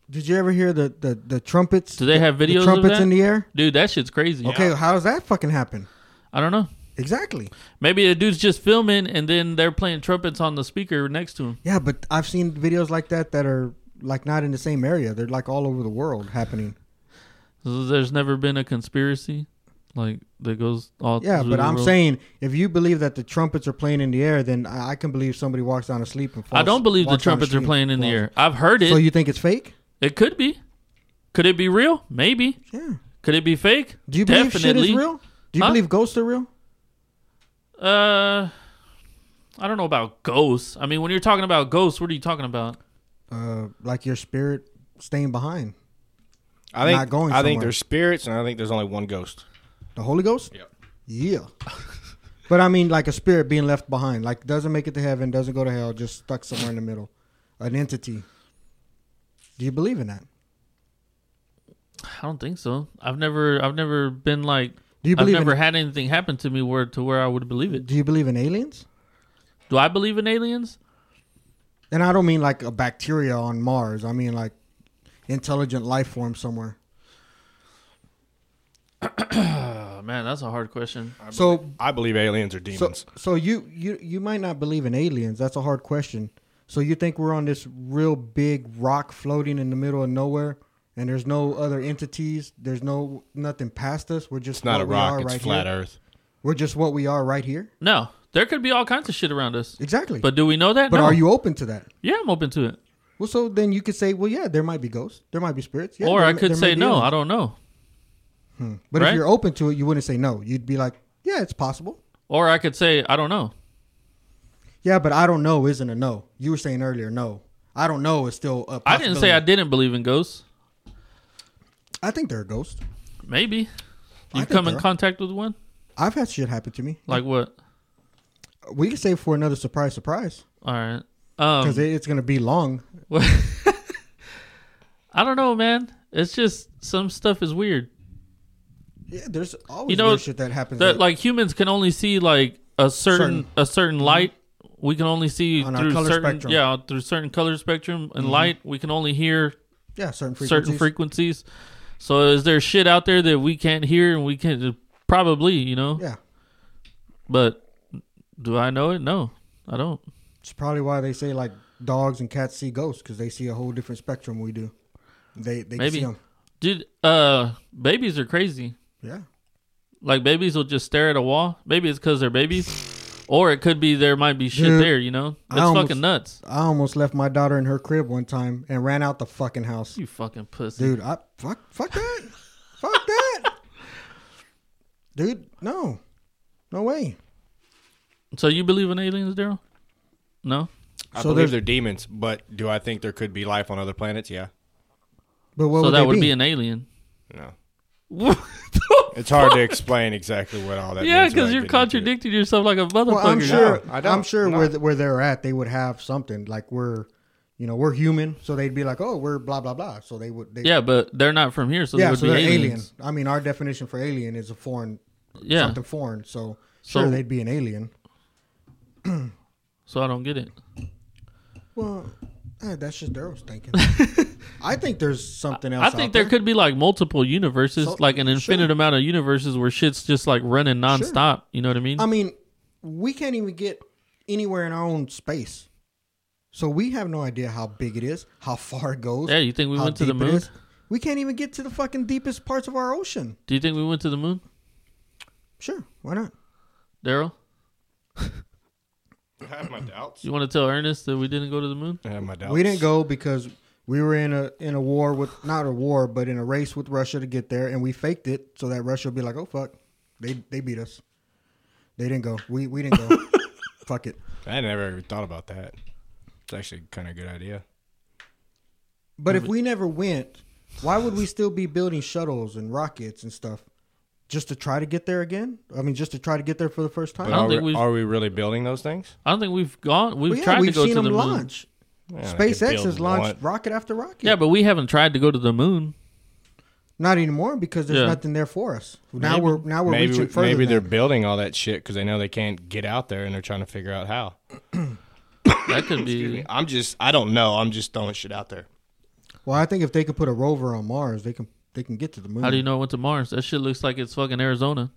[SPEAKER 3] Did you ever hear the the, the trumpets?
[SPEAKER 1] Do they have
[SPEAKER 3] the
[SPEAKER 1] videos of
[SPEAKER 3] trumpets
[SPEAKER 1] that?
[SPEAKER 3] in the air?
[SPEAKER 1] Dude, that shit's crazy.
[SPEAKER 3] Okay, how does that fucking happen?
[SPEAKER 1] I don't know.
[SPEAKER 3] Exactly.
[SPEAKER 1] Maybe the dude's just filming and then they're playing trumpets on the speaker next to him.
[SPEAKER 3] Yeah, but I've seen videos like that that are like not in the same area. They're like all over the world happening.
[SPEAKER 1] So There's never been a conspiracy like that goes all
[SPEAKER 3] Yeah,
[SPEAKER 1] through
[SPEAKER 3] but
[SPEAKER 1] the
[SPEAKER 3] I'm
[SPEAKER 1] world.
[SPEAKER 3] saying if you believe that the trumpets are playing in the air, then I I can believe somebody walks down asleep and falls,
[SPEAKER 1] I don't believe the
[SPEAKER 3] walks down
[SPEAKER 1] trumpets are
[SPEAKER 3] street
[SPEAKER 1] playing in
[SPEAKER 3] and
[SPEAKER 1] the
[SPEAKER 3] falls.
[SPEAKER 1] air. I've heard it.
[SPEAKER 3] So you think it's fake?
[SPEAKER 1] it could be. Could it be real? Maybe.
[SPEAKER 3] Yeah.
[SPEAKER 1] Could it be fake?
[SPEAKER 3] Do you believe shit
[SPEAKER 1] Definitely.
[SPEAKER 3] is real? Do you
[SPEAKER 1] Huh?
[SPEAKER 3] believe ghosts are real?
[SPEAKER 1] Uh, I don't know about ghosts. I mean, when you're talking about ghosts, what are you talking about?
[SPEAKER 3] Uh, like your spirit staying behind
[SPEAKER 2] I think
[SPEAKER 3] Not going
[SPEAKER 2] I think
[SPEAKER 3] somewhere.
[SPEAKER 2] there's spirits, and I think there's only one ghost.
[SPEAKER 3] the Holy Ghost.
[SPEAKER 2] Yep.
[SPEAKER 3] Yeah. but I mean, like a spirit being left behind, like doesn't make it to heaven, doesn't go to hell, just stuck somewhere in the middle, an entity. Do you believe in that?
[SPEAKER 1] I don't think so. I've never, I've never been like,
[SPEAKER 3] Do you
[SPEAKER 1] I've
[SPEAKER 3] believe in
[SPEAKER 1] never had anything happen to me where to where I would believe it.
[SPEAKER 3] Do you believe in aliens?
[SPEAKER 1] Do I believe in aliens?
[SPEAKER 3] And I don't mean like a bacteria on Mars. I mean like intelligent life form somewhere.
[SPEAKER 1] Oh man, that's a hard question.
[SPEAKER 3] So,
[SPEAKER 2] I believe aliens are
[SPEAKER 3] so,
[SPEAKER 2] demons.
[SPEAKER 3] so you you you might not believe in aliens. That's a hard question. So you think we're on this real big rock floating in the middle of nowhere, and there's no other entities. There's no nothing past us. We're just
[SPEAKER 2] it's not
[SPEAKER 3] what
[SPEAKER 2] a
[SPEAKER 3] we are
[SPEAKER 2] rock; it's
[SPEAKER 3] right
[SPEAKER 2] flat
[SPEAKER 3] here.
[SPEAKER 2] Earth.
[SPEAKER 3] We're just what we are right here.
[SPEAKER 1] No, there could be all kinds of shit around us.
[SPEAKER 3] Exactly.
[SPEAKER 1] But do we know that?
[SPEAKER 3] but
[SPEAKER 1] No.
[SPEAKER 3] are you open to that?
[SPEAKER 1] Yeah, I'm open to it.
[SPEAKER 3] Well, so then you could say, well, yeah, there might be ghosts. There might be spirits. Yeah,
[SPEAKER 1] or
[SPEAKER 3] there
[SPEAKER 1] I
[SPEAKER 3] may-
[SPEAKER 1] could
[SPEAKER 3] there may
[SPEAKER 1] say
[SPEAKER 3] be
[SPEAKER 1] no.
[SPEAKER 3] aliens."
[SPEAKER 1] I don't know.
[SPEAKER 3] But
[SPEAKER 1] right?
[SPEAKER 3] if you're open to it, you wouldn't say no. You'd be like, yeah, it's possible.
[SPEAKER 1] Or I could say I don't know.
[SPEAKER 3] Yeah, but I don't know isn't a no. You were saying earlier no. I don't know is still a
[SPEAKER 1] I didn't say I
[SPEAKER 3] possibility.
[SPEAKER 1] didn't believe in ghosts.
[SPEAKER 3] I think they're a ghost.
[SPEAKER 1] Maybe
[SPEAKER 3] I
[SPEAKER 1] you've
[SPEAKER 3] think
[SPEAKER 1] come in
[SPEAKER 3] there are.
[SPEAKER 1] contact with one.
[SPEAKER 3] I've had shit happen to me.
[SPEAKER 1] Like what?
[SPEAKER 3] We can save for another surprise, surprise,
[SPEAKER 1] All right.
[SPEAKER 3] because
[SPEAKER 1] Um,
[SPEAKER 3] it's gonna be long.
[SPEAKER 1] I don't know, man. It's just some stuff is weird.
[SPEAKER 3] Yeah, there's always
[SPEAKER 1] You know,
[SPEAKER 3] weird shit that happens.
[SPEAKER 1] that like humans can only see like a certain,
[SPEAKER 3] Certain.
[SPEAKER 1] a certain light. We can only see
[SPEAKER 3] On our
[SPEAKER 1] through
[SPEAKER 3] color
[SPEAKER 1] certain
[SPEAKER 3] spectrum. Mm-hmm.
[SPEAKER 1] yeah through certain color spectrum and light. We can only hear
[SPEAKER 3] Yeah, certain frequencies.
[SPEAKER 1] certain frequencies. So is there shit out there that we can't hear and we can't probably, you know?
[SPEAKER 3] Yeah,
[SPEAKER 1] But do I know it? No, I don't.
[SPEAKER 3] it's probably why they say like dogs and cats see ghosts because they see a whole different spectrum we do. They they can
[SPEAKER 1] Maybe.
[SPEAKER 3] see them.
[SPEAKER 1] Dude, uh, babies are crazy.
[SPEAKER 3] Yeah,
[SPEAKER 1] Like babies will just stare at a wall. Maybe it's because they're babies, or it could be there might be shit
[SPEAKER 3] Dude,
[SPEAKER 1] there. You know,
[SPEAKER 3] I
[SPEAKER 1] that's
[SPEAKER 3] almost-
[SPEAKER 1] fucking nuts.
[SPEAKER 3] I almost left my daughter in her crib one time and ran out the fucking house.
[SPEAKER 1] You fucking pussy.
[SPEAKER 3] Dude, I fuck fuck that. fuck that. Dude, no. No way.
[SPEAKER 1] So you believe in aliens, Daryl? No.
[SPEAKER 2] I
[SPEAKER 3] So
[SPEAKER 2] believe
[SPEAKER 3] there's-
[SPEAKER 2] they're demons, but do I think there could be life on other planets? Yeah.
[SPEAKER 3] But what
[SPEAKER 1] so
[SPEAKER 3] would
[SPEAKER 1] that
[SPEAKER 3] they
[SPEAKER 1] would
[SPEAKER 3] be?
[SPEAKER 1] be an alien.
[SPEAKER 2] No.
[SPEAKER 1] What the
[SPEAKER 2] It's hard to explain exactly what all that
[SPEAKER 1] Yeah,
[SPEAKER 2] means.
[SPEAKER 1] because
[SPEAKER 2] without
[SPEAKER 1] you're
[SPEAKER 2] getting into it.
[SPEAKER 1] contradicting yourself like a motherfucker.
[SPEAKER 3] well, I'm sure
[SPEAKER 2] No, I don't.
[SPEAKER 3] I'm sure
[SPEAKER 2] I'm
[SPEAKER 3] where
[SPEAKER 2] not.
[SPEAKER 3] th- where they're at, they would have something like we're you know, we're human, so they'd be like, "Oh, we're blah blah blah." So they would they,
[SPEAKER 1] Yeah, but they're not from here, so they
[SPEAKER 3] Yeah,
[SPEAKER 1] would
[SPEAKER 3] so
[SPEAKER 1] be
[SPEAKER 3] they're alien.
[SPEAKER 1] aliens.
[SPEAKER 3] I mean, our definition for alien is a foreign
[SPEAKER 1] Yeah.
[SPEAKER 3] something foreign, so
[SPEAKER 1] So-
[SPEAKER 3] sure they'd be an alien.
[SPEAKER 1] So I don't get it.
[SPEAKER 3] Well, eh, that's just Daryl's thinking. I think there's something else.
[SPEAKER 1] I
[SPEAKER 3] out
[SPEAKER 1] think there could be like multiple universes,
[SPEAKER 3] So-
[SPEAKER 1] like an infinite
[SPEAKER 3] sure.
[SPEAKER 1] amount of universes where shit's just like running nonstop. You know what I mean?
[SPEAKER 3] I mean, we can't even get anywhere in our own space. So we have no idea how big it is, how far it goes.
[SPEAKER 1] Yeah, you think we
[SPEAKER 3] how
[SPEAKER 1] went to the
[SPEAKER 3] deep it
[SPEAKER 1] moon?
[SPEAKER 3] is. We can't even get to the fucking deepest parts of our ocean.
[SPEAKER 1] Do you think we went to the moon,
[SPEAKER 3] Sure, why not?
[SPEAKER 1] Daryl?
[SPEAKER 2] I have my doubts.
[SPEAKER 1] You want to tell Ernest that we didn't go to the moon?
[SPEAKER 2] I have my
[SPEAKER 1] Oh,
[SPEAKER 2] doubts.
[SPEAKER 3] We didn't go because we were in a in a war with not a war, but in a race with Russia to get there, and we faked it so that Russia would be like, "Oh fuck, they they beat us." They didn't go. We we didn't go. fuck it.
[SPEAKER 2] I never even thought about that. It's actually kind of a good idea.
[SPEAKER 3] But if we never went, why would we still be building shuttles and rockets and stuff just to try to get there again? I mean, just to try to get there for the first
[SPEAKER 2] But
[SPEAKER 3] time.
[SPEAKER 1] don't
[SPEAKER 2] are,
[SPEAKER 1] think
[SPEAKER 2] we,
[SPEAKER 1] we've-
[SPEAKER 2] are we really building those things?
[SPEAKER 1] I don't think we've gone. We've
[SPEAKER 3] Well, yeah,
[SPEAKER 1] tried
[SPEAKER 3] we've
[SPEAKER 1] to go
[SPEAKER 3] seen
[SPEAKER 1] to
[SPEAKER 3] them
[SPEAKER 1] the moon.
[SPEAKER 3] launch.
[SPEAKER 2] Yeah, they could
[SPEAKER 3] SpaceX
[SPEAKER 2] build
[SPEAKER 3] has
[SPEAKER 2] one.
[SPEAKER 3] launched rocket after rocket.
[SPEAKER 1] Yeah, but we haven't tried to go to the moon.
[SPEAKER 3] not anymore because there's
[SPEAKER 1] Yeah.
[SPEAKER 3] nothing there for us. Now we're now we're
[SPEAKER 2] Maybe
[SPEAKER 3] reaching
[SPEAKER 2] maybe
[SPEAKER 3] further.
[SPEAKER 2] they're
[SPEAKER 3] than-
[SPEAKER 2] building all that shit because they know they can't get out there and they're trying to figure out how.
[SPEAKER 1] That could be.
[SPEAKER 2] I'm just I don't know. I'm just throwing shit out there.
[SPEAKER 3] well, I think if they could put a rover on Mars, they can they can get to the moon.
[SPEAKER 1] How do you know it went to Mars? That shit looks like it's fucking Arizona.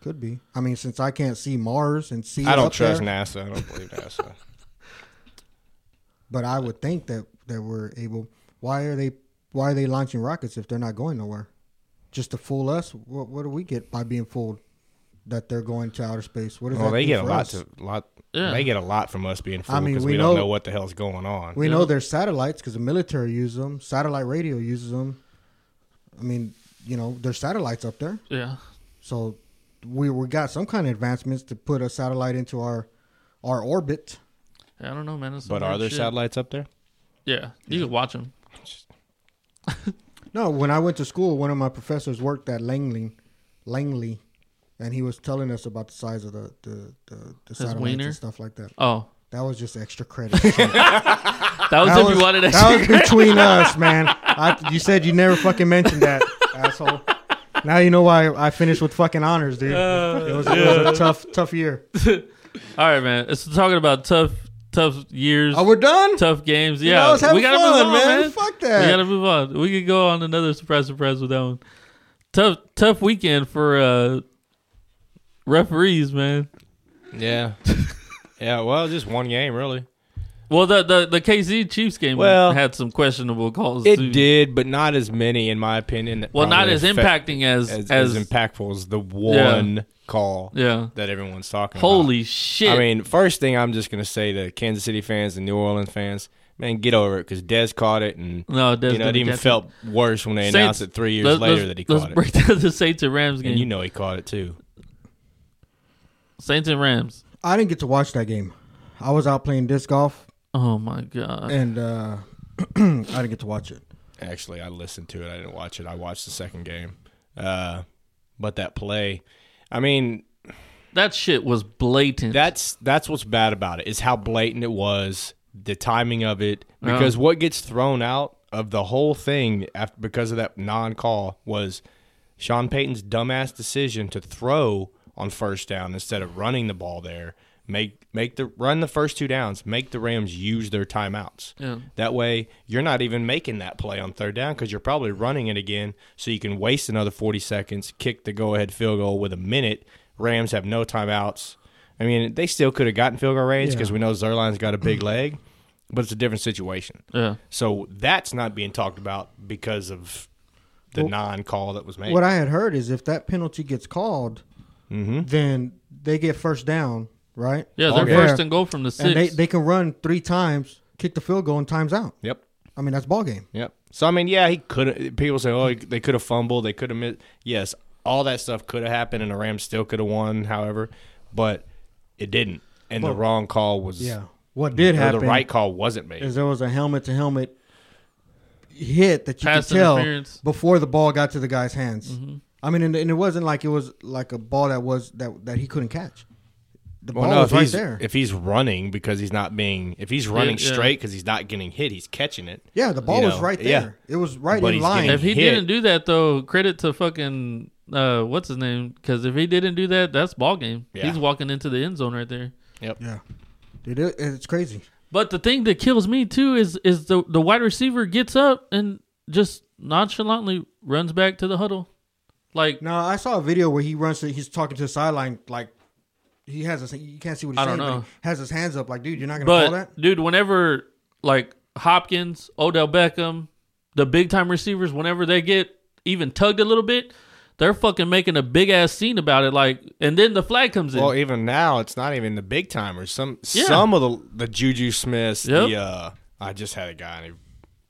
[SPEAKER 3] Could be. I mean, since I can't see Mars and see,
[SPEAKER 2] I
[SPEAKER 3] it
[SPEAKER 2] don't
[SPEAKER 3] up
[SPEAKER 2] trust
[SPEAKER 3] there,
[SPEAKER 2] NASA. I don't believe NASA.
[SPEAKER 3] But I would think that that we're able. Why are they Why are they launching rockets if they're not going nowhere? Just to fool us? What What do we get by being fooled that they're going to outer space? What does
[SPEAKER 2] well, Oh,
[SPEAKER 3] that
[SPEAKER 2] they
[SPEAKER 3] do
[SPEAKER 2] get a
[SPEAKER 3] for
[SPEAKER 2] lot
[SPEAKER 3] us?
[SPEAKER 2] to lot.
[SPEAKER 1] Yeah.
[SPEAKER 2] They get a lot from us being
[SPEAKER 3] I
[SPEAKER 2] fooled
[SPEAKER 3] mean,
[SPEAKER 2] because
[SPEAKER 3] we
[SPEAKER 2] we, don't
[SPEAKER 3] know-
[SPEAKER 2] know what the hell's going on.
[SPEAKER 3] We know there's satellites because the military uses them. Satellite radio uses them. I mean, you know, there's satellites up there,
[SPEAKER 1] Yeah.
[SPEAKER 3] so we we got some kind of advancements to put a satellite into our our orbit.
[SPEAKER 1] I don't know, man. That's some
[SPEAKER 2] but are
[SPEAKER 1] weird
[SPEAKER 2] there
[SPEAKER 1] shit.
[SPEAKER 2] satellites up there?
[SPEAKER 1] Yeah, you can watch them.
[SPEAKER 3] No, when I went to school, one of my professors worked at Langley, Langley, and he was telling us about the size of the the, the, the satellites
[SPEAKER 1] wiener?
[SPEAKER 3] and stuff like that.
[SPEAKER 1] Oh,
[SPEAKER 3] That was just extra credit. that
[SPEAKER 1] that was if
[SPEAKER 3] was,
[SPEAKER 1] you wanted to.
[SPEAKER 3] that was between us, man. I, you said you never fucking mentioned that, asshole. Now you know why I finished with fucking honors, dude.
[SPEAKER 1] Uh,
[SPEAKER 3] it, was, it was a tough, tough year.
[SPEAKER 1] All right, man. It's talking about tough, tough years.
[SPEAKER 3] Oh, we're done.
[SPEAKER 1] tough games.
[SPEAKER 3] You
[SPEAKER 1] Yeah,
[SPEAKER 3] know, I was having
[SPEAKER 1] we gotta
[SPEAKER 3] fun,
[SPEAKER 1] move on, man.
[SPEAKER 3] man. Fuck that.
[SPEAKER 1] We gotta move on. We could go on another surprise, surprise with that one. Tough, tough weekend for uh, referees, man.
[SPEAKER 2] Yeah. yeah. Well, just one game really.
[SPEAKER 1] Well, the the, the KC Chiefs game
[SPEAKER 2] Well,
[SPEAKER 1] had some questionable calls.
[SPEAKER 2] It
[SPEAKER 1] too.
[SPEAKER 2] did, but not as many in my opinion. that
[SPEAKER 1] Well, not
[SPEAKER 2] probably
[SPEAKER 1] as
[SPEAKER 2] affect-
[SPEAKER 1] impacting as
[SPEAKER 2] as,
[SPEAKER 1] as,
[SPEAKER 2] as impactful as the one call
[SPEAKER 1] yeah.
[SPEAKER 2] that everyone's talking about.
[SPEAKER 1] Holy shit!
[SPEAKER 2] I mean, first thing I'm just gonna say to Kansas City fans and New Orleans fans, man, get over it because Dez caught it, and
[SPEAKER 1] No, Dez
[SPEAKER 2] you know,
[SPEAKER 1] didn't
[SPEAKER 2] it even
[SPEAKER 1] catch it.
[SPEAKER 2] felt worse when they
[SPEAKER 1] Saints-
[SPEAKER 2] announced it three years
[SPEAKER 1] let-
[SPEAKER 2] later
[SPEAKER 1] let's-
[SPEAKER 2] that he
[SPEAKER 1] let's
[SPEAKER 2] caught
[SPEAKER 1] break
[SPEAKER 2] it,
[SPEAKER 1] down the Saints and Rams game.
[SPEAKER 2] and you know he caught it too.
[SPEAKER 1] Saints and Rams.
[SPEAKER 3] I didn't get to watch that game. I was out playing disc golf,
[SPEAKER 1] Oh my god!
[SPEAKER 3] and uh, I didn't get to watch it.
[SPEAKER 2] Actually, I listened to it. I didn't watch it. I watched the second game, uh, but that play, I mean,
[SPEAKER 1] that shit was blatant.
[SPEAKER 2] That's that's what's bad about it is how blatant it was, the timing of it. Because what gets thrown out of the whole thing after because of that non-call was Sean Payton's dumbass decision to throw on first down instead of running the ball there Make make the run the first two downs. Make the Rams use their timeouts.
[SPEAKER 1] Yeah.
[SPEAKER 2] That way, you're not even making that play on third down because you're probably running it again, so you can waste another 40 seconds, kick the go-ahead field goal with a minute. Rams have no timeouts. I mean, they still could have gotten field goal range because we know Zerline's got a big leg, but it's a different situation.
[SPEAKER 1] Yeah.
[SPEAKER 2] So that's not being talked about because of the non-call that was made.
[SPEAKER 3] What I had heard is if that penalty gets called, then they get first down, right?
[SPEAKER 1] Yeah, they're
[SPEAKER 2] Okay.
[SPEAKER 1] first and goal from the six.
[SPEAKER 3] And they, they can run three times, kick the field goal, and times out.
[SPEAKER 2] yep.
[SPEAKER 3] I mean, that's ball game.
[SPEAKER 2] Yep. So I mean, yeah, he could. People say, oh, they could have fumbled, they could have missed. Yes, all that stuff could have happened, and the Rams still could have won. However, but it didn't, and the wrong call was.
[SPEAKER 3] Yeah. What did
[SPEAKER 2] or
[SPEAKER 3] happen
[SPEAKER 2] The right call wasn't made.
[SPEAKER 3] is there was a helmet to helmet hit that you
[SPEAKER 1] Pass
[SPEAKER 3] could tell
[SPEAKER 1] interference. Mm-hmm.
[SPEAKER 3] before the ball got to the guy's hands. I mean, and, and it wasn't like it was like a ball that was that that he couldn't catch. The ball was
[SPEAKER 2] if
[SPEAKER 3] right
[SPEAKER 2] he's
[SPEAKER 3] there.
[SPEAKER 2] if he's running because he's not being if he's running
[SPEAKER 1] Yeah, yeah.
[SPEAKER 2] straight because he's not getting hit, he's catching it.
[SPEAKER 3] yeah, the ball
[SPEAKER 2] you
[SPEAKER 3] was
[SPEAKER 2] know,
[SPEAKER 3] right there.
[SPEAKER 2] yeah.
[SPEAKER 3] It was right
[SPEAKER 2] But
[SPEAKER 3] in
[SPEAKER 2] he's
[SPEAKER 3] line.
[SPEAKER 2] getting-
[SPEAKER 1] if he
[SPEAKER 2] hit.
[SPEAKER 1] didn't do that though, credit to fucking uh, what's his name? Because if he didn't do that, that's ball game.
[SPEAKER 2] Yeah.
[SPEAKER 1] He's walking into the end zone right there.
[SPEAKER 3] yeah, Dude, it, it's crazy.
[SPEAKER 1] But the thing that kills me too is is the the wide receiver gets up and just nonchalantly runs back to the huddle, like
[SPEAKER 3] No, I saw a video where he runs. To, he's talking to the sideline like he has. His, you can't see what he's
[SPEAKER 1] I don't
[SPEAKER 3] saying, but
[SPEAKER 1] know.
[SPEAKER 3] he has his hands up like, dude, you're not gonna call that.
[SPEAKER 1] But dude, whenever like Hopkins, Odell Beckham, the big time receivers, whenever they get even tugged a little bit, they're fucking making a big ass scene about it. Like, and then the flag comes in.
[SPEAKER 2] Well, even now, it's not even the big timers. Some
[SPEAKER 1] Yeah.
[SPEAKER 2] some of the the Juju Smiths. The
[SPEAKER 1] Yep.
[SPEAKER 2] uh, I just had a guy and he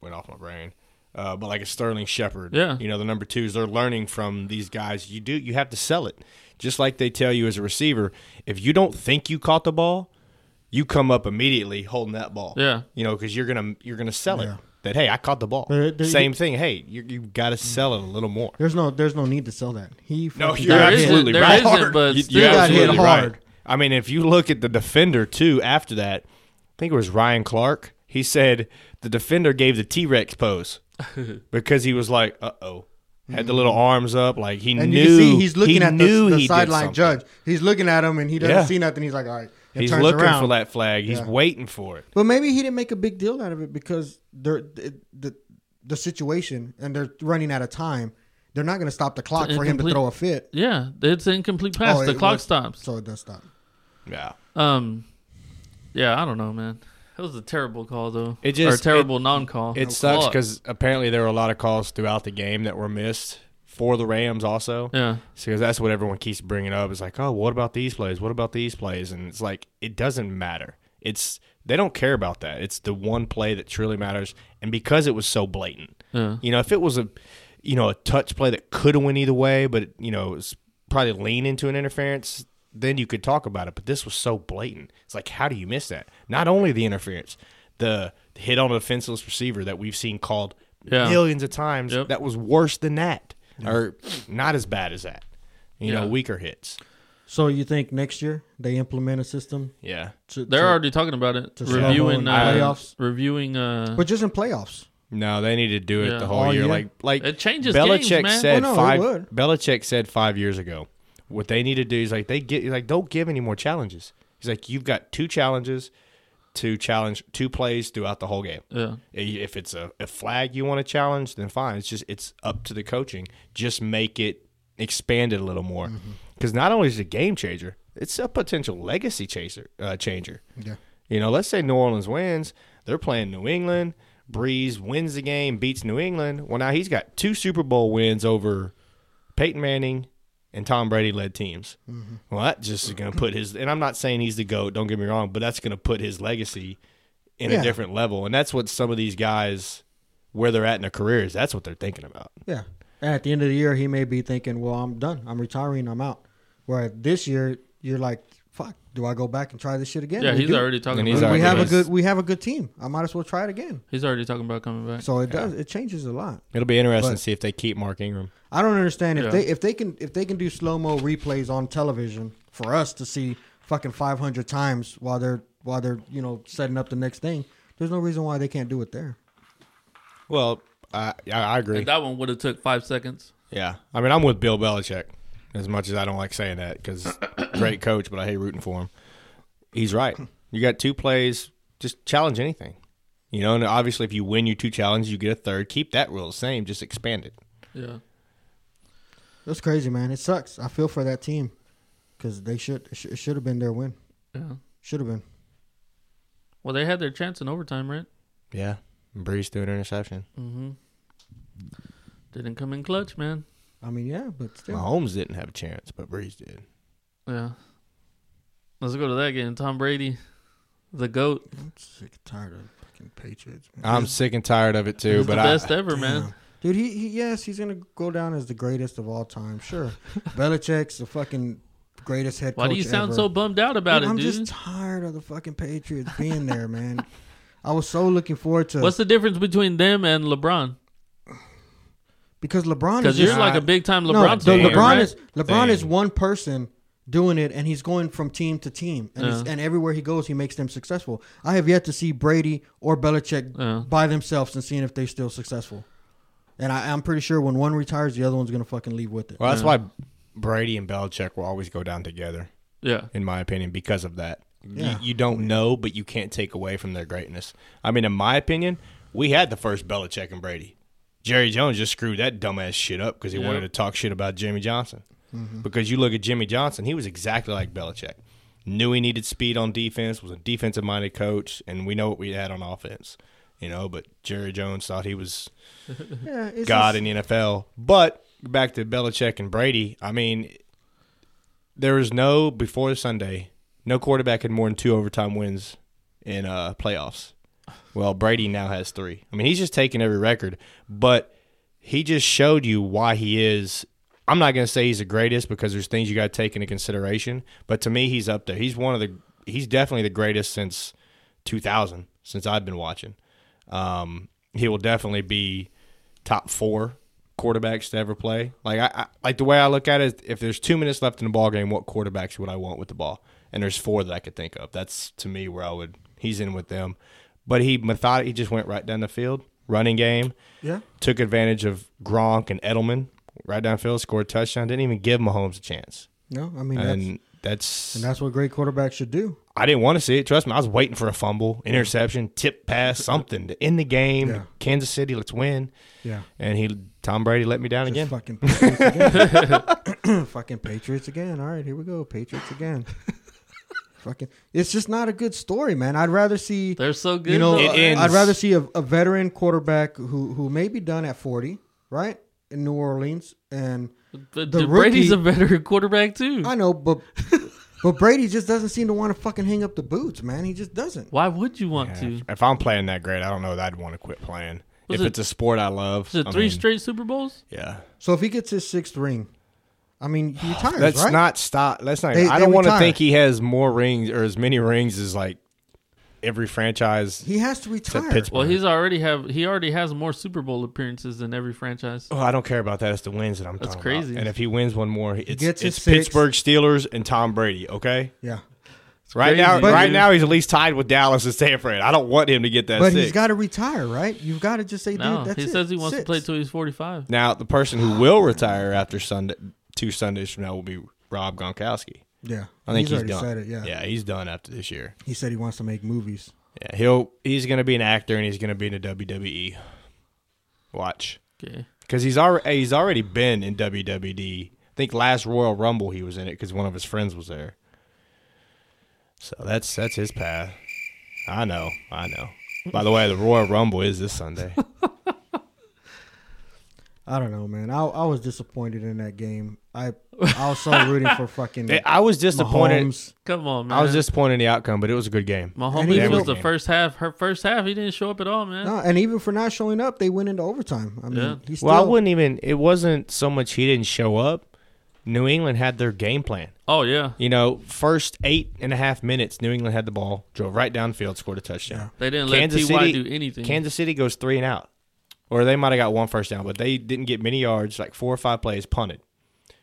[SPEAKER 2] went off my brain. Uh, but like a Sterling Shepard,
[SPEAKER 1] Yeah.
[SPEAKER 2] you know the number twos. They're learning from these guys. You do you have to sell it, just like they tell you as a receiver. If you don't think you caught the ball, you come up immediately holding that ball.
[SPEAKER 1] Yeah.
[SPEAKER 2] you know because you're gonna you're gonna sell it that hey I caught the ball.
[SPEAKER 3] uh, They- they-
[SPEAKER 2] Same thing. Hey, you you got to sell it a little more.
[SPEAKER 3] There's no, there's no need to sell that. He
[SPEAKER 2] No,
[SPEAKER 3] fucking
[SPEAKER 2] you're
[SPEAKER 3] got hit.
[SPEAKER 2] absolutely
[SPEAKER 1] there
[SPEAKER 2] right.
[SPEAKER 1] isn't, but
[SPEAKER 2] You-
[SPEAKER 1] still-
[SPEAKER 2] you're
[SPEAKER 1] He got hit
[SPEAKER 2] absolutely
[SPEAKER 3] hard.
[SPEAKER 2] right. I mean, if you look at the defender too, after that, I think it was Ryan Clark. He said the defender gave the T Rex pose because he was like, "Uh oh," had the little arms up, like he
[SPEAKER 3] Mm-hmm. And
[SPEAKER 2] knew
[SPEAKER 3] you can see he's looking
[SPEAKER 2] he
[SPEAKER 3] at
[SPEAKER 2] knew he
[SPEAKER 3] the, the
[SPEAKER 2] did
[SPEAKER 3] sideline
[SPEAKER 2] something.
[SPEAKER 3] judge. He's looking at him and he doesn't
[SPEAKER 2] Yeah.
[SPEAKER 3] see nothing. He's like, all right. And
[SPEAKER 2] He's
[SPEAKER 3] turns
[SPEAKER 2] looking
[SPEAKER 3] around.
[SPEAKER 2] for that flag. He's waiting for it.
[SPEAKER 3] But maybe he didn't make a big deal out of it because they're the the, the situation and they're running out of time. They're not going to stop the clock
[SPEAKER 1] It's
[SPEAKER 3] for him to
[SPEAKER 1] incomplete.
[SPEAKER 3] throw a fit.
[SPEAKER 1] yeah, it's an incomplete pass.
[SPEAKER 3] Oh,
[SPEAKER 1] the
[SPEAKER 3] it
[SPEAKER 1] clock
[SPEAKER 3] was-
[SPEAKER 1] stops.
[SPEAKER 3] So it does stop.
[SPEAKER 2] Yeah,
[SPEAKER 1] Um, yeah, I don't know, man. It was a terrible call though.
[SPEAKER 2] It just-
[SPEAKER 1] or a terrible non-call.
[SPEAKER 2] it
[SPEAKER 1] No
[SPEAKER 2] sucks
[SPEAKER 1] call.
[SPEAKER 2] because apparently there were a lot of calls throughout the game that were missed for the Rams also.
[SPEAKER 1] yeah,
[SPEAKER 2] because that's what everyone keeps bringing up. It's like, oh, what about these plays? What about these plays? And it's like, it doesn't matter. It's they don't care about that. It's the one play that truly matters, and because it was so blatant,
[SPEAKER 1] Yeah.
[SPEAKER 2] you know, if it was a, you know, a touch play that could have went either way, but it, you know, it was probably lean into an interference, then you could talk about it. But this was so blatant. It's like, how do you miss that? Not only the interference, the hit on a defenseless receiver that we've seen called
[SPEAKER 1] Yeah.
[SPEAKER 2] millions of times
[SPEAKER 1] Yep.
[SPEAKER 2] that was worse than that, or not as bad as that. You
[SPEAKER 1] Yeah.
[SPEAKER 2] know, weaker hits.
[SPEAKER 3] So you think next year they implement a system?
[SPEAKER 2] Yeah.
[SPEAKER 3] To,
[SPEAKER 1] they're
[SPEAKER 3] to-
[SPEAKER 1] already talking about it.
[SPEAKER 3] slow-mo in
[SPEAKER 1] Reviewing uh,
[SPEAKER 3] playoffs.
[SPEAKER 1] reviewing. Uh,
[SPEAKER 3] but just in playoffs.
[SPEAKER 2] No, they need to do it
[SPEAKER 1] Yeah.
[SPEAKER 2] the whole
[SPEAKER 3] All
[SPEAKER 2] year. Oh,
[SPEAKER 3] year?
[SPEAKER 2] Like, like
[SPEAKER 1] It changes
[SPEAKER 2] Belichick
[SPEAKER 1] games, man.
[SPEAKER 2] said
[SPEAKER 3] Well, no, it
[SPEAKER 2] five.
[SPEAKER 3] would.
[SPEAKER 2] Belichick said five years ago, what they need to do is like they get like don't give any more challenges. He's like, you've got two challenges to challenge two plays throughout the whole game.
[SPEAKER 1] yeah,
[SPEAKER 2] If it's a, a flag you want to challenge, then fine. It's just it's up to the coaching. Just make it expand it a little more, because not only is it a game changer, it's a potential legacy chaser uh, changer.
[SPEAKER 3] Yeah.
[SPEAKER 2] You know, let's say New Orleans wins, they're playing New England. Breeze wins the game, beats New England. Well, now he's got two Super Bowl wins over Peyton Manning and Tom Brady led teams. Well, that just is going to put his, and I'm not saying he's the GOAT, don't get me wrong, but that's going to put his legacy in
[SPEAKER 3] Yeah.
[SPEAKER 2] a different level. And that's what some of these guys, where they're at in their careers, that's what they're thinking about.
[SPEAKER 3] Yeah. And at the end of the year, he may be thinking, well, I'm done. I'm retiring. I'm out. Where this year, you're like, fuck, do I go back and try this shit again?
[SPEAKER 1] yeah.
[SPEAKER 3] We
[SPEAKER 1] He's
[SPEAKER 3] do.
[SPEAKER 1] already talking.
[SPEAKER 2] And he's
[SPEAKER 1] about
[SPEAKER 2] already-
[SPEAKER 3] We
[SPEAKER 1] it.
[SPEAKER 3] have a
[SPEAKER 2] He's-
[SPEAKER 3] good we have a good team. I might as well try it again.
[SPEAKER 1] He's already talking about coming back.
[SPEAKER 3] So it does it changes a lot.
[SPEAKER 2] It'll be interesting
[SPEAKER 3] But-
[SPEAKER 2] to see if they keep Mark Ingram.
[SPEAKER 3] I don't understand if
[SPEAKER 1] Yeah.
[SPEAKER 3] they if they can if they can do slow mo replays on television for us to see fucking five hundred times while they're while they're you know setting up the next thing. There's no reason why they can't do it there.
[SPEAKER 2] Well, I, I I agree.
[SPEAKER 1] And that one would have took five seconds.
[SPEAKER 2] Yeah, I mean, I'm with Bill Belichick as much as I don't like saying that because great coach, but I hate rooting for him. He's right. You got two plays. Just challenge anything. You know, and obviously, if you win your two challenges, you get a third. Keep that rule the same. Just expand it.
[SPEAKER 1] Yeah.
[SPEAKER 3] That's crazy, man. It sucks. I feel for that team because they should it sh- it should have been their win.
[SPEAKER 1] Yeah.
[SPEAKER 3] Should have been.
[SPEAKER 1] Well, they had their chance in overtime, right?
[SPEAKER 2] Yeah. Breeze threw an interception.
[SPEAKER 1] Mm-hmm. Didn't come in clutch, man.
[SPEAKER 3] I mean, yeah, but still.
[SPEAKER 2] Mahomes didn't have a chance, but Breeze did.
[SPEAKER 1] Yeah. Let's go to that game. Tom Brady, the goat.
[SPEAKER 3] I'm sick and tired of fucking Patriots. Man.
[SPEAKER 2] I'm sick and tired of it too.
[SPEAKER 1] He's
[SPEAKER 2] but
[SPEAKER 1] the best
[SPEAKER 2] I,
[SPEAKER 1] ever, man.
[SPEAKER 3] Dude, he, he yes, he's gonna go down as the greatest of all time. Sure, Belichick's the fucking greatest head
[SPEAKER 1] Why
[SPEAKER 3] coach.
[SPEAKER 1] do you sound
[SPEAKER 3] ever.
[SPEAKER 1] so bummed out about
[SPEAKER 3] Dude,
[SPEAKER 1] it,
[SPEAKER 3] I'm
[SPEAKER 1] dude?
[SPEAKER 3] just tired of the fucking Patriots being there, man. I was so looking forward to
[SPEAKER 1] What's the difference between them and LeBron?
[SPEAKER 3] because LeBron is
[SPEAKER 1] Because
[SPEAKER 3] just,
[SPEAKER 1] you're like a big time LeBron
[SPEAKER 3] no, the
[SPEAKER 1] supporter,
[SPEAKER 3] LeBron
[SPEAKER 1] right?
[SPEAKER 3] is LeBron is
[SPEAKER 2] Thing.
[SPEAKER 3] one person doing it, and he's going from team to team, and, it's-
[SPEAKER 1] Yeah.
[SPEAKER 3] and everywhere he goes, he makes them successful. I have yet to see Brady or Belichick
[SPEAKER 1] Yeah.
[SPEAKER 3] by themselves and seeing if they're still successful. And I, I'm pretty sure when one retires, the other one's gonna fucking leave with it.
[SPEAKER 2] well, that's why Brady and Belichick will always go down together,
[SPEAKER 1] yeah.
[SPEAKER 2] in my opinion, because of that.
[SPEAKER 3] Yeah.
[SPEAKER 2] You, you don't know, but you can't take away from their greatness. I mean, in my opinion, we had the first Belichick and Brady. Jerry Jones just screwed that dumbass shit up because he
[SPEAKER 1] Yeah.
[SPEAKER 2] wanted to talk shit about Jimmy Johnson. Because you look at Jimmy Johnson, he was exactly like Belichick. Knew he needed speed on defense, was a defensive minded coach, and we know what we had on offense. You know, but Jerry Jones thought he was
[SPEAKER 3] Yeah, it's
[SPEAKER 2] God
[SPEAKER 3] just-
[SPEAKER 2] in the NFL. But back to Belichick and Brady, I mean, there was no before Sunday, no quarterback had more than two overtime wins in uh, playoffs. Well, Brady now has three. I mean, he's just taking every record, but he just showed you why he is. I'm not going to say he's the greatest because there's things you got to take into consideration, but to me, he's up there. He's one of the. He's definitely the greatest since 2000, since I've been watching. Um, he will definitely be top four quarterbacks to ever play. Like I, I like the way I look at it. Is if there's two minutes left in the ball game, what quarterbacks would I want with the ball? And there's four that I could think of. That's to me where I would. He's in with them, but he method. He just went right down the field, running game.
[SPEAKER 3] Yeah.
[SPEAKER 2] Took advantage of Gronk and Edelman right downfield, scored a touchdown. Didn't even give Mahomes a chance,
[SPEAKER 3] No, I mean that's
[SPEAKER 2] and that's,
[SPEAKER 3] and that's what great quarterbacks should do.
[SPEAKER 2] I didn't want to see it. Trust me, I was waiting for a fumble, interception, tip pass, something to end the game.
[SPEAKER 3] Yeah.
[SPEAKER 2] Kansas City, let's win.
[SPEAKER 3] Yeah.
[SPEAKER 2] And he, Tom Brady, let me down
[SPEAKER 3] Just
[SPEAKER 2] again.
[SPEAKER 3] fucking Patriots again. fucking Patriots again. All right, here we go. Patriots again. fucking it's just not a good story, man. I'd rather see
[SPEAKER 1] They're so good.
[SPEAKER 3] you know, uh,
[SPEAKER 1] though.
[SPEAKER 2] It ends.
[SPEAKER 3] I'd rather see a, a veteran quarterback who who may be done at 40, right? In New Orleans and
[SPEAKER 1] But
[SPEAKER 3] the
[SPEAKER 1] Brady's a
[SPEAKER 3] rookie-
[SPEAKER 1] better quarterback too.
[SPEAKER 3] I know, but but Brady just doesn't seem to want to fucking hang up the boots, man. He just doesn't.
[SPEAKER 1] Why would you want to?
[SPEAKER 2] Yeah. If I'm playing that great, I don't know that I'd want to quit playing.
[SPEAKER 1] Was
[SPEAKER 2] if
[SPEAKER 1] it-
[SPEAKER 2] it's a sport I love,
[SPEAKER 1] Is it
[SPEAKER 2] I
[SPEAKER 1] three
[SPEAKER 2] mean,
[SPEAKER 1] straight Super Bowls?
[SPEAKER 2] Yeah,
[SPEAKER 3] So if he gets his sixth ring, I mean, he retires,
[SPEAKER 2] let's
[SPEAKER 3] right?
[SPEAKER 2] not stop. Let's not.
[SPEAKER 3] They-
[SPEAKER 2] I
[SPEAKER 3] they
[SPEAKER 2] don't want to
[SPEAKER 3] retire.
[SPEAKER 2] think he has more rings or as many rings as like every franchise.
[SPEAKER 3] he has to retire.
[SPEAKER 2] Pittsburgh.
[SPEAKER 1] Well, he's already have he already has more Super Bowl appearances than every franchise.
[SPEAKER 2] Oh, I don't care about that. It's the wins that I'm talking
[SPEAKER 1] crazy.
[SPEAKER 2] about. And if he wins one more, it's,
[SPEAKER 3] gets his
[SPEAKER 2] it's
[SPEAKER 3] sixth.
[SPEAKER 2] Pittsburgh Steelers and Tom Brady. Okay,
[SPEAKER 3] Yeah.
[SPEAKER 2] right
[SPEAKER 1] crazy,
[SPEAKER 2] now,
[SPEAKER 1] dude.
[SPEAKER 2] right now he's at least tied with Dallas and Stanford. I don't want him to get that.
[SPEAKER 3] But he
[SPEAKER 2] six.
[SPEAKER 3] he's got to retire, right? You've got to just say, dude,
[SPEAKER 1] No,
[SPEAKER 3] that's
[SPEAKER 1] he
[SPEAKER 3] it.
[SPEAKER 1] says he wants to
[SPEAKER 3] Six.
[SPEAKER 1] play till he's 45.
[SPEAKER 2] now the person who will retire after Sunday, two Sundays from now, will be Rob Gronkowski.
[SPEAKER 3] Yeah,
[SPEAKER 2] I think he's,
[SPEAKER 3] already
[SPEAKER 2] done.
[SPEAKER 3] said it. Yeah.
[SPEAKER 2] yeah, he's done after this year.
[SPEAKER 3] he said he wants to make movies.
[SPEAKER 2] Yeah, he'll he's gonna be an actor and he's gonna be in the WWE. Watch,
[SPEAKER 1] Okay.
[SPEAKER 2] because he's already he's already been in WWD. I think last Royal Rumble he was in it because one of his friends was there. So that's that's his path. I know, I know. By the way, the Royal Rumble is this Sunday.
[SPEAKER 3] I don't know, man. I, I was disappointed in that game. I I was so rooting for fucking
[SPEAKER 2] I was disappointed.
[SPEAKER 3] Mahomes.
[SPEAKER 1] Come on, man.
[SPEAKER 2] I was disappointed in the outcome, but it was a good game.
[SPEAKER 1] Mahomes
[SPEAKER 3] And he
[SPEAKER 1] was
[SPEAKER 3] was-
[SPEAKER 1] the first half. Her first half, he didn't show up at all, man.
[SPEAKER 3] No, and even for not showing up, they went into overtime. I mean,
[SPEAKER 1] Yeah.
[SPEAKER 3] he still,
[SPEAKER 2] Well, I wouldn't even. It wasn't so much he didn't show up. New England had their game plan.
[SPEAKER 1] Oh yeah,
[SPEAKER 2] You know, first eight and a half minutes, New England had the ball, drove right downfield, scored a touchdown.
[SPEAKER 1] they didn't
[SPEAKER 2] Kansas
[SPEAKER 1] let Ty
[SPEAKER 2] City
[SPEAKER 1] do anything.
[SPEAKER 2] Kansas City goes three and out, or they might have got one first down, but they didn't get many yards, like four or five plays punted.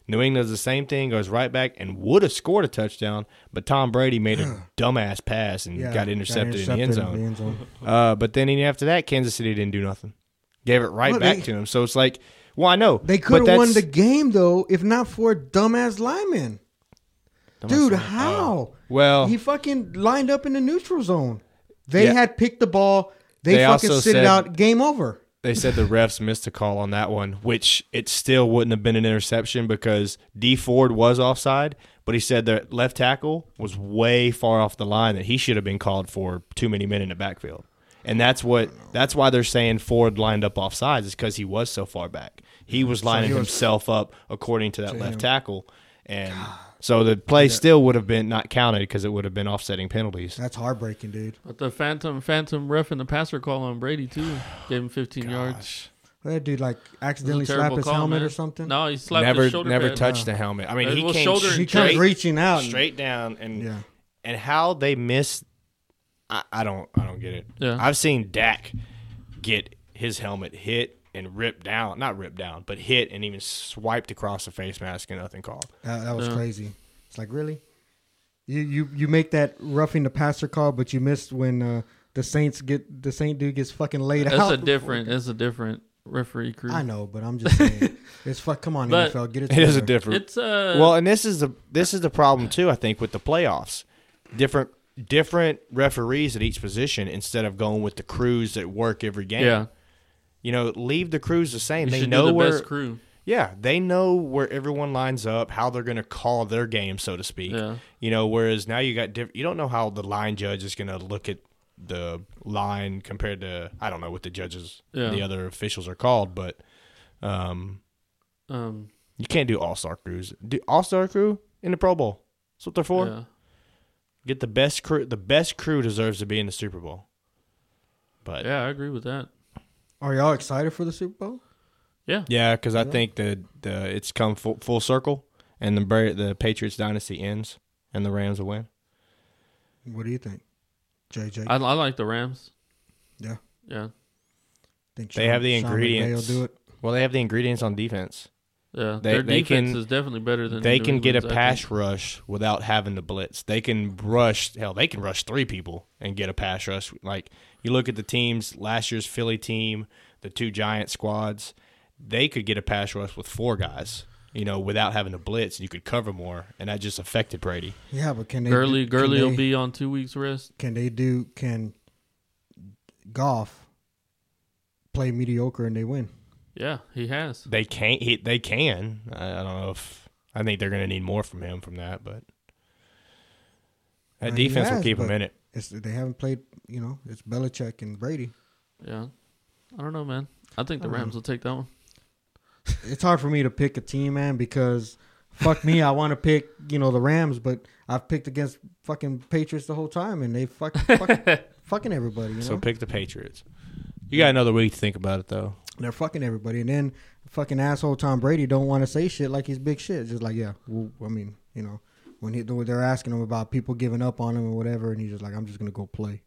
[SPEAKER 2] New England does the same thing, goes right back, and would have scored a touchdown, but Tom Brady made a dumbass pass and
[SPEAKER 3] yeah,
[SPEAKER 2] got, intercepted in the end
[SPEAKER 3] intercepted
[SPEAKER 2] zone.
[SPEAKER 3] end zone.
[SPEAKER 2] Uh, but then even after that, Kansas City didn't do nothing. Gave it right
[SPEAKER 3] Well,
[SPEAKER 2] back
[SPEAKER 3] they-
[SPEAKER 2] to him. So it's like, well, I know
[SPEAKER 3] They
[SPEAKER 2] but
[SPEAKER 3] could have won
[SPEAKER 2] that's-
[SPEAKER 3] the game though, if not for a dumbass lineman. Dude,
[SPEAKER 1] Oh.
[SPEAKER 3] how?
[SPEAKER 2] Well-
[SPEAKER 3] he fucking lined up in the neutral zone. They
[SPEAKER 2] Yeah.
[SPEAKER 3] had picked the ball. They,
[SPEAKER 2] They
[SPEAKER 3] fucking
[SPEAKER 2] also
[SPEAKER 3] sit it
[SPEAKER 2] said-
[SPEAKER 3] out. Game over.
[SPEAKER 2] They said the refs missed a call on that one, which it still wouldn't have been an interception because D Ford was offside, but he said the left tackle was way far off the line that he should have been called for too many men in the backfield. And that's what that's why they're saying Ford lined up offsides is because he was so far back. He was lining himself up according to that left tackle, and so the play still would have been not counted because it would have been offsetting penalties.
[SPEAKER 3] That's heartbreaking, dude.
[SPEAKER 1] But the phantom, phantom ref and the passer call on Brady too gave him 15 yards.
[SPEAKER 3] That dude like
[SPEAKER 1] It was a
[SPEAKER 3] accidentally slapped
[SPEAKER 1] terrible
[SPEAKER 3] his
[SPEAKER 1] call,
[SPEAKER 3] helmet
[SPEAKER 1] man.
[SPEAKER 3] or something.
[SPEAKER 1] No, he slapped
[SPEAKER 2] Never
[SPEAKER 1] his shoulder.
[SPEAKER 2] never
[SPEAKER 1] pad.
[SPEAKER 2] touched the helmet. I mean,
[SPEAKER 1] It
[SPEAKER 2] he
[SPEAKER 1] was
[SPEAKER 2] came
[SPEAKER 1] shoulder
[SPEAKER 2] straight
[SPEAKER 1] and
[SPEAKER 3] he kept reaching out. and-
[SPEAKER 2] straight down and
[SPEAKER 3] Yeah.
[SPEAKER 2] and how they miss I, I don't I don't get it.
[SPEAKER 1] Yeah.
[SPEAKER 2] I've seen Dak get his helmet hit and ripped down, not ripped down, but hit and even swiped across the face mask and nothing called.
[SPEAKER 3] That, that was crazy. It's like really, you you you make that roughing the passer call, but you missed when uh, the Saints get the Saint dude gets fucking laid
[SPEAKER 1] That's
[SPEAKER 3] out.
[SPEAKER 1] a different. That's a different referee crew.
[SPEAKER 3] I know, but I'm just saying, it's fuck. Come on,
[SPEAKER 1] But-
[SPEAKER 3] NFL, get it.
[SPEAKER 2] It is a
[SPEAKER 3] together.
[SPEAKER 2] different
[SPEAKER 1] It's uh.
[SPEAKER 2] Well, and this is the this is the problem too. I think with the playoffs, different different referees at each position instead of going with the crews that work every game.
[SPEAKER 1] yeah.
[SPEAKER 2] You know, leave the crews the same.
[SPEAKER 1] You
[SPEAKER 2] they
[SPEAKER 1] should
[SPEAKER 2] know
[SPEAKER 1] do the
[SPEAKER 2] where
[SPEAKER 1] best crew.
[SPEAKER 2] Yeah, they know where everyone lines up, how they're going to call their game, so to speak.
[SPEAKER 1] Yeah.
[SPEAKER 2] You know, whereas now you got diff- you don't know how the line judge is going to look at the line compared to I don't know what the judges,
[SPEAKER 1] Yeah.
[SPEAKER 2] the other officials are called, but um,
[SPEAKER 1] Um.
[SPEAKER 2] you can't do all star crews. Do all star crew in the Pro Bowl? That's what they're for.
[SPEAKER 1] Yeah.
[SPEAKER 2] Get the best crew. The best crew deserves to be in the Super Bowl. But
[SPEAKER 1] Yeah, I agree with that.
[SPEAKER 3] Are y'all excited for the Super Bowl?
[SPEAKER 1] Yeah.
[SPEAKER 2] Yeah, because I think the the it's come full, full circle, and the Bra- the Patriots dynasty ends, and the Rams will win.
[SPEAKER 3] What do you think, JJ?
[SPEAKER 1] I, I like the Rams.
[SPEAKER 3] yeah,
[SPEAKER 1] Yeah.
[SPEAKER 3] think
[SPEAKER 2] They have the ingredients.
[SPEAKER 3] They'll do it.
[SPEAKER 2] Well, they have the ingredients on defense.
[SPEAKER 1] Yeah.
[SPEAKER 2] They-
[SPEAKER 1] Their
[SPEAKER 2] they
[SPEAKER 1] defense
[SPEAKER 2] can-
[SPEAKER 1] is definitely better than
[SPEAKER 2] They
[SPEAKER 1] New
[SPEAKER 2] can get a
[SPEAKER 1] England's, I think.
[SPEAKER 2] pass rush without having to blitz. They can rush hell. They can rush three people and get a pass rush. Like you look at the teams last year's Philly team, the two giant squads, they could get a pass rush with four guys. You know, without having to blitz, you could cover more, and that just affected Brady.
[SPEAKER 3] Yeah, but can they?
[SPEAKER 1] Gurley,
[SPEAKER 3] can
[SPEAKER 1] Gurley will
[SPEAKER 3] they-
[SPEAKER 1] be on two weeks rest.
[SPEAKER 3] Can they do? Can golf play mediocre and they win?
[SPEAKER 1] Yeah, he has.
[SPEAKER 2] They can't. He, they can. I, I don't know if I think they're going to need more from him from that, but that
[SPEAKER 3] Well, he
[SPEAKER 2] defense will
[SPEAKER 3] has,
[SPEAKER 2] keep him
[SPEAKER 3] Uh, but-
[SPEAKER 2] in it.
[SPEAKER 3] It's they haven't played. You know, it's Belichick and Brady.
[SPEAKER 1] Yeah. I don't know, man. I think the Rams will take that one.
[SPEAKER 3] it's hard for me to pick a team, man, because fuck me, I want to pick you know the Rams, but I've picked against fucking Patriots the whole time, and they fuck, fuck fucking everybody. You know,
[SPEAKER 2] So pick the Patriots. You got another week to think about it, though.
[SPEAKER 3] they're fucking everybody, and then fucking asshole Tom Brady don't want to say shit like he's big shit. Just like yeah, well, I mean, you know, when he, they're asking him about people giving up on him or whatever, and he's just like, I'm just gonna go play.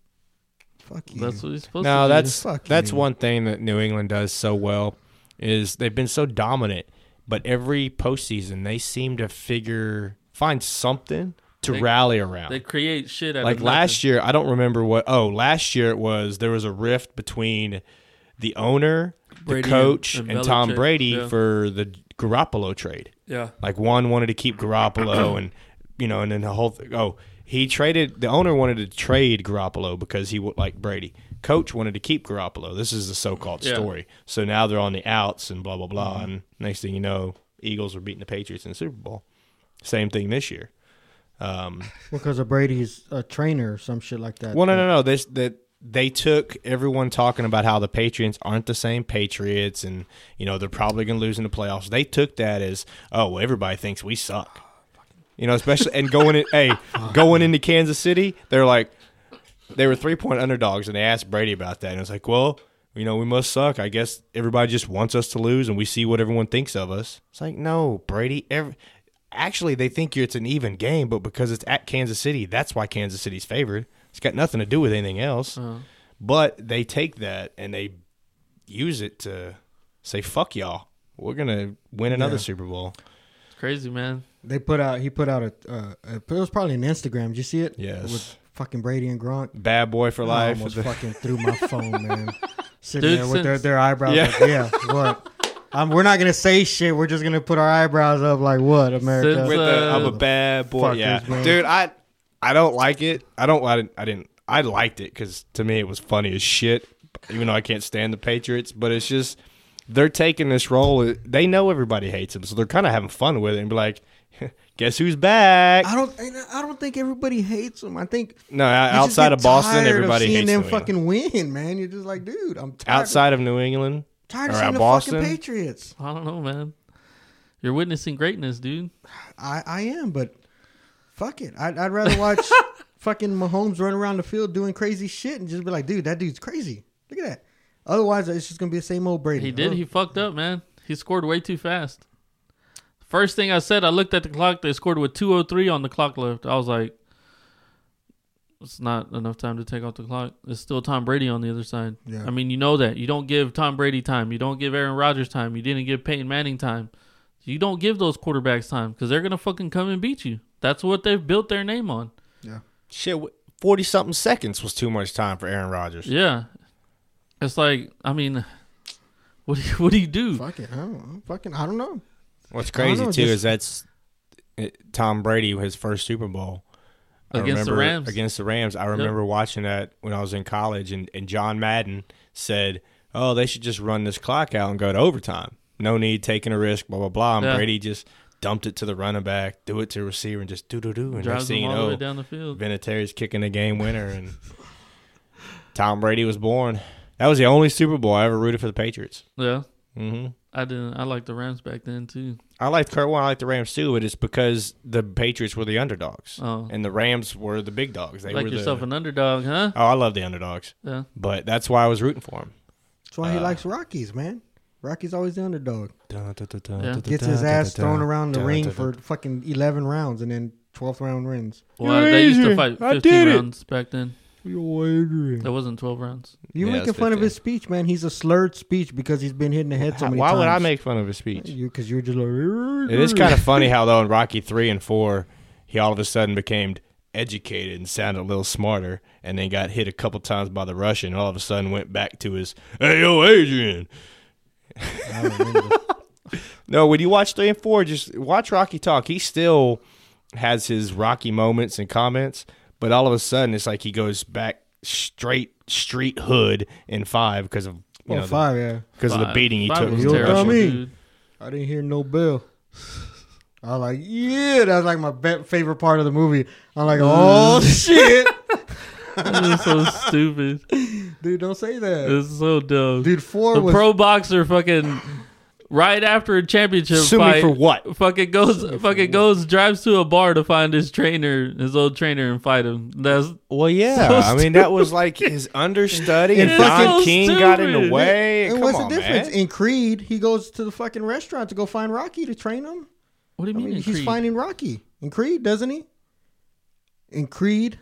[SPEAKER 3] Fuck you.
[SPEAKER 1] That's what he's supposed
[SPEAKER 2] Hmm. No,
[SPEAKER 1] to
[SPEAKER 2] that's
[SPEAKER 3] Fuck
[SPEAKER 2] that's
[SPEAKER 3] you.
[SPEAKER 2] one thing that New England does so well is they've been so dominant, but every postseason they seem to figure find something to
[SPEAKER 1] They-
[SPEAKER 2] rally
[SPEAKER 1] do.
[SPEAKER 2] around.
[SPEAKER 1] They create shit out
[SPEAKER 2] like
[SPEAKER 1] of
[SPEAKER 2] last year i don't remember what oh last year it was there was a rift between the owner
[SPEAKER 1] Brady
[SPEAKER 2] the coach
[SPEAKER 1] and-
[SPEAKER 2] and,
[SPEAKER 1] and
[SPEAKER 2] tom
[SPEAKER 1] Belichick,
[SPEAKER 2] brady
[SPEAKER 1] yeah.
[SPEAKER 2] for the garoppolo trade
[SPEAKER 1] Yeah.
[SPEAKER 2] like one wanted to keep garoppolo and you know and then the whole th- oh he traded the owner wanted to trade garoppolo because he would like brady coach wanted to keep garoppolo this is the so-called
[SPEAKER 1] Yeah.
[SPEAKER 2] story so now they're on the outs and blah blah blah and next thing you know eagles were beating the patriots in the super bowl same thing this year um
[SPEAKER 3] Because of Brady's a trainer or some shit like that.
[SPEAKER 2] Well, no, no, no. This that they took everyone talking about how the Patriots aren't the same Patriots, and you know they're probably going to lose in the playoffs. They took that as oh, well, everybody thinks we suck. You know, especially and going in, hey, going into Kansas City, they're like they were three point underdogs, and they asked Brady about that, and it's like, well. You know, we must suck. I guess everybody just wants us to lose, and we see what everyone thinks of us. It's like, no, Brady. Every, actually, they think it's an even game, but because it's at Kansas City, that's why Kansas City's favored. It's got nothing to do with anything else.
[SPEAKER 3] Uh-huh.
[SPEAKER 2] But they take that and they use it to say, "Fuck y'all, we're gonna win another Super Bowl."
[SPEAKER 1] It's crazy, man.
[SPEAKER 3] They put out. He put out a. Uh, a it was probably an Instagram. Did you see it?
[SPEAKER 2] Yes.
[SPEAKER 3] With fucking Brady and Gronk.
[SPEAKER 2] Bad boy for life.
[SPEAKER 3] I almost
[SPEAKER 2] The-
[SPEAKER 3] fucking threw my phone, man. Sitting
[SPEAKER 1] Dude,
[SPEAKER 3] there with their,
[SPEAKER 1] since-
[SPEAKER 3] their eyebrows. Yeah. Like, yeah. What? Um, we're not gonna say shit. We're just gonna put our eyebrows up, like what America?
[SPEAKER 1] Since-
[SPEAKER 2] with the,
[SPEAKER 1] Uh,
[SPEAKER 2] I'm a bad boy.
[SPEAKER 3] fuckers,
[SPEAKER 2] yeah,
[SPEAKER 3] man.
[SPEAKER 2] dude, I I don't like it. I don't. I didn't. I, didn't, I liked it because to me it was funny as shit. Even though I can't stand the Patriots, but it's just they're taking this role. They know everybody hates them, so they're kind of having fun with it and be like, "Guess who's back?"
[SPEAKER 3] I don't. I don't think everybody hates them. I think
[SPEAKER 2] No,
[SPEAKER 3] you just
[SPEAKER 2] outside
[SPEAKER 3] get
[SPEAKER 2] of Boston,
[SPEAKER 3] tired of
[SPEAKER 2] everybody
[SPEAKER 3] seeing
[SPEAKER 2] hates
[SPEAKER 3] them
[SPEAKER 2] New England.
[SPEAKER 3] fucking win, man. You're just like, dude, I'm tired.
[SPEAKER 2] Outside of New England,
[SPEAKER 3] of, tired of
[SPEAKER 2] or
[SPEAKER 3] seeing
[SPEAKER 2] out
[SPEAKER 3] the
[SPEAKER 2] Boston,
[SPEAKER 3] fucking Patriots.
[SPEAKER 1] I don't know, man. You're witnessing greatness, dude.
[SPEAKER 3] I, I am, but fuck it. I'd, I'd rather watch fucking Mahomes run around the field doing crazy shit and just be like, dude, that dude's crazy. Look at that. Otherwise, it's just gonna be the same old Brady.
[SPEAKER 1] He did.
[SPEAKER 3] Oh,
[SPEAKER 1] He fucked up, man. He scored way too fast. First thing I said, I looked at the clock. They scored with 2:03 on the clock left. I was like, "It's not enough time to take off the clock. It's still Tom Brady on the other side."
[SPEAKER 3] Yeah.
[SPEAKER 1] I mean, you know that. You don't give Tom Brady time. You don't give Aaron Rodgers time. You didn't give Peyton Manning time. You don't give those quarterbacks time because they're gonna fucking come and beat you. That's what they've built their name on.
[SPEAKER 2] shit, forty something seconds was too much time for Aaron Rodgers.
[SPEAKER 1] Yeah, it's like I mean, what do you, what do you do?
[SPEAKER 3] fuck it. I don't know. Fucking, I don't know.
[SPEAKER 2] What's
[SPEAKER 3] I don't
[SPEAKER 2] crazy
[SPEAKER 3] know,
[SPEAKER 2] too
[SPEAKER 3] just-
[SPEAKER 2] is that's it, Tom Brady his first Super Bowl I
[SPEAKER 1] Against the
[SPEAKER 2] remember-
[SPEAKER 1] Rams.
[SPEAKER 2] Against the Rams, I remember watching that when I was in college, and, and John Madden said, "Oh, they should just run this clock out and go to overtime. No need taking a risk. Blah blah blah." And
[SPEAKER 1] Yeah.
[SPEAKER 2] Brady just dumped it to the running back, do it to the receiver, and just do do do. And next
[SPEAKER 1] Drives
[SPEAKER 2] thing
[SPEAKER 1] them
[SPEAKER 2] you
[SPEAKER 1] all the way
[SPEAKER 2] know,
[SPEAKER 1] down the field.
[SPEAKER 2] Vinatieri's kicking the game winner, and Tom Brady was born. That was the only Super Bowl I ever rooted for the Patriots.
[SPEAKER 1] Yeah.
[SPEAKER 2] hmm
[SPEAKER 1] I didn't. I liked the Rams back then too.
[SPEAKER 2] I liked Kurt Warner, I liked the Rams too, but it's because the Patriots were the underdogs,
[SPEAKER 1] Oh.
[SPEAKER 2] and the Rams were the big dogs. They
[SPEAKER 1] like
[SPEAKER 2] were
[SPEAKER 1] yourself
[SPEAKER 2] the,
[SPEAKER 1] an underdog, huh?
[SPEAKER 2] oh, I love the underdogs,
[SPEAKER 1] Yeah.
[SPEAKER 2] but that's why I was rooting for him.
[SPEAKER 3] That's
[SPEAKER 2] Uh,
[SPEAKER 3] why he likes Rockies, man. Rocky's always the underdog.
[SPEAKER 1] Yeah.
[SPEAKER 3] Gets his ass thrown around the ring for fucking eleven rounds, and then twelfth round wins.
[SPEAKER 1] Well, they used to
[SPEAKER 2] Adrian,
[SPEAKER 1] fight
[SPEAKER 2] I
[SPEAKER 1] fifteen
[SPEAKER 2] did it.
[SPEAKER 1] rounds back then. That wasn't twelve rounds.
[SPEAKER 3] You
[SPEAKER 2] Yeah,
[SPEAKER 3] making
[SPEAKER 2] that's
[SPEAKER 3] fun of
[SPEAKER 2] 15.
[SPEAKER 3] his speech, man? He's a slurred speech because he's been hit in the head so many
[SPEAKER 2] why
[SPEAKER 3] times.
[SPEAKER 2] would I make fun of his speech?
[SPEAKER 3] you? Because you're just like.
[SPEAKER 2] It is kind of funny how though in Rocky three and four, he all of a sudden became educated and sounded a little smarter, and then got hit a couple times by the Russian. And all of a sudden went back to his "Hey yo, Adrian." No, when you watch three and four, just watch Rocky talk. He still has his Rocky moments and comments, but all of a sudden it's like he goes back straight street hood in five because of you
[SPEAKER 3] Well,
[SPEAKER 2] know the-
[SPEAKER 3] five, yeah.
[SPEAKER 2] because of the
[SPEAKER 1] Five-
[SPEAKER 2] beating he
[SPEAKER 1] five
[SPEAKER 2] took.
[SPEAKER 1] was
[SPEAKER 2] from the
[SPEAKER 1] terrible,
[SPEAKER 2] Russian.
[SPEAKER 3] dummy.
[SPEAKER 1] dude.
[SPEAKER 3] I didn't hear no bell. I was like, yeah, that was like my be- favorite part of the movie. I'm like, oh shit,
[SPEAKER 1] It was so stupid.
[SPEAKER 3] dude, don't say
[SPEAKER 1] It
[SPEAKER 3] that,
[SPEAKER 1] was so dumb.
[SPEAKER 3] dude. Four
[SPEAKER 1] Mm-hmm. the
[SPEAKER 3] was
[SPEAKER 1] pro boxer fucking right after a championship
[SPEAKER 2] Sue me
[SPEAKER 1] fight
[SPEAKER 2] for what?
[SPEAKER 1] fucking goes fucking goes drives to a bar to find his trainer, his old trainer, and fight him. That's
[SPEAKER 2] Well, yeah, I mean that was like his understudy,
[SPEAKER 3] And
[SPEAKER 2] and Don
[SPEAKER 1] fucking-
[SPEAKER 2] King
[SPEAKER 1] So
[SPEAKER 2] got in the
[SPEAKER 1] stupid.
[SPEAKER 2] way.
[SPEAKER 3] And
[SPEAKER 2] Come
[SPEAKER 3] what's
[SPEAKER 2] on,
[SPEAKER 3] the difference?
[SPEAKER 2] man.
[SPEAKER 3] In Creed, he goes to the fucking restaurant to go find Rocky to train him.
[SPEAKER 1] what do you
[SPEAKER 3] I
[SPEAKER 1] mean?
[SPEAKER 3] mean,
[SPEAKER 1] in
[SPEAKER 3] he's
[SPEAKER 1] Creed?
[SPEAKER 3] finding Rocky in Creed, doesn't he? In Creed,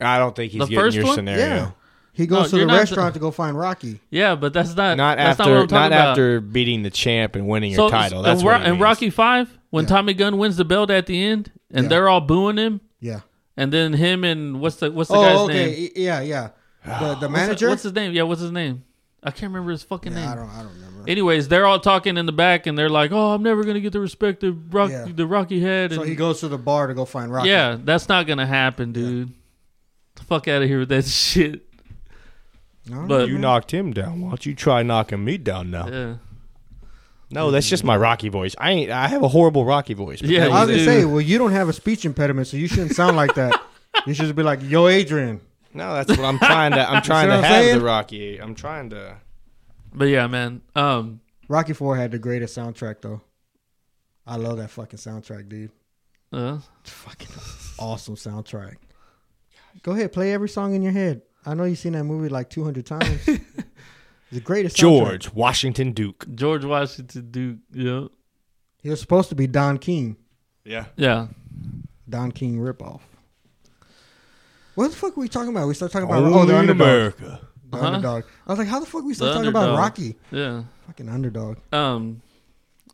[SPEAKER 2] I don't think he's
[SPEAKER 1] The
[SPEAKER 2] getting
[SPEAKER 1] first
[SPEAKER 2] your
[SPEAKER 1] one?
[SPEAKER 2] scenario.
[SPEAKER 3] yeah, he goes
[SPEAKER 1] you're
[SPEAKER 3] to the
[SPEAKER 1] not-
[SPEAKER 3] restaurant to go find Rocky.
[SPEAKER 1] yeah, but that's not
[SPEAKER 2] Not
[SPEAKER 1] that's Not,
[SPEAKER 2] after,
[SPEAKER 1] what I'm
[SPEAKER 2] not,
[SPEAKER 1] talking about.
[SPEAKER 2] after beating the champ and winning your title. That's
[SPEAKER 1] and,
[SPEAKER 2] what
[SPEAKER 1] Ro-
[SPEAKER 2] he
[SPEAKER 1] and
[SPEAKER 2] means.
[SPEAKER 1] Rocky Five when Tommy Gunn wins the belt at the end, and
[SPEAKER 3] Yeah.
[SPEAKER 1] they're all booing him,
[SPEAKER 3] Yeah.
[SPEAKER 1] and then him and what's the what's the guy's
[SPEAKER 3] Oh, okay.
[SPEAKER 1] name?
[SPEAKER 3] Y- Yeah, yeah. The, the
[SPEAKER 1] What's-
[SPEAKER 3] manager.
[SPEAKER 1] What's his name? Yeah, what's his name? I can't remember his fucking
[SPEAKER 3] I
[SPEAKER 1] name.
[SPEAKER 3] don't. I don't remember.
[SPEAKER 1] Anyways, they're all talking in the back, and they're like, "Oh, I'm never gonna get the respect of Rocky,
[SPEAKER 3] Yeah.
[SPEAKER 1] the Rocky head."
[SPEAKER 3] So
[SPEAKER 1] and-
[SPEAKER 3] he goes to the bar to go find Rocky.
[SPEAKER 1] yeah, that's not gonna happen, dude. The fuck out of here with that shit.
[SPEAKER 3] No?
[SPEAKER 1] But
[SPEAKER 2] You knocked him down. Why don't you try knocking me down now?
[SPEAKER 1] yeah,
[SPEAKER 2] No, that's just my Rocky voice. I ain't. I have a horrible Rocky voice. but
[SPEAKER 1] Yeah,
[SPEAKER 2] that
[SPEAKER 1] you
[SPEAKER 3] I was
[SPEAKER 2] was-
[SPEAKER 3] gonna
[SPEAKER 1] do.
[SPEAKER 3] say, well, you don't have a speech impediment, so you shouldn't sound like that. You should be like, "Yo, Adrian."
[SPEAKER 2] no, that's what I'm trying to. I'm trying
[SPEAKER 3] what
[SPEAKER 2] to
[SPEAKER 3] I'm
[SPEAKER 2] have
[SPEAKER 3] saying?
[SPEAKER 2] the Rocky. I'm trying to.
[SPEAKER 1] but yeah, man. Um,
[SPEAKER 3] Rocky Four had the greatest soundtrack, though. I love that fucking soundtrack, dude.
[SPEAKER 1] uh,
[SPEAKER 3] It's fucking awesome soundtrack. Go ahead, play every song in your head. I know you've seen that movie like two hundred times. it's the greatest. soundtrack.
[SPEAKER 2] George Washington Duke.
[SPEAKER 1] George Washington Duke. Yeah,
[SPEAKER 3] He was supposed to be Don King.
[SPEAKER 2] Yeah.
[SPEAKER 1] yeah.
[SPEAKER 3] Don King ripoff. What the fuck were we talking about? We started talking about oh, the underdog. The
[SPEAKER 1] Uh-huh.
[SPEAKER 3] underdog. I was like, how the fuck we started
[SPEAKER 1] The
[SPEAKER 3] talking about
[SPEAKER 1] underdog.
[SPEAKER 3] Rocky?
[SPEAKER 1] Yeah.
[SPEAKER 3] Fucking underdog.
[SPEAKER 1] Um,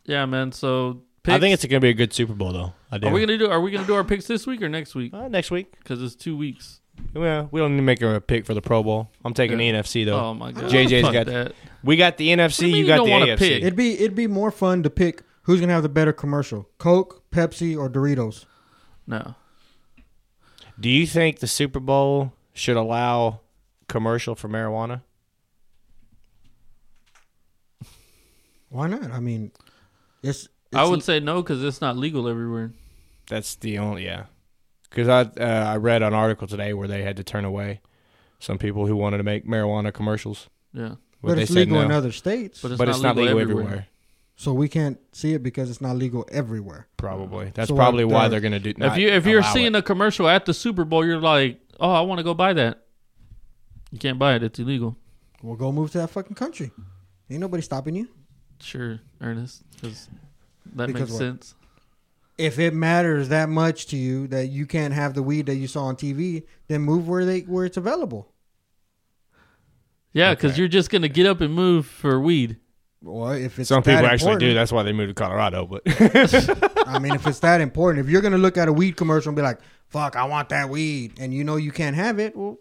[SPEAKER 1] yeah, man. So
[SPEAKER 2] I think
[SPEAKER 1] picks-
[SPEAKER 2] it's gonna be a good Super Bowl though. I do.
[SPEAKER 1] Are we gonna do? Are we gonna do our picks this week or next week?
[SPEAKER 2] uh, next week?
[SPEAKER 1] Because it's two weeks.
[SPEAKER 2] Well, we don't need to make a pick for the Pro Bowl. I'm taking the NFC though.
[SPEAKER 1] Oh my god.
[SPEAKER 2] JJ's
[SPEAKER 1] Fuck
[SPEAKER 2] got-
[SPEAKER 1] that.
[SPEAKER 2] We got the NFC.
[SPEAKER 1] do you
[SPEAKER 2] You,
[SPEAKER 1] mean you
[SPEAKER 2] got
[SPEAKER 1] don't
[SPEAKER 2] the
[SPEAKER 1] wanna
[SPEAKER 2] AFC.
[SPEAKER 1] pick?
[SPEAKER 3] It'd be it'd be more fun to pick who's gonna have the better commercial: Coke, Pepsi, or Doritos.
[SPEAKER 1] No.
[SPEAKER 2] Do you think the Super Bowl should allow commercial for marijuana?
[SPEAKER 3] Why not? I mean, it's. it's
[SPEAKER 1] I would say no because it's not legal everywhere.
[SPEAKER 2] That's the only yeah. Because I uh, I read an article today where they had to turn away some people who wanted to make marijuana commercials.
[SPEAKER 1] Yeah.
[SPEAKER 2] but
[SPEAKER 3] but
[SPEAKER 2] they
[SPEAKER 3] it's
[SPEAKER 2] said
[SPEAKER 3] legal
[SPEAKER 2] no.
[SPEAKER 3] in other states,
[SPEAKER 1] But it's,
[SPEAKER 2] but
[SPEAKER 1] not,
[SPEAKER 2] it's not
[SPEAKER 1] legal,
[SPEAKER 2] legal
[SPEAKER 1] everywhere.
[SPEAKER 2] everywhere.
[SPEAKER 3] so we can't see it because it's not legal everywhere.
[SPEAKER 2] Probably. That's
[SPEAKER 3] So
[SPEAKER 2] probably
[SPEAKER 3] what
[SPEAKER 2] why
[SPEAKER 3] they're-
[SPEAKER 2] they're going to do.
[SPEAKER 1] If you if you're seeing a commercial at the Super Bowl, you're like, oh, I want to go buy that. You can't buy it; it's illegal.
[SPEAKER 3] Well, go move to that fucking country. Ain't nobody stopping you.
[SPEAKER 1] Sure, Ernest, 'cause that
[SPEAKER 3] Because
[SPEAKER 1] makes
[SPEAKER 3] what?
[SPEAKER 1] sense.
[SPEAKER 3] If it matters that much to you that you can't have the weed that you saw on TV, then move where they where it's available.
[SPEAKER 1] Yeah, because you're just gonna get up and move for weed.
[SPEAKER 3] Or if it's
[SPEAKER 2] some people
[SPEAKER 3] that
[SPEAKER 2] actually do.
[SPEAKER 3] important-
[SPEAKER 2] That's why they moved to Colorado. But
[SPEAKER 3] I mean, if it's that important, if you're gonna look at a weed commercial and be like, "Fuck, I want that weed," and you know you can't have it, well,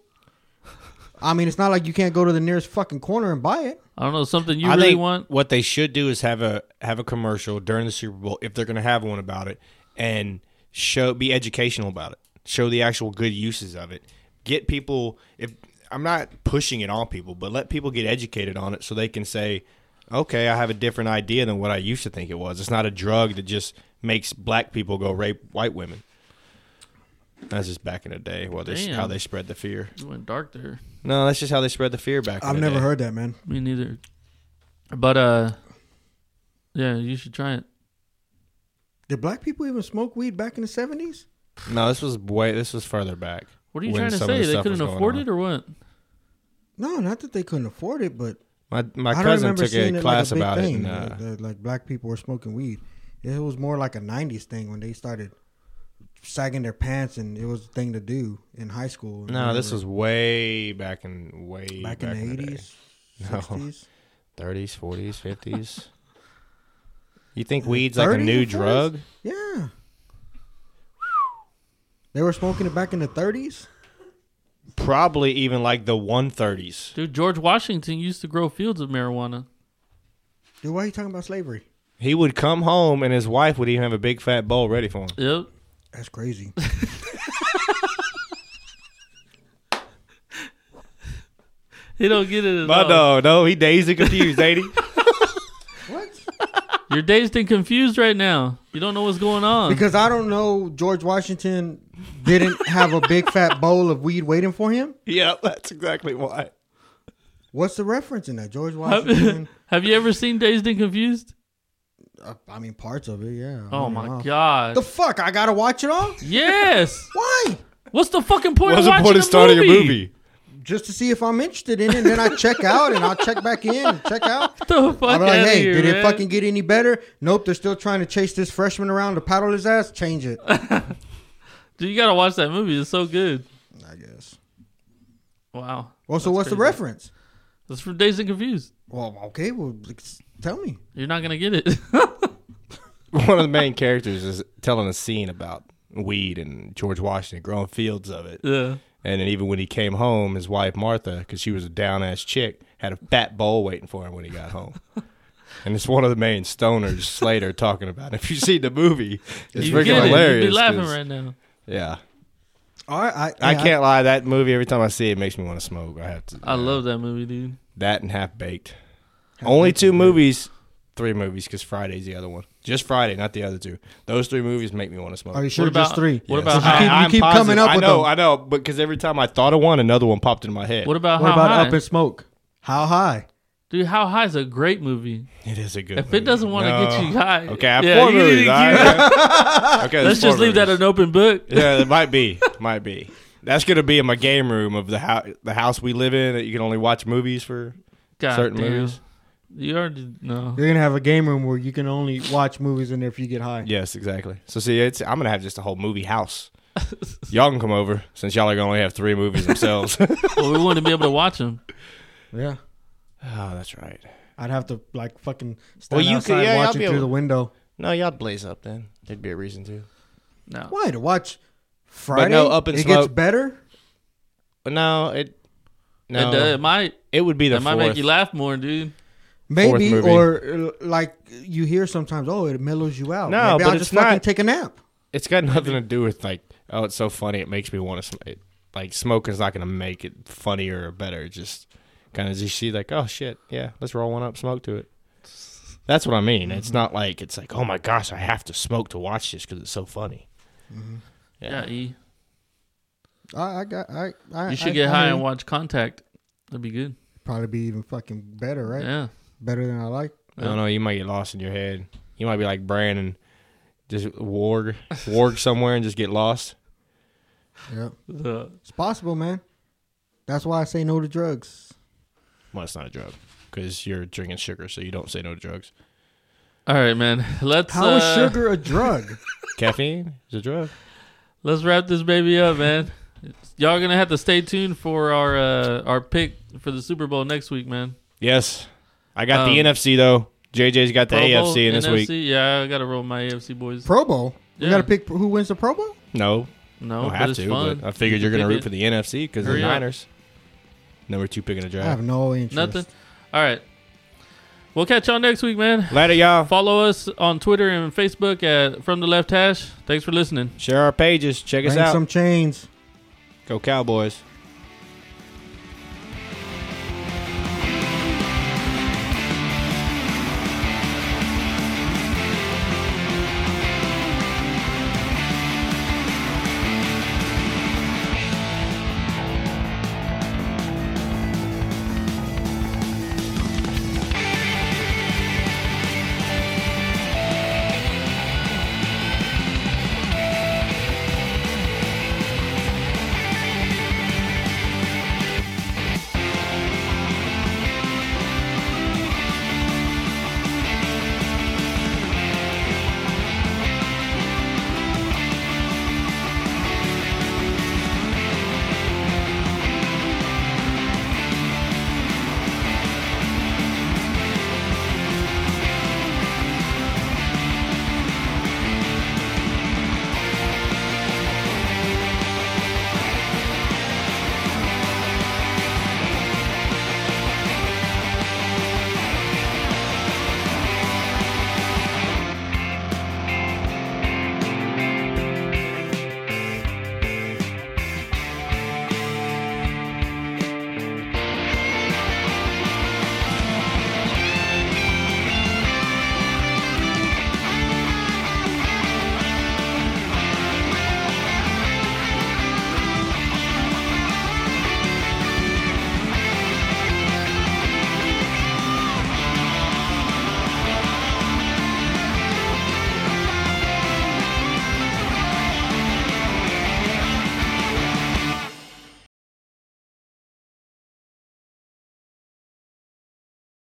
[SPEAKER 3] I mean, it's not like you can't go to the nearest fucking corner and buy it.
[SPEAKER 1] I don't know something you
[SPEAKER 2] I
[SPEAKER 1] really
[SPEAKER 2] think
[SPEAKER 1] want.
[SPEAKER 2] what they should do is have a have a commercial during the Super Bowl if they're going to have one about it and show be educational about it. Show the actual good uses of it. Get people if I'm not pushing it on people, but let people get educated on it so they can say, "Okay, I have a different idea than what I used to think it was. It's not a drug that just makes black people go rape white women." That's just back in the day, what they,
[SPEAKER 1] Damn.
[SPEAKER 2] how they spread the fear.
[SPEAKER 1] You went dark there.
[SPEAKER 2] No, that's just how they spread the fear back. in
[SPEAKER 3] I've
[SPEAKER 2] the
[SPEAKER 3] never
[SPEAKER 2] day.
[SPEAKER 3] heard that, man.
[SPEAKER 1] Me neither. But uh, yeah, you should try it.
[SPEAKER 3] Did black people even smoke weed back in the seventies?
[SPEAKER 2] No, this was way. This was further back.
[SPEAKER 1] What are you
[SPEAKER 2] when
[SPEAKER 1] trying to
[SPEAKER 2] some of
[SPEAKER 1] say?
[SPEAKER 2] the
[SPEAKER 1] They
[SPEAKER 2] stuff
[SPEAKER 1] couldn't
[SPEAKER 2] was going
[SPEAKER 1] afford
[SPEAKER 2] on.
[SPEAKER 1] it or what?
[SPEAKER 3] No, not that they couldn't afford it, but
[SPEAKER 2] My my
[SPEAKER 3] I don't
[SPEAKER 2] cousin
[SPEAKER 3] remember
[SPEAKER 2] took
[SPEAKER 3] seeing
[SPEAKER 2] a class
[SPEAKER 3] it like
[SPEAKER 2] about
[SPEAKER 3] a big
[SPEAKER 2] it.
[SPEAKER 3] thing.
[SPEAKER 2] And, uh,
[SPEAKER 3] like, that, like black people were smoking weed. It was more like a '90s thing when they started sagging their pants, and it was a thing to do in high school. and
[SPEAKER 2] no, this
[SPEAKER 3] whatever.
[SPEAKER 2] was way back in way
[SPEAKER 3] back, in the '80s,
[SPEAKER 2] No.
[SPEAKER 3] '60s.
[SPEAKER 2] thirties, forties, fifties. You think weed's like a
[SPEAKER 3] 30s
[SPEAKER 2] new
[SPEAKER 3] and 40s?
[SPEAKER 2] drug?
[SPEAKER 3] Yeah. They were smoking it back in the 30s.
[SPEAKER 2] Probably even like the one thirties.
[SPEAKER 1] Dude, George Washington used to grow fields of marijuana.
[SPEAKER 3] Dude, why are you talking about slavery?
[SPEAKER 2] He would come home and his wife would even have a big fat bowl ready for him.
[SPEAKER 1] Yep.
[SPEAKER 3] That's crazy.
[SPEAKER 1] He don't get it at all.
[SPEAKER 2] But no, no, he dazed and confused, ain't he?
[SPEAKER 3] what?
[SPEAKER 1] You're dazed and confused right now. You don't know what's going on.
[SPEAKER 3] Because I don't know George Washington didn't have a big fat bowl of weed waiting for him.
[SPEAKER 2] yep, that's exactly why.
[SPEAKER 3] What's the reference in that? George
[SPEAKER 1] have,
[SPEAKER 3] Washington.
[SPEAKER 1] have you ever seen Dazed and Confused?
[SPEAKER 3] uh, I mean, parts of it, yeah.
[SPEAKER 1] Oh
[SPEAKER 3] on and
[SPEAKER 1] my
[SPEAKER 3] off.
[SPEAKER 1] god!
[SPEAKER 3] The fuck? I gotta watch it all?
[SPEAKER 1] yes.
[SPEAKER 3] Why?
[SPEAKER 1] What's the fucking point
[SPEAKER 2] What's
[SPEAKER 1] of
[SPEAKER 2] the
[SPEAKER 1] watching
[SPEAKER 2] point
[SPEAKER 1] a
[SPEAKER 2] of starting
[SPEAKER 1] movie?
[SPEAKER 2] a movie?
[SPEAKER 3] Just to see if I'm interested in it, and then I check out and I'll check back in and check out.
[SPEAKER 1] Get The fuck
[SPEAKER 3] I'm like,
[SPEAKER 1] outta
[SPEAKER 3] hey,
[SPEAKER 1] here,
[SPEAKER 3] did
[SPEAKER 1] man.
[SPEAKER 3] it fucking get any better? Nope, they're still trying to chase this freshman around to paddle his ass. Change it, I
[SPEAKER 1] Dude, you gotta watch that movie. It's so good.
[SPEAKER 3] guess.
[SPEAKER 1] Wow.
[SPEAKER 3] Well, so what's the
[SPEAKER 1] crazy.
[SPEAKER 3] reference?
[SPEAKER 1] That's from Dazed and Confused.
[SPEAKER 3] Well, okay, well, ex- tell me.
[SPEAKER 1] You're not gonna get it.
[SPEAKER 2] one of the main characters is telling a scene about weed and George Washington growing fields of it.
[SPEAKER 1] yeah.
[SPEAKER 2] And then even when he came home, his wife Martha, because she was a down ass chick, had a fat bowl waiting for him when he got home. and it's one of the main stoners, Slater, talking about. it. If you see the movie, it's
[SPEAKER 1] you
[SPEAKER 2] freaking
[SPEAKER 1] get it.
[SPEAKER 2] hilarious.
[SPEAKER 1] You'd be laughing
[SPEAKER 2] 'cause-
[SPEAKER 1] right now.
[SPEAKER 2] Yeah.
[SPEAKER 3] All right, I,
[SPEAKER 2] I
[SPEAKER 3] yeah,
[SPEAKER 2] can't lie. That movie, every time I see it, makes me want to smoke. I have to.
[SPEAKER 1] I love that movie, dude.
[SPEAKER 2] that and Half Baked. Only two movies, three movies, because Friday's the other one. Just Friday, not the other two. Those three movies make me want to smoke.
[SPEAKER 3] Are you sure?
[SPEAKER 1] what about
[SPEAKER 3] just three.
[SPEAKER 1] What
[SPEAKER 2] Yes.
[SPEAKER 1] about
[SPEAKER 3] you
[SPEAKER 1] how,
[SPEAKER 3] keep-
[SPEAKER 2] I'm
[SPEAKER 3] coming
[SPEAKER 2] positive.
[SPEAKER 3] up
[SPEAKER 2] I
[SPEAKER 3] with
[SPEAKER 2] know,
[SPEAKER 3] them.
[SPEAKER 2] I know, because every time I thought of one, another one popped into my head.
[SPEAKER 1] what about
[SPEAKER 3] What
[SPEAKER 1] how
[SPEAKER 3] about
[SPEAKER 1] high?
[SPEAKER 3] up in smoke? How high?
[SPEAKER 1] dude, how high is a great movie.
[SPEAKER 2] it is a good.
[SPEAKER 1] If
[SPEAKER 2] movie.
[SPEAKER 1] it doesn't want to get you high,
[SPEAKER 2] okay, I have
[SPEAKER 1] yeah,
[SPEAKER 2] four
[SPEAKER 1] you-
[SPEAKER 2] movies.
[SPEAKER 1] you-
[SPEAKER 2] all right. okay, there's
[SPEAKER 1] let's just
[SPEAKER 2] four
[SPEAKER 1] leave that
[SPEAKER 2] movies.
[SPEAKER 1] an open book.
[SPEAKER 2] yeah, it might be, might be. That's gonna be in my game room of the house, the house we live in. That you can only watch movies for
[SPEAKER 1] God
[SPEAKER 2] certain
[SPEAKER 1] damn.
[SPEAKER 2] movies.
[SPEAKER 1] You already know.
[SPEAKER 3] You're gonna have a game room where you can only watch movies in there if you get high.
[SPEAKER 2] Yes, exactly. So see, it's I'm gonna have just a whole movie house. y'all can come over since y'all are gonna only have three movies themselves. oh,
[SPEAKER 1] well, we want to be able to watch them.
[SPEAKER 3] Yeah.
[SPEAKER 2] Oh, that's right.
[SPEAKER 3] I'd have to like fucking stand
[SPEAKER 2] Well, you
[SPEAKER 3] outside
[SPEAKER 2] could- yeah, I'll
[SPEAKER 3] watching
[SPEAKER 2] be
[SPEAKER 3] through
[SPEAKER 2] able-
[SPEAKER 3] the window.
[SPEAKER 2] No, y'all blaze up then. There'd be a reason to.
[SPEAKER 1] No.
[SPEAKER 3] Why to watch Friday?
[SPEAKER 2] no, Up in
[SPEAKER 3] it
[SPEAKER 2] Smoke-
[SPEAKER 3] gets better.
[SPEAKER 2] No, it. No,
[SPEAKER 1] It, does- it might.
[SPEAKER 2] It would be the
[SPEAKER 1] It might make
[SPEAKER 2] fourth.
[SPEAKER 1] you laugh more, dude.
[SPEAKER 3] Maybe
[SPEAKER 2] movie.
[SPEAKER 3] or uh, like you hear sometimes, oh, it mellows you out.
[SPEAKER 2] No,
[SPEAKER 3] Maybe
[SPEAKER 2] but
[SPEAKER 3] I'll
[SPEAKER 2] it's
[SPEAKER 3] just fucking
[SPEAKER 2] not-
[SPEAKER 3] take a nap.
[SPEAKER 2] It's got nothing to do with like, oh, it's so funny. It makes me want to sm- it, like smoking's not gonna make it funnier or better. It's just kind of just see like, oh shit, yeah, let's roll one up, smoke to it. That's what I mean. It's
[SPEAKER 1] Mm-hmm.
[SPEAKER 2] not like it's like, oh my gosh, I have to smoke to watch this because it's so funny.
[SPEAKER 1] Yeah, E.
[SPEAKER 3] I, I got. I, I
[SPEAKER 1] You
[SPEAKER 3] I-
[SPEAKER 1] should get
[SPEAKER 3] I
[SPEAKER 1] high
[SPEAKER 3] mean,
[SPEAKER 1] and watch Contact. That'd be good.
[SPEAKER 3] Probably be even fucking better, right?
[SPEAKER 1] Yeah.
[SPEAKER 3] Better than I like.
[SPEAKER 2] I don't know. You might get lost in your head. You might be like Brandon, just warg, warg somewhere and just get lost.
[SPEAKER 3] Yeah,
[SPEAKER 1] The-
[SPEAKER 3] it's possible, man. That's why I say no to drugs.
[SPEAKER 2] Well, it's not a drug because you're drinking sugar, so you don't say no to drugs.
[SPEAKER 1] all right, man. Let's
[SPEAKER 3] How is
[SPEAKER 1] uh,
[SPEAKER 3] sugar a drug?
[SPEAKER 2] Caffeine is a drug.
[SPEAKER 1] let's wrap this baby up, man. Y'all gonna have to stay tuned for our uh, our pick for the Super Bowl next week, man.
[SPEAKER 2] Yes. I got the
[SPEAKER 1] Um,
[SPEAKER 2] NFC though. JJ's got the
[SPEAKER 1] Pro
[SPEAKER 2] AFC
[SPEAKER 1] Bowl,
[SPEAKER 2] in this
[SPEAKER 1] NFC?
[SPEAKER 2] week.
[SPEAKER 1] Yeah, I gotta roll my AFC boys.
[SPEAKER 3] Pro Bowl. You
[SPEAKER 1] Yeah.
[SPEAKER 3] got to pick who wins the Pro Bowl.
[SPEAKER 2] No,
[SPEAKER 1] no,
[SPEAKER 2] don't
[SPEAKER 1] Oh, but
[SPEAKER 2] have
[SPEAKER 1] it's
[SPEAKER 2] to.
[SPEAKER 1] fun.
[SPEAKER 2] But I figured
[SPEAKER 1] You
[SPEAKER 2] you're
[SPEAKER 1] can
[SPEAKER 2] gonna
[SPEAKER 1] pick
[SPEAKER 2] root
[SPEAKER 1] it.
[SPEAKER 2] for the NFC because the
[SPEAKER 1] Hurry up.
[SPEAKER 2] Niners. Number two pick in the
[SPEAKER 3] I have
[SPEAKER 2] draft.
[SPEAKER 3] no interest.
[SPEAKER 1] Nothing. All right. We'll catch y'all next week, man.
[SPEAKER 2] Later, y'all.
[SPEAKER 1] Follow us on Twitter and Facebook at From the Left Hash. Thanks for listening.
[SPEAKER 2] Share our pages. Check us
[SPEAKER 3] Bring
[SPEAKER 2] out.
[SPEAKER 3] some chains.
[SPEAKER 2] Go Cowboys.